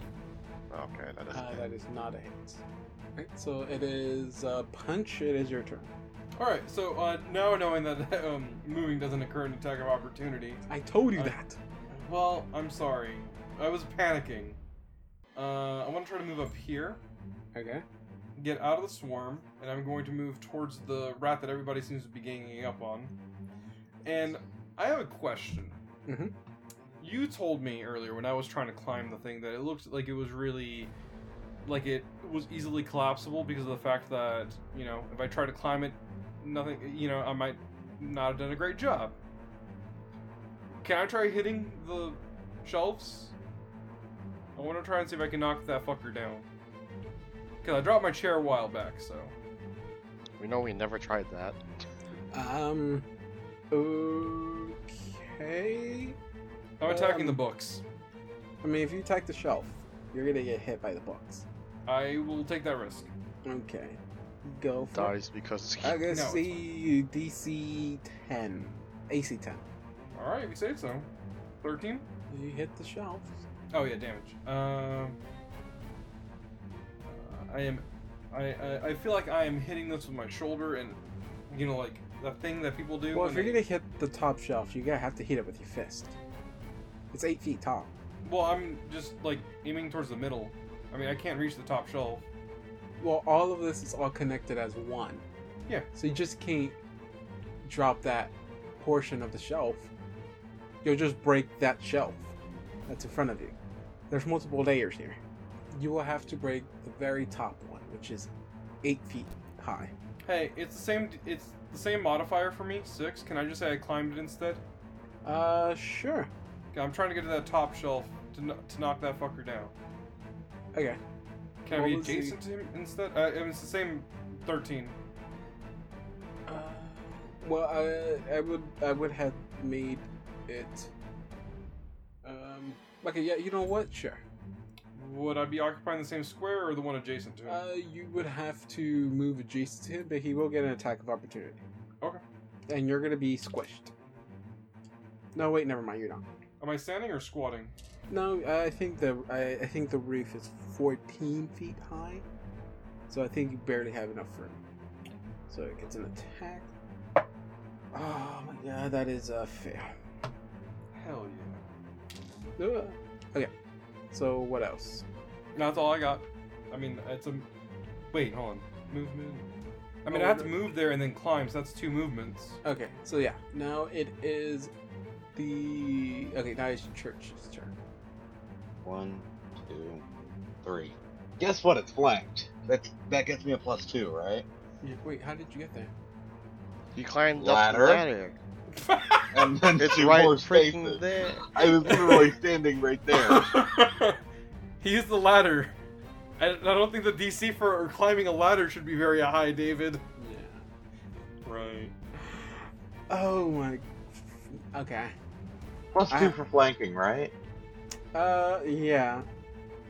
Okay, that is.
Uh, that is not a hit. Alright, so it is uh, punch. It is your turn.
All right. So uh, now knowing that [laughs] um, moving doesn't occur in attack of opportunity,
I told you
Uh,
that.
Well, I'm sorry. I was panicking. Uh, I want to try to move up here,
Okay.
get out of the swarm, and I'm going to move towards the rat that everybody seems to be ganging up on. And I have a question.
Mhm.
You told me earlier when I was trying to climb the thing that it looked like it was really, like it was easily collapsible because of the fact that you know if I try to climb it, nothing. You know I might not have done a great job. Can I try hitting the shelves? I want to try and see if I can knock that fucker down. Cause I dropped my chair a while back, so
We know we never tried that.
Um. Okay.
I'm attacking
Um,
the books.
I mean, if you attack the shelf, you're gonna get hit by the books.
I will take that risk.
Okay. Go for it.
Dies because. [laughs]
I
No,
guess
it's
see you DC 10. AC 10.
All right, we say so. Thirteen.
You hit the shelf.
Oh yeah, damage. Um, uh, I am. I, I I feel like I am hitting this with my shoulder, and you know, like the thing that people do.
Well,
when
if you're
they-
gonna hit the top shelf, you're gonna have to hit it with your fist. It's 8 feet tall.
Well, I'm just like aiming towards the middle. I mean, I can't reach the top shelf.
Well, all of this is all connected as one.
Yeah.
So you just can't drop that portion of the shelf. You'll just break that shelf that's in front of you. There's multiple layers here. You will have to break the very top one, which is 8 feet high.
Hey, it's the same. It's the same modifier for me. Six. Can I just say I climbed it instead?
Uh, sure.
Okay, I'm trying to get to that top shelf to, kn- to knock that fucker down.
Okay.
Can
What
I be
was the-
adjacent to him instead? Uh, it's the same. Thirteen.
Uh, well, I, I would I would have made it. Um. Okay. Yeah. You know what? Sure.
Would I be occupying the same square or the one adjacent to it?
Uh, you would have to move adjacent to him, but he will get an attack of opportunity.
Okay.
And you're gonna be squished. No, wait. Never mind. You're not.
Am I standing or squatting?
No, I think the I, I think the roof is 14 feet high, so I think you barely have enough room. So it gets an attack. Oh my god, that is a fail.
Hell yeah.
Ugh. Uh, Okay. So what else?
That's all I got. I mean, it's a. Wait, hold on. Move, move. I mean,
Oh,
I have
we're
to
good.
move there and then climb, so that's two movements.
Okay. So yeah, now it is the okay. Now it's church's turn.
One,
two, three. Guess what? It's blanked. That that gets me a plus two, right?
Yeah, wait, how did you get there?
You climbed
Ladder?
up the ladder.
And then
It's
two
right
more
freaking
spaces.
there.
I was literally standing right
[laughs]
there.
He's the ladder. I, I don't think the DC for climbing a ladder should be very high, David.
Yeah.
Right.
Oh my. Okay.
Plus two
Ah.
for flanking, right?
Uh, yeah.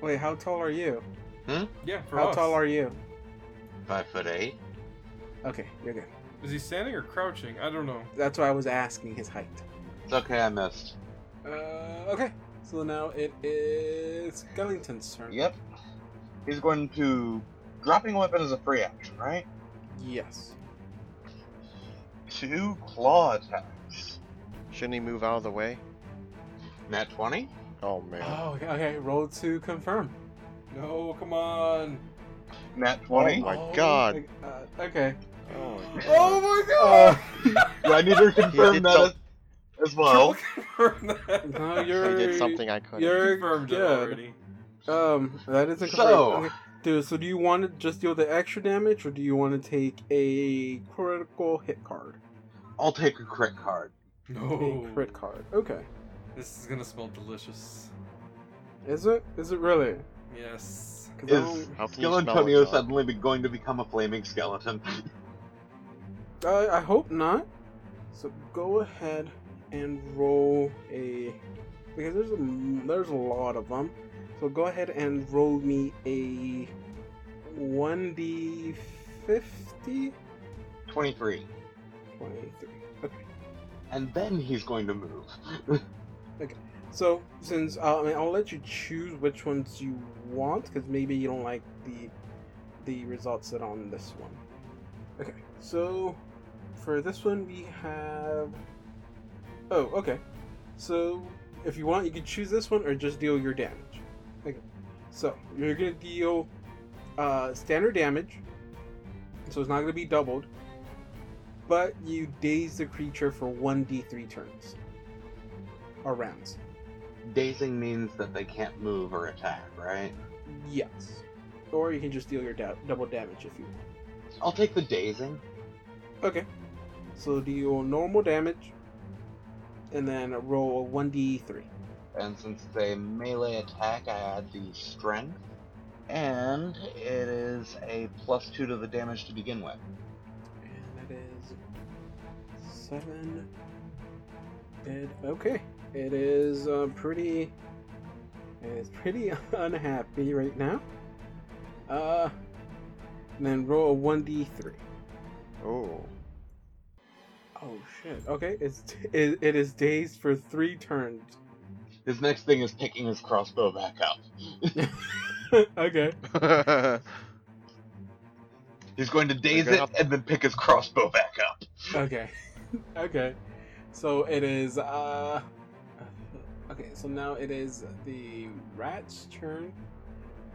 Wait, how tall are you?
Yeah. For
how
us.
tall are you?
Five foot eight.
Okay, you're good.
Is he standing or crouching? I don't know.
That's why I was asking his height.
It's okay. I missed.
Uh, okay. So now it is Gunnington's turn.
Yep. He's going to dropping a weapon is a free action, right?
Yes.
Two claw attacks.
Shouldn't he move out of the way?
Nat twenty.
Oh man.
Oh, okay, okay. Roll to confirm.
No, come on.
Nat
Oh
twenty.
my god.
my God. uh, okay.
Oh my
Oh
god.
my
Uh,
god.
[laughs]
Do I need [laughs] to
He
confirm
did
that
some-
as, as well?
Confirm [laughs] that.
no,
He
you're.
did something I couldn't.
You're
Confirmed it
good.
already.
Um, that isn't confirmed.
So-
okay. Dude, so do you want to just deal the extra damage, or do you want to take a critical hit card?
I'll take a crit card.
No.
A crit card. Okay.
This is gonna smell delicious.
Is it? Is it really?
Yes.
'Cause I
Is
don't-
How can
Skill
you smell
Antonio
it, though?
suddenly be going to become a flaming skeleton? [laughs]
I, I hope not. So go ahead and roll a because there's a there's a lot of them. So go ahead and roll me a one d fifty
Twenty-three.
twenty three. Okay.
And then he's going to move. [laughs]
So since uh, I mean, I'll let you choose which ones you want because maybe you don't like the the results that are on this one. Okay, so for this one we have. Oh, okay. So if you want, you can choose this one or just deal your damage. Okay, so you're gonna deal uh, standard damage, so it's not gonna be doubled, but you daze the creature for one d3 turns or rounds.
Dazing means that they can't move or attack, right?
Yes. Or you can just deal your da- double damage if you want.
I'll take the dazing.
Okay. So deal normal damage, and then roll a 1d3.
And since it's a melee attack, I add the strength. And it is a plus two to the damage to begin with.
And that is 7. It, okay. It is uh, pretty. It's pretty [laughs] unhappy right now. Uh, and then roll a 1d3.
[laughs] Oh.
Oh shit. Okay, it's it, it is dazed for three turns. [laughs]
His next thing is picking his crossbow back up.
okay.
He's going to daze
Pick it
it
up.
and then pick his crossbow back up.
Okay. [laughs] okay. So it is uh Okay, so now it is the rat's turn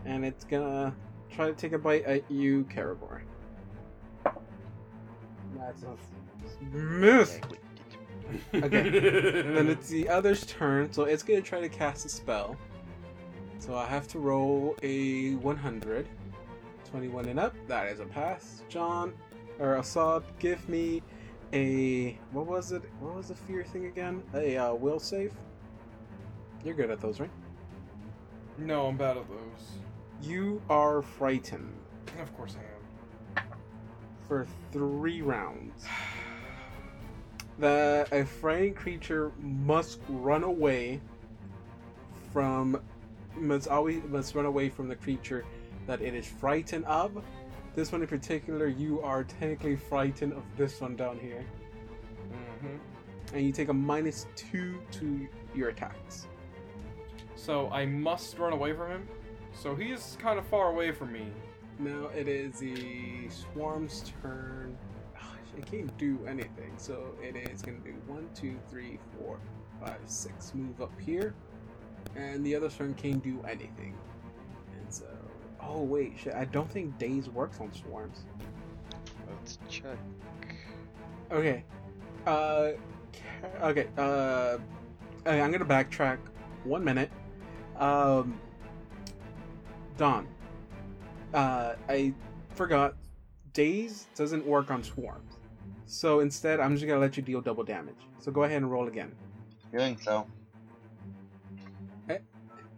and it's gonna try to take a bite at you, Caragor. That's a miss.
[laughs] Okay.
And then it's the other's turn, so it's gonna try to cast a spell. So I have to roll a 100. 21 and up, that is a pass. John, or Assad, give me a. What was it? What was the fear thing again? A uh, will save? You're good at those, right?
No, I'm bad at those.
You are frightened
Of course I
for three rounds.
am.
that a frightened creature must run away from must always must run away from the creature that it is frightened of. This one in particular, you are technically frightened of this one down here,
hmm
and you take a minus two to your attacks.
So I must run away from him. So he is kind of far away from me.
Now it is the swarm's turn. It can't do anything, so it is going to do one, two, three, four, five, six. Move up here, and the other turn can't do anything. And so, oh wait, shit! I don't think days works on swarms.
Let's check.
Okay, uh, ca- okay, uh, okay, I'm gonna backtrack one minute. Um, Don, uh, I forgot. Daze doesn't work on swarms. So instead, I'm just going to let you deal double damage. So go ahead and roll again.
Doing so.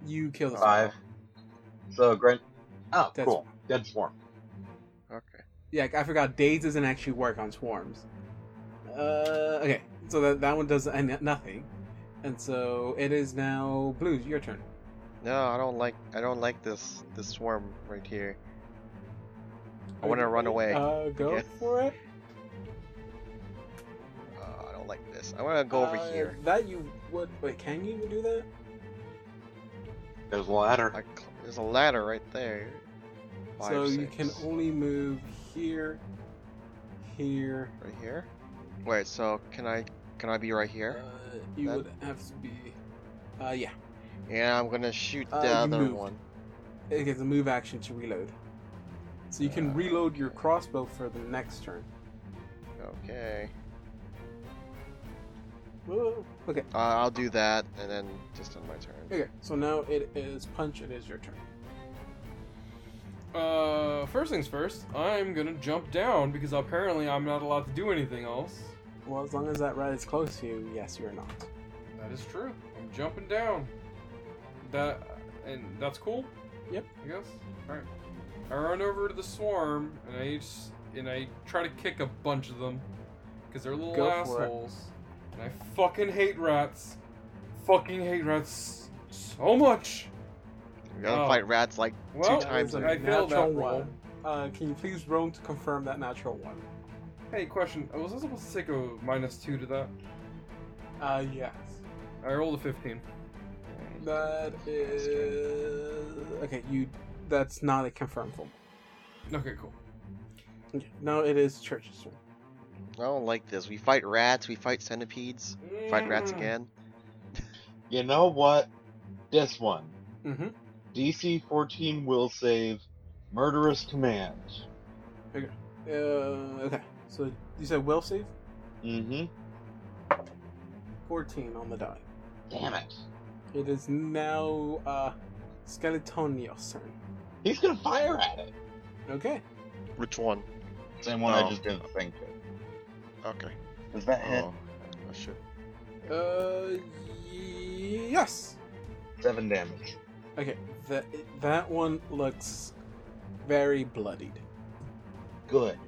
You kill them.
Five. So, Grunt. Oh,
That's-
cool. Dead Swarm.
Okay.
Yeah, I forgot. Daze doesn't actually work on swarms. Uh, okay, so that, that one does uh, n- nothing. And so it is now Blues, your turn.
No, I don't like I don't like this this swarm right here. I want to run away. Uh,
Uh, go
Yeah.
for it.
I don't like this. I want to [laughs] go over
Uh,
here.
That you would. Wait, can you even do that?
There's a ladder.
I, cl- there's a ladder right there. Five,
so you
six.
can only move here, here.
right here. Wait, so can I can I be right
Uh,
here?
you
That-
would have to be. Uh, yeah,
Yeah, I'm gonna shoot the
Uh, you
other
moved.
one.
it gets a move action to reload. So you can
Uh,
reload your crossbow for the next turn.
Okay.
Whoa. Okay,
Uh, I'll do that, and then just end my turn.
okay. So now it is punch. It is your turn.
Uh, first things first, I'm gonna jump down because apparently I'm not allowed to do anything else.
Well, as long as that rat is close to you, yes, you're not.
That is true. I'm jumping down. That and that's cool.
Yep.
I guess. All right. I run over to the swarm and I s- and I try to kick a bunch of them because they're little
Go for it.
assholes. And I fucking hate rats. Fucking hate rats so much.
We gotta
Oh.
fight rats like
Well,
two times.
It's a
I failed that
natural
roll.
one. Uh, can you please roll to confirm that natural one?
Hey, question. Was I supposed to take a minus two to that?
Uh, yes.
I rolled a fifteen.
That is okay. You. That's not a confirmed form.
Okay, cool.
Okay. Now it is Church's turn.
I don't like this. We fight rats. We fight centipedes. Fight
Mm.
rats again.
You know what? This one.
Mm-hmm.
DC 14 will save Murderous Command.
Uh, okay. So you said will save
Mm-hmm.
fourteen on the die.
Damn it.
It is now uh, Skeletonio's turn.
He's gonna fire at it.
Okay.
Which one?
Same one
Oh.
I just didn't think of.
Okay.
Does that hit?
Oh, oh shit.
Uh, yes.
Seven damage.
Okay. That that one looks very bloodied.
Good.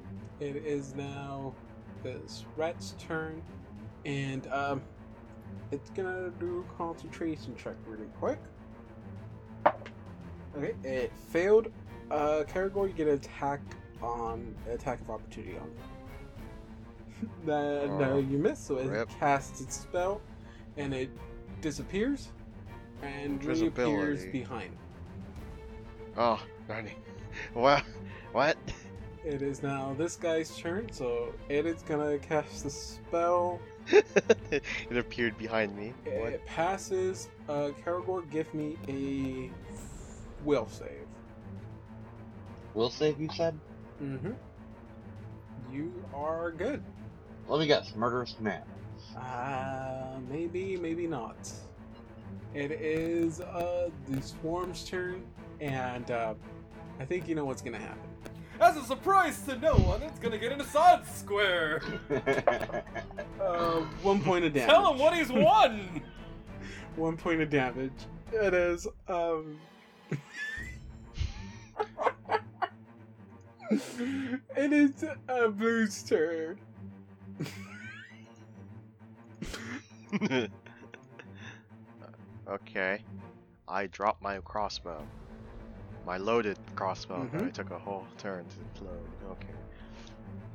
It is now this rat's turn, and um, it's gonna do a concentration check really quick. Okay, it failed. Uh, Caragor, you get an attack on attack of opportunity on. [laughs] it. that no,
Oh,
you miss. So it
rip.
casts its spell, and it disappears, and reappears
Invisibility.
behind.
Oh, darn it. [laughs] What? What? [laughs]
It is now this guy's turn, so it is gonna cast the spell.
it appeared behind me. What?
It passes. Uh, Karagor, give me a will save.
Will save, you said?
Mm-hmm. You are good.
Let me guess. Murderous Command. [laughs]
Uh, maybe, maybe not. It is uh, the swarm's turn, and uh, I think you know what's gonna happen.
Mm. As a surprise to no one, it's gonna get in a side square.
Uh, one point [laughs] of damage.
Tell him what he's [laughs] won.
One point of damage. It is. Um. [laughs] it is a blue's turn.
[laughs] okay. I dropped my crossbow. My loaded crossbow that I took a whole turn to load. Okay.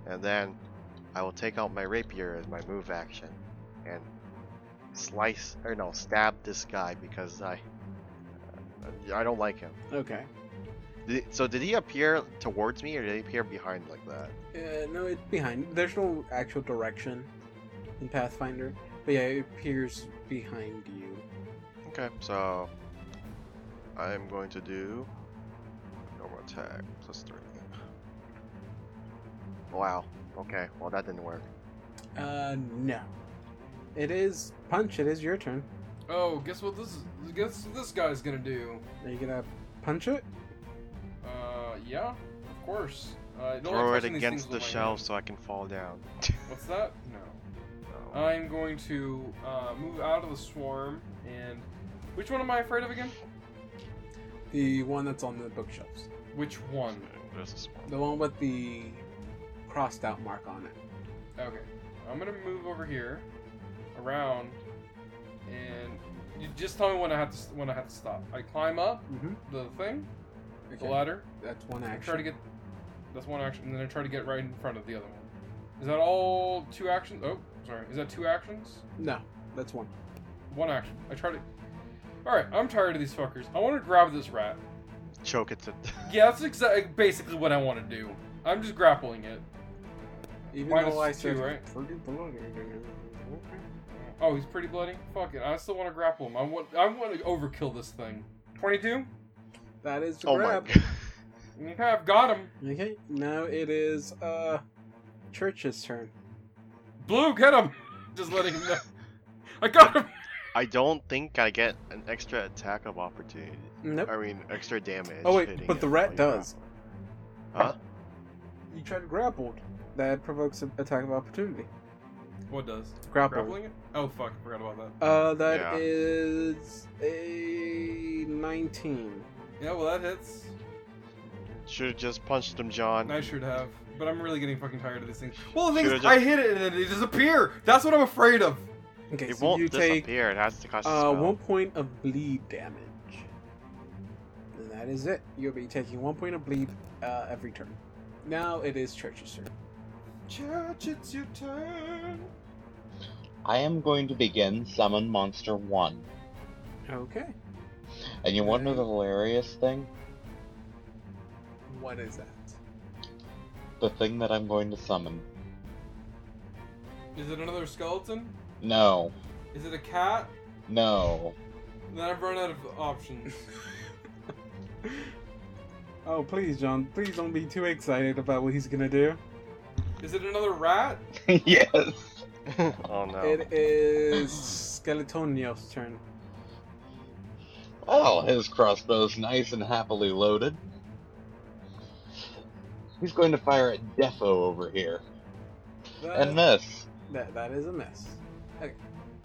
And then I will take out my rapier as my move action and slice or no, stab this guy because I I don't like him.
Okay.
Did, so did he appear towards me or did he appear behind like that?
Uh, no, it's behind. There's no actual direction in Pathfinder, but yeah, it appears behind you.
Okay, so I'm going to do normal attack plus three. Wow. Okay. Well, that didn't work.
Uh, no. It is punch. It is your turn.
Oh, guess what this guess what this guy's gonna do? Uh,
Are you gonna punch it?
yeah, of course. Uh, no, I'm
Throw it
touching these
against the
things with my
shelf
hand.
so I can fall down.
What's that? No. I'm going to uh, move out of the swarm and. Which one am I afraid of again?
The one that's on the bookshelves.
Which one?
Oh, There's a swarm.
The one with the crossed out mark on it.
Okay. I'm gonna move over here, around, and you just tell me when I have to s- when I have to stop. I climb up
Mm-hmm.
the thing, the
Okay.
ladder.
That's one
I
action.
try to get that's one action, and then I try to get right in front of the other one. Is that all two actions? Oh, sorry. Is that two actions?
No, that's one.
One action. I try to. All right. I'm tired of these fuckers. I want to grab this rat.
Choke it to. [laughs]
Yeah, that's exactly basically what I want to do. I'm just grappling it.
Even
Minus
though I
two,
said
right?
pretty bloody. Okay.
Oh, he's pretty bloody. Fuck it. I still want to grapple him. I want. I want to overkill this thing. Twenty-two.
That is the
Oh my
grab.
god.
Okay, I've got him.
Okay, now it is uh Church's turn.
Blue, get him. [laughs] Just letting him know. [laughs] I got him.
I don't think I get an extra attack of opportunity.
Nope.
I mean, extra damage.
Oh, wait,
hitting
but
it
the rat
while you
does.
grapple.
You tried grappled. That provokes an attack of opportunity.
What does?
Grappled.
Grappling it? Oh fuck! I forgot about that.
Uh, that
Yeah.
is a 19.
Yeah, well that hits.
Should have just punched him, John.
I should have, but I'm really getting fucking tired of these things. Well, the thing
Should've
is, I hit it and then they disappear. That's what I'm afraid of.
Okay,
It
so
won't
you take
disappear. It has to cost a
uh,
spell.
one point of bleed damage. And that is it. You'll be taking one point of bleed uh, every turn. Now it is Church's turn.
Church, it's your turn.
I am going to begin Summon Monster 1.
Okay.
And you want to know the hilarious thing?
What is that?
The thing that I'm going to summon.
Is it another skeleton?
No.
Is it a cat?
No.
Then I've run out of options.
Oh, please, John. Please don't be too excited about what he's gonna do.
Is it another rat?
[laughs] yes.
oh no.
It is Skeletonio's turn.
Well, Oh, his crossbow's nice and happily loaded. He's going to fire at Defo over here.
That-
And miss.
That that is a miss. Okay,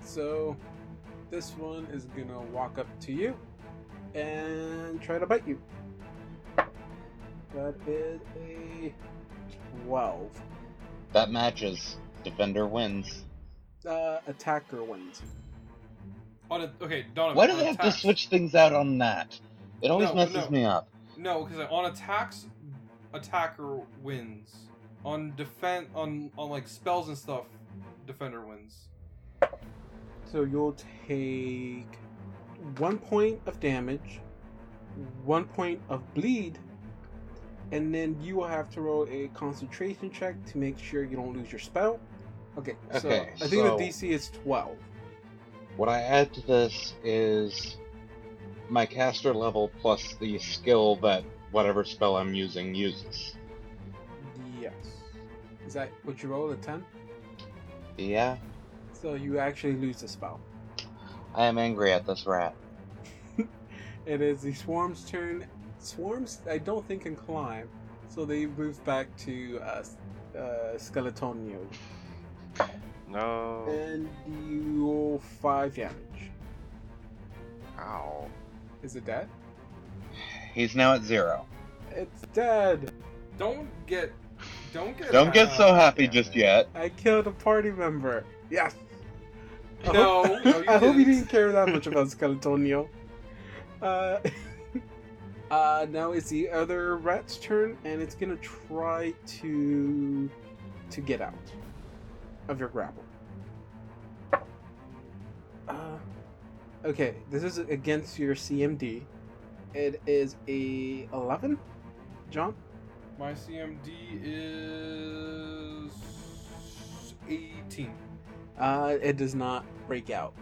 so this one is gonna walk up to you and try to bite you. That is a twelve.
That matches. Defender wins.
Uh, attacker wins.
On a, okay, Donovan.
Why do
on
they have to
attacks-
switch things out on that? It always
Oh, No,
messes
no.
me up.
No, because on attacks, attacker wins. On defense, on on like spells and stuff, defender wins.
So you'll take one point of damage, one point of bleed, and then you will have to roll a concentration check to make sure you don't lose your spell. Okay, so
Okay,
I think
so-
the DC is twelve.
What I add to this is my caster level plus the skill that whatever spell I'm using uses.
Yes. Is that what you roll a ten?
Yeah,
So you actually lose the spell.
I am angry at this rat.
It is the swarm's turn. Swarms, I don't think can climb, so they move back to uh, uh, Skeletonio,
No.
and you roll five damage.
Ow.
Is it dead?
He's now at zero.
It's dead.
Don't get, don't get.
Don't get so happy
yeah,
just
yeah.
yet.
[laughs]
I killed a party member. Yes. I
No,
hope-
[laughs] no, you
I hope you
didn't.
didn't care that much about Skeletonio. Uh, [laughs] uh, now it's the other rat's turn, and it's gonna try to to get out of your grapple. Uh, okay, this is against your CMD. It is a eleven, John.
My CMD is 18.
Uh, it does not break out.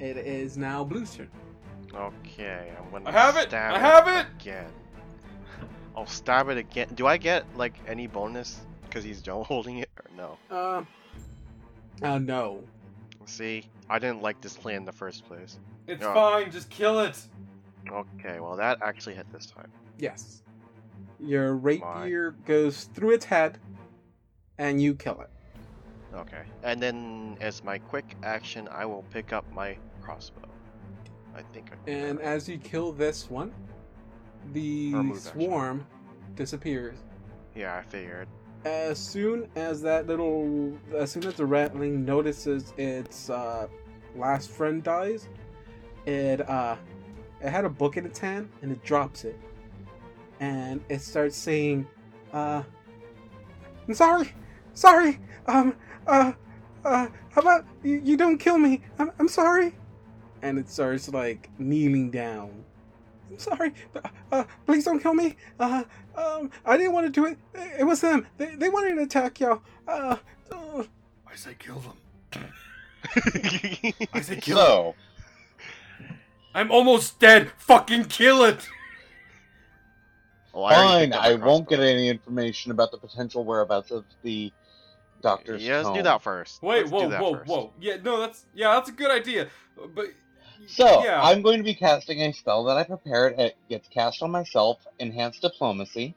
It is now Blue's turn.
Okay, I'm gonna.
I have it!
stab
I have it!
again. [laughs] I'll stab it again. Do I get like any bonus because he's Joe [laughs] holding it or no?
Uh, uh, no.
See, I didn't like this plan in the first place.
It's
Yeah.
fine, just kill it.
Okay, well that actually hit this time.
Yes. Your rapier goes through its head, and you kill it.
Okay. And then as my quick action, I will pick up my crossbow. I think I can do
And
that.
as you kill this one, the
Or move action.
swarm disappears.
Yeah, I figured.
As soon as that little, as soon as the ratling notices its uh, last friend dies, it uh, it had a book in its hand and it drops it, and it starts saying, uh, "I'm sorry, sorry, um, uh, uh, how about you, you don't kill me? I'm, I'm sorry," and it starts like kneeling down. I'm sorry. Uh, uh, please don't kill me. Uh, um, I didn't want to do it. It it was them. They, they wanted to attack y'all. Uh, uh,
I say kill them. I
I
say kill them.
So,
I'm almost dead. Fucking kill
[laughs]
it.
Well, I already
fine,
picked up
I
my
won't get
crossbow.
any information about the potential whereabouts of the doctor's
Yeah, let's do
tome.
that first.
Wait,
Let's do
whoa,
that
whoa,
first.
whoa. Yeah, no, that's yeah, that's a good idea. But
So,
yeah,
I'm going to be casting a spell that I prepared. It gets cast on myself, enhanced diplomacy.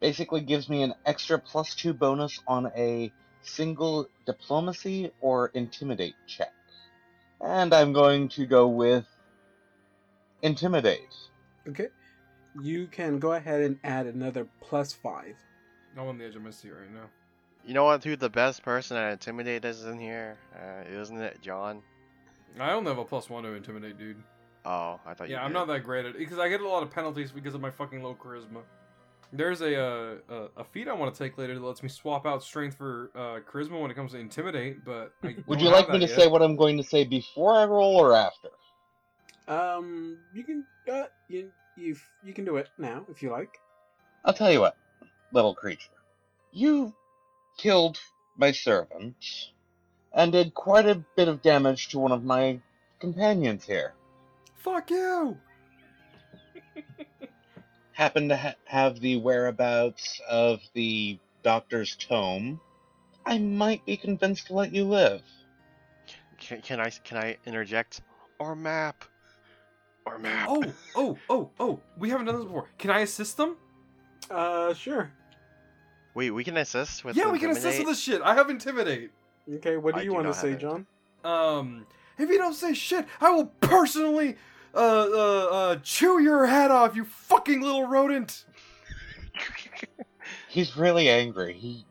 Basically, gives me an extra plus two bonus on a single diplomacy or intimidate check. And I'm going to go with intimidate.
okay. You can go ahead and add another plus five.
I'm on the edge of my seat right now.
You know what? Who the best person to intimidate is in here? Uh, isn't it John?
I only have a plus one to intimidate, dude.
Oh, I thought you.
yeah, I'm
did.
not that great at it because I get a lot of penalties because of my fucking low charisma. There's a uh, a, a feat I want to take later that lets me swap out strength for uh, charisma when it comes to intimidate. But
[laughs]
I
Would
don't
you
have
like me
that
to
yet.
say what I'm going to say before I roll or after?
Um, you can uh, you you you can do it now if you like.
I'll tell you what, little creature. You killed my servant and did quite a bit of damage to one of my companions here.
Fuck you!
Happen to ha- have the whereabouts of the doctor's tome. I might be convinced to let you live.
Can, can I? Can I interject? Or map? Or map?
[laughs] Oh, oh, oh, oh! We haven't done this before. Can I assist them?
Uh, sure.
Wait, we can assist with.
yeah, we can assist
[laughs]
with
intimidate?
this shit. I have intimidate.
Okay, what do
I
you
do
want to
not have
say,
it.
John?
Um, if you don't say shit, I will personally uh uh, uh chew your head off, you fucking little rodent. [laughs]
He's really angry. He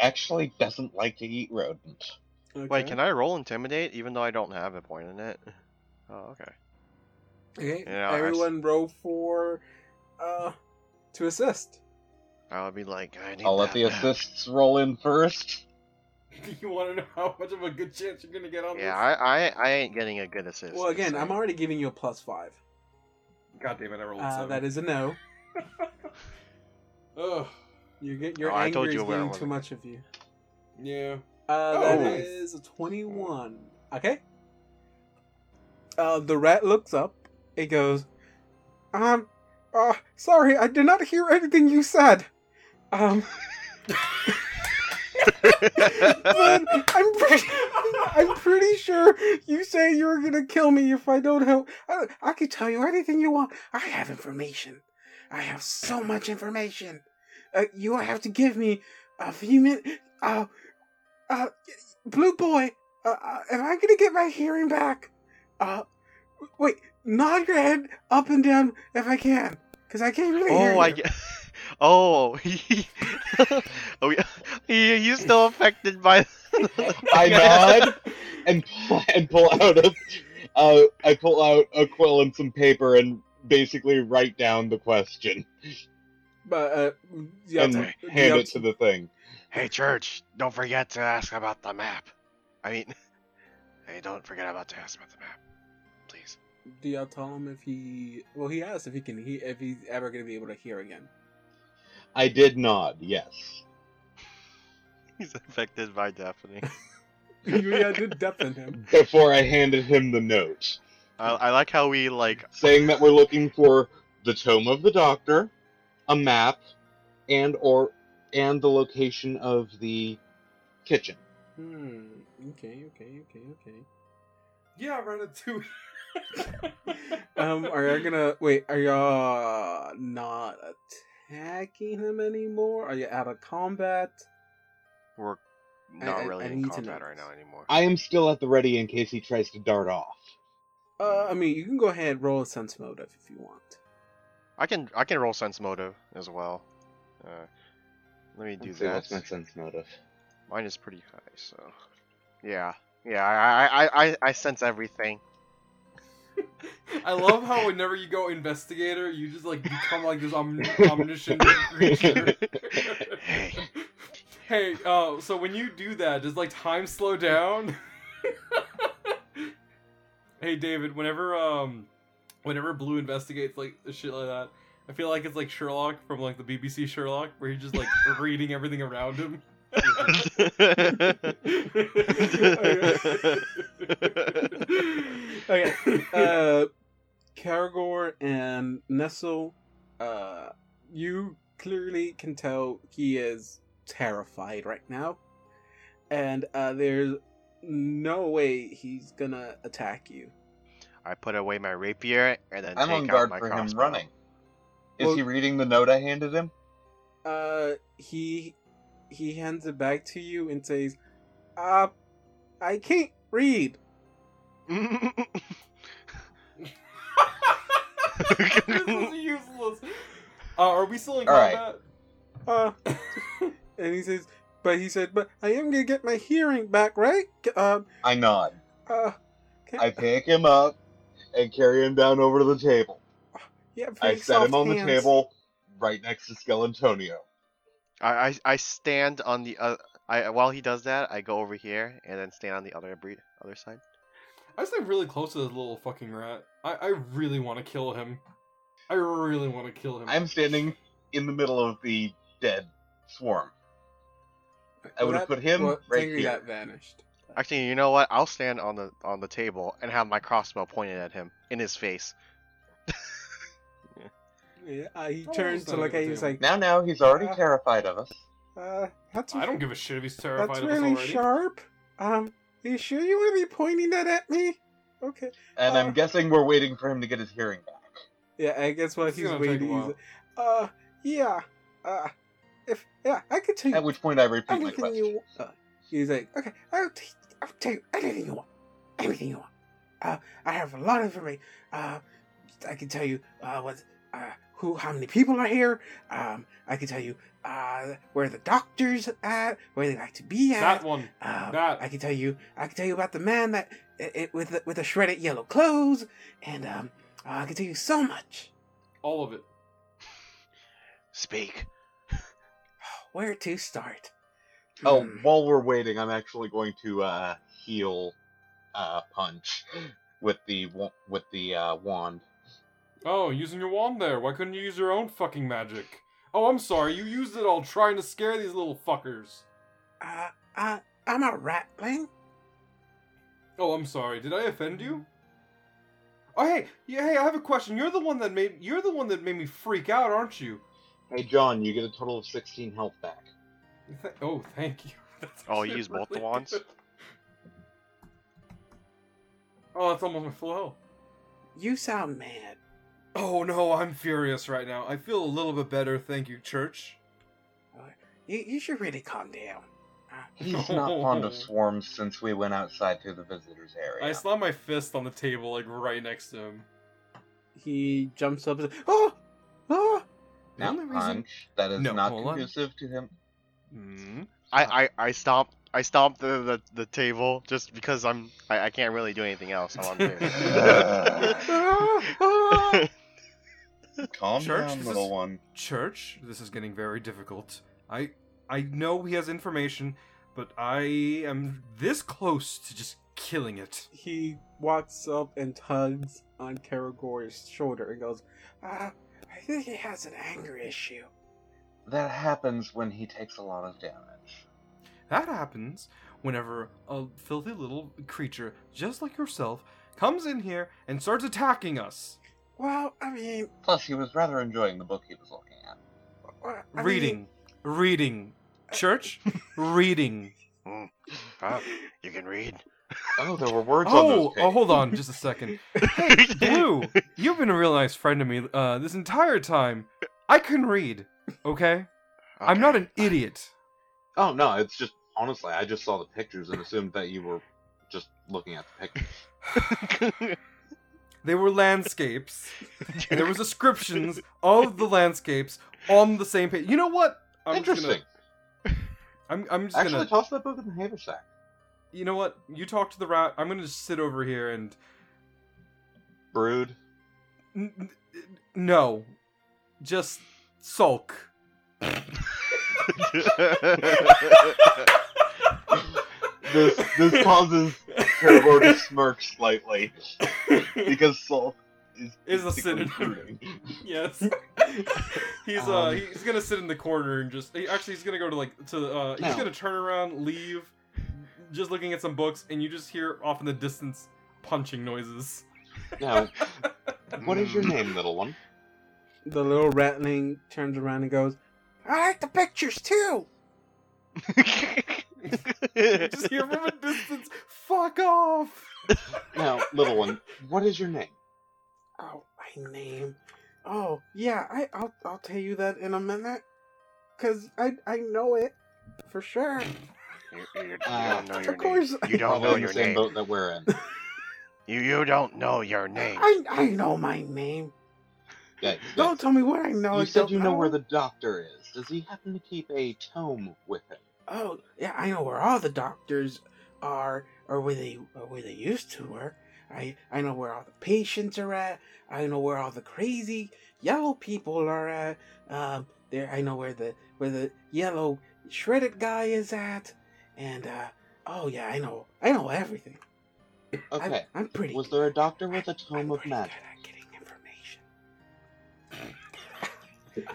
actually doesn't like to eat rodents.
Okay.
Wait, can I roll intimidate even though I don't have a point in it? Oh, okay.
Okay,
Yeah, I s-
everyone roll for uh to assist.
I'll be like, I need
I'll let
that
the
map.
assists roll in first.
you want to know how much of a good chance you're gonna get on
Yeah, I, I, I ain't getting a good assist.
Well, again,
so-
I'm already giving you a plus five.
this? God damn it,
Oh,
I rolled
Ah,
Uh,
seven.
that is a no.
Ugh.
You get your
Oh, I
anger
told
is
you where I
getting
was
too
at.
much of you.
[laughs] Yeah.
Uh,
Oh,
that is
nice. Oh.
a 21. Okay. Uh, the rat looks up. It goes, Um, uh, sorry, I did not hear anything you said. Um,
[laughs]
[laughs]
but
[laughs]
I'm pretty, I'm pretty sure you say you're gonna kill me if I don't help. I, I can tell you anything you want. I have information. I have so much information. Uh, you will have to give me a few minutes. Uh, uh, Blue Boy, uh, uh, am I gonna get my hearing back? Uh, w- wait, nod your head up and down if I can, because I can't really hear
oh, I
you.
get. [laughs] Oh, [laughs] he. oh, yeah. [laughs] He, he's still affected
[laughs]
by.
I nod and pull, and pull out a, uh, I pull out a quill and some paper and basically write down the question
But uh, the
and
outside- the
hand it
outs-
to the thing.
Hey, Church, don't forget to ask about the map. I mean, [laughs] hey, don't forget about to ask about the map, please. [laughs]
Do y'all tell him if he? Well, he asked if he can. He if he's ever gonna be able to hear
[laughs]
again.
I did nod, yes.
He's affected by deafening.
you had to deafen him.
Before I handed him the note,
I, I like how we like.
saying that we're looking for the tome of the doctor, a map, and or and the location of the kitchen.
Hmm. Okay. Okay. Okay.
Yeah, I ran it too.
[laughs] Um, Okay. Um. Are y'all gonna wait? Are y'all not attacking him anymore? Are you out of combat?
We're
I-
not
I-
really
I
in
need to
combat
know
right
this.
now anymore.
I am still at the ready in case he tries to dart off.
Uh, I mean, you can go ahead and roll a sense motive if you want.
I can I can roll sense motive as well. Uh, let me do
Let's see,
that.
What's my sense motive?
Mine is pretty high, so yeah, yeah. I I I, I, I sense everything. [laughs]
I love how whenever you go investigator, you just like become like this omni-
[laughs]
omniscient creature. hey, uh, so when you do that, does like time slow down? [laughs] hey, David, whenever um, whenever Blue investigates like shit like that, I feel like it's like Sherlock from like the BBC Sherlock, where he's just like reading everything around him.
Okay. uh, Caragor and Nestle, uh, you clearly can tell he is terrified right now, and uh, there's no way he's gonna attack you.
I put away my rapier and then
I'm
take
on
out
guard
my
for him
crossbow.
running. Is
Well-
he reading the note I handed him?
Uh, he he hands it back to you and says, "Uh, I can't read."
[laughs]
this is useless. Uh, are we still in
All right.
combat?
[laughs]
Uh, and he says, "But he said, but I am gonna get my hearing back, right?" Um,
I nod.
uh, can-
I pick him up and carry him down over to the table.
yeah,
I
very
set him
soft
on
hands.
the table right next to Skelentonio.
I, I I stand on the uh, I while he does that, I go over here and then stand on the other bre- other side.
I stay really close to this little fucking rat. I, I really want to kill him. I really want to kill him.
I'm standing in the middle of the dead swarm. I
Well,
would have
that-
put him
well,
right
Tinker
here.
got vanished.
Actually, you know what? I'll stand on the on the table and have my crossbow pointed at him in his face.
Yeah, uh, he
Oh,
turned
it's
to
not
look
even
at you. He's
table.
like,
Now, now, he's already
Uh,
terrified of us.
uh, that's
I don't give a shit if he's terrified
that's
of us
really
already.
sharp. Um, are you sure you want to be pointing that at me? Okay.
And
uh,
I'm guessing we're waiting for him to get his hearing back.
Yeah, I guess while
This is
he's
gonna take a
waiting, he's
while.
uh, yeah, uh, if yeah, I could tell you
At which point, I repeat my
anything
question.
you want. Uh, he's like, okay, I'll, t- I'll tell you anything you want, anything you want. Uh, I have a lot of information. Uh, I can tell you uh, what, uh, who, how many people are here. Um, I can tell you uh, where the doctors at, where they like to be at.
That one.
Um,
That.
I can tell you. I can tell you about the man that it, it, with the, with the shredded yellow clothes, and um, I can tell you so much.
All of it.
Speak.
Where to start?
Oh,
Mm-hmm.
Hmm.
while we're waiting, I'm actually going to uh, heal uh, punch with the wa- with the uh, wand.
Oh, using your wand there. Why couldn't you use your own fucking magic? Oh, I'm sorry. You used it all trying to scare these little fuckers.
Uh, I, I'm a ratling.
Oh, I'm sorry. Did I offend you? Oh, hey, yeah, hey. I have a question. You're the one that made. You're the one that made me freak out, aren't you?
Hey, John, you get a total of 16 health back.
Th- oh, thank you. [laughs] That's
Oh, you
actually
use both the
really
wands?
good. Oh, that's almost my full health.
You sound mad.
Oh no, I'm furious right now. I feel a little bit better, thank you, Church.
You, you should really calm down.
He's
[laughs]
not fond of swarms since we went outside to the visitors area.
I slam my fist on the table, like right next to him.
He jumps up and says, "Oh, oh,
Now,
only reason-
punch. That is
No,
not
hold on. Mm-hmm.
conducive to him.
I I I stomp I stomp the, the, the table just because I'm I, I can't really do anything else. I'm on
[laughs] ah, ah."
the
Calm
Church,
down,
this
little
is-
one.
Church, this is getting very difficult. I I know he has information, but I am this close to just killing it.
he walks up and tugs on Karagor's shoulder and goes, uh, I think he has an anger issue.
That happens when he takes a lot of damage.
That happens whenever a filthy little creature, just like yourself, comes in here and starts attacking us.
Well, I mean,
Plus, he was rather enjoying the book he was looking at.
uh, I mean-
reading, reading,
[laughs]
Church, reading.
table. Ah, you can read.
Oh, there were words on those
Oh,
pages.
oh, hold on, just a second.
[laughs]
Blue, you've been a real nice friend to me uh, this entire time. I can read. Okay? I'm not an idiot.
Oh no, it's just honestly, I just saw the pictures and assumed that you were just looking at the pictures.
Okay.
They were landscapes. and [laughs] there was
[laughs]
descriptions of the landscapes on the same page. You know what? I'm just
Interesting.
Gonna, I'm, I'm just
Actually,
gonna.
toss that book in the haversack.
you know what? You talk to the rat. I'm gonna just sit over here and.
Brood.
N- n- n- no. Just sulk. [laughs]
This this causes Caribor to smirk
[laughs]
slightly because Sulk is
Is a
basically
synonym.
brooding.
Yes. he's uh
Um.
he's gonna sit in the corner and just he, actually he's gonna go to like to uh he's
No.
gonna turn around, leave, just looking at some books, and you just hear off in the distance punching noises.
Now, what
[laughs]
is your
Mm.
name, little one?
The little rattling turns around and goes, I like the pictures too.
You just hear from a distance, fuck off.
Now, little one, what is your name?
Oh, my name. Oh, yeah, I, I'll, I'll tell you that in a minute. Because I, I know it for sure.
You, you- you
Uh,
don't know
of
your
course.
name. You don't
Probably
know
in the
your
same
name.
boat that we're
[laughs]
in.
You you don't know your name.
I, I know my name.
Yeah,
Don't tell me what I know.
you
I
said
don't
you know where the doctor is. Does he happen to keep a tome with him?
Oh, yeah, I know where all the doctors are, or where they, or where they used to were. I, I know where all the patients are at. I know where all the crazy yellow people are at. Um, there, I know where the where the yellow shredded guy is at. And uh, oh yeah, I know, I know everything. I'm-
Okay.
I'm, pretty.
Was there a doctor with a
I'm
tome of
pretty
magic?
good at getting information. [laughs]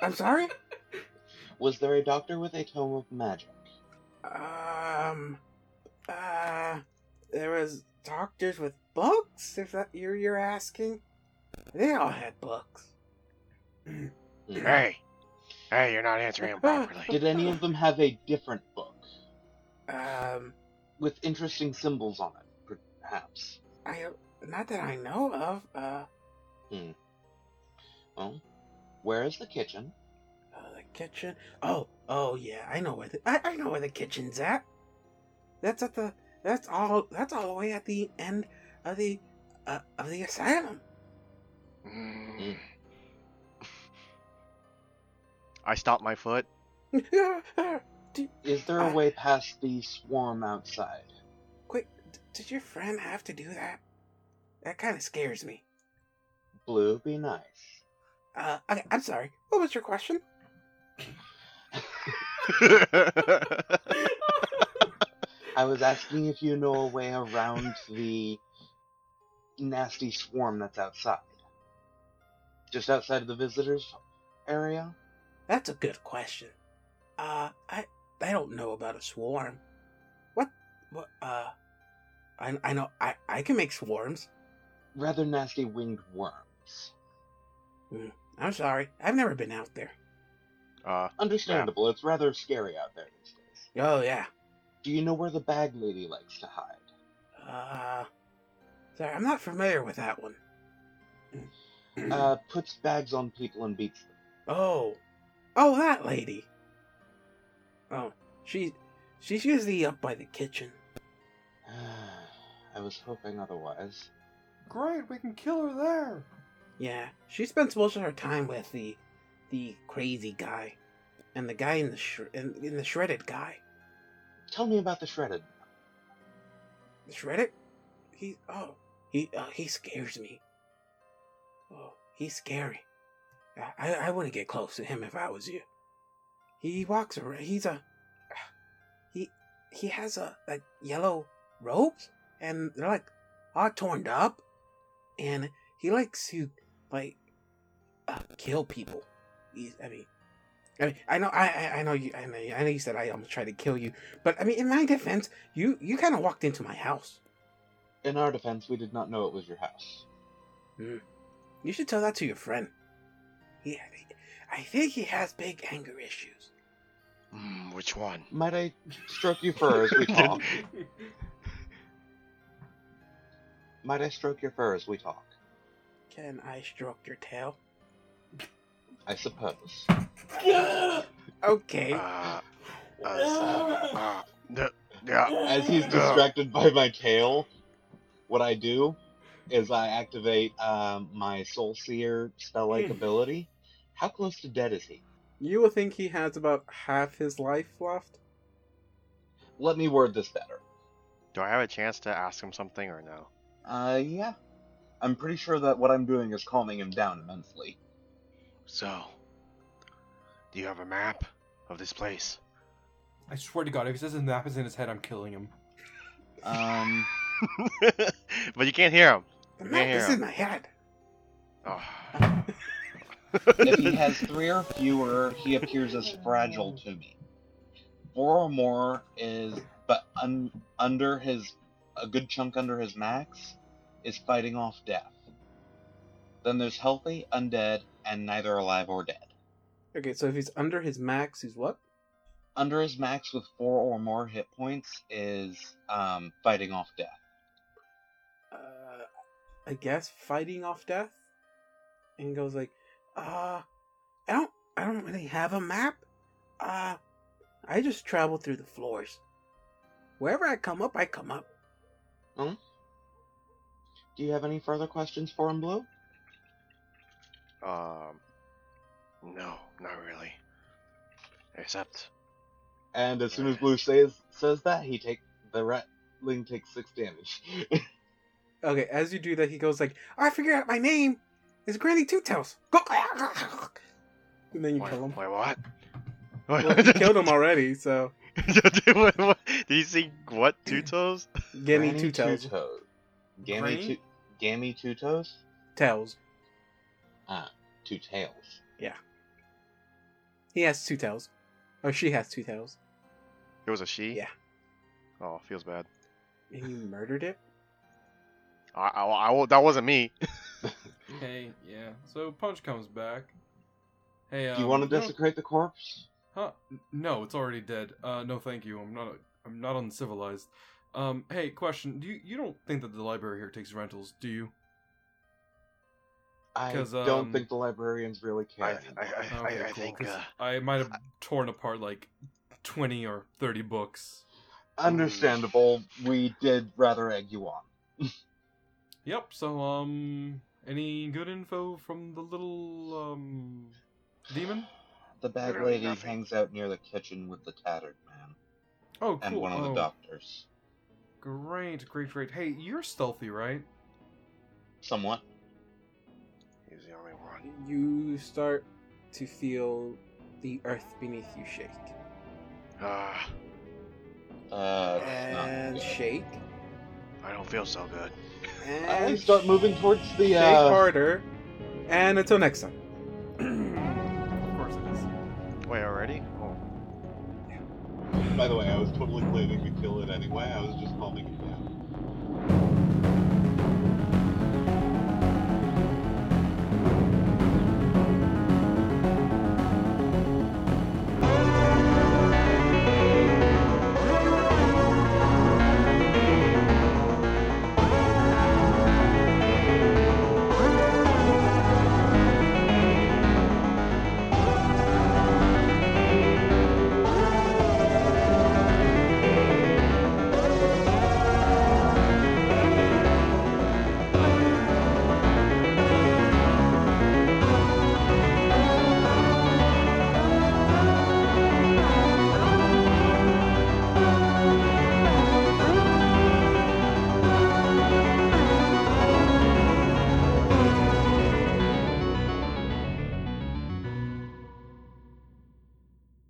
I'm sorry.
Was there a doctor with a tome of magic?
Um, uh, there was doctors with books. If that you're you're asking, they all had books.
Hey, hey, you're not
[laughs]
answering him
Ah.
properly.
Did any of them have a different book
Um,
with interesting symbols on it, perhaps?
I not that I know of. Uh,
Well, where is the kitchen?
uh the kitchen. Oh, oh yeah, I know where the I, I know where the kitchen's at. That's at the that's all that's all the way at the end of the uh, of the asylum.
Mm. I stopped my foot. [laughs]
[laughs]
Is there a
Uh,
way past the swarm outside?
Did your friend have to do that? That kind of scares me.
Blue, be nice.
Uh, okay, I'm sorry. What was your question?
Uh,
I was asking if you know a way around the nasty swarm that's outside. Just outside of the visitors area?
That's a good question. Uh, I I don't know about a swarm. What? What? Uh, I I know I I can make swarms.
Rather nasty winged worms.
I'm sorry. I've never been out there.
uh,
Understandable, it's rather scary out there these days.
Oh yeah.
Do you know where the bag lady likes to hide?
Uh, sorry. I'm not familiar with that one. Hmm.
Uh, puts bags on people and beats them.
Oh, oh that lady. Oh, she she's usually up by the kitchen.
[sighs] I was hoping otherwise.
Great, we can kill her there.
Yeah, she spends most of her time with the the crazy guy, and the guy in the sh- in, in the shredded guy.
Tell me about the shredded.
Shredded? He oh he uh, he scares me. Oh, he's scary. I- I I wouldn't get close to him if I was you. He walks around. He's a [sighs] he he has a like yellow robes and they're like all torn up, and he likes to like uh, kill people. He's I mean. I, mean, I know, I, I- I know you, I know, you- I know you said I almost tried to kill you, but I mean, in my defense, you you kind of walked into my house.
In our defense, we did not know it was your house.
You should tell that to your friend. He, I think he has big anger issues.
mm, which one?
Might I stroke you fur [laughs]
[laughs]
as we talk? Might I stroke your fur as we talk?
Can I stroke your tail?
I suppose.
Okay.
Uh, uh, uh, the- yeah.
As
[laughs]
he's distracted by my tail, what I do is I activate um, my Soul Seer spell like
Hmm.
ability. How close to dead is he?
You will think he has about half his life left.
Let me word this better.
Do I have a chance to ask him something or no?
Uh, yeah. I'm pretty sure that what I'm doing is calming him down immensely.
So, do you have a map of this place? [laughs]
I swear to God, if he says his map is in his head, I'm killing him.
Um,
but you can't hear him.
The
Yeah,
map
yeah.
is in my head. [laughs]
Oh.
if
[laughs]
he has three or fewer, he appears as fragile to me. Four or more is, but un, under his, a good chunk under his max, is fighting off death. Then there's healthy, undead, and neither alive or dead.
Okay, so if he's under his max, he's what?
Under his max with four or more hit points is um, fighting off death.
uh, I guess fighting off death, and goes like, uh, I don't, I don't really have a map. Uh, I just travel through the floors. Wherever I come up, I come up.
Do you have any further questions for him, Blue?
Um, no, not really. Except,
And as soon as Blue says says that, he take the rattling takes six damage.
Okay, as you do that, he goes like, I figured out my name. It's Granny Two Tails. Go! [laughs] And then you
wait,
kill him.
wait, what?
Well,
[laughs]
you killed him already, so
Wait, what? Do you see what two
Mm.
toes?
Granny
Granny
Two Tails.
Two-Toes.
Granny?
Gammy two, gammy two toes,
Tails.
two tails.
He has two tails, or she has two tails,
It was a she.
Yeah.
Oh, feels bad.
and you murdered it.
I, I, I will- that wasn't me.
Hey, yeah. So Punch comes back. Hey, um,
Do you want to
no-
desecrate the corpse?
Huh? N- No, it's already dead. Uh, no, thank you. I'm not. I'm not uncivilized. Um, hey, question. Do you you don't think that the library here takes rentals, do you?
I
'Cause,
don't
um,
think the librarians really care.
I, I,
anymore.
I, I, I
cool,
think.
'cause
Uh,
I might have torn apart like twenty or thirty books.
Understandable. We did rather egg you on.
Yep. So, um, any good info from the little um demon?
The bad
Literally
lady
nothing.
hangs out near the kitchen with the tattered man
Oh, cool.
and one of the
oh,
doctors.
Great, great, great. Hey, you're stealthy, right? [clears throat]
Somewhat.
he's the only one.
you start to feel the earth beneath you shake
Ah,
Uh, it's not
and
good.
shake
I don't feel so good.
I
and
start moving towards the.
shake
Uh,
harder and until next time
of course it is.
Wait, already? Oh.
by the way, I was totally planning to kill it anyway. I was just calming it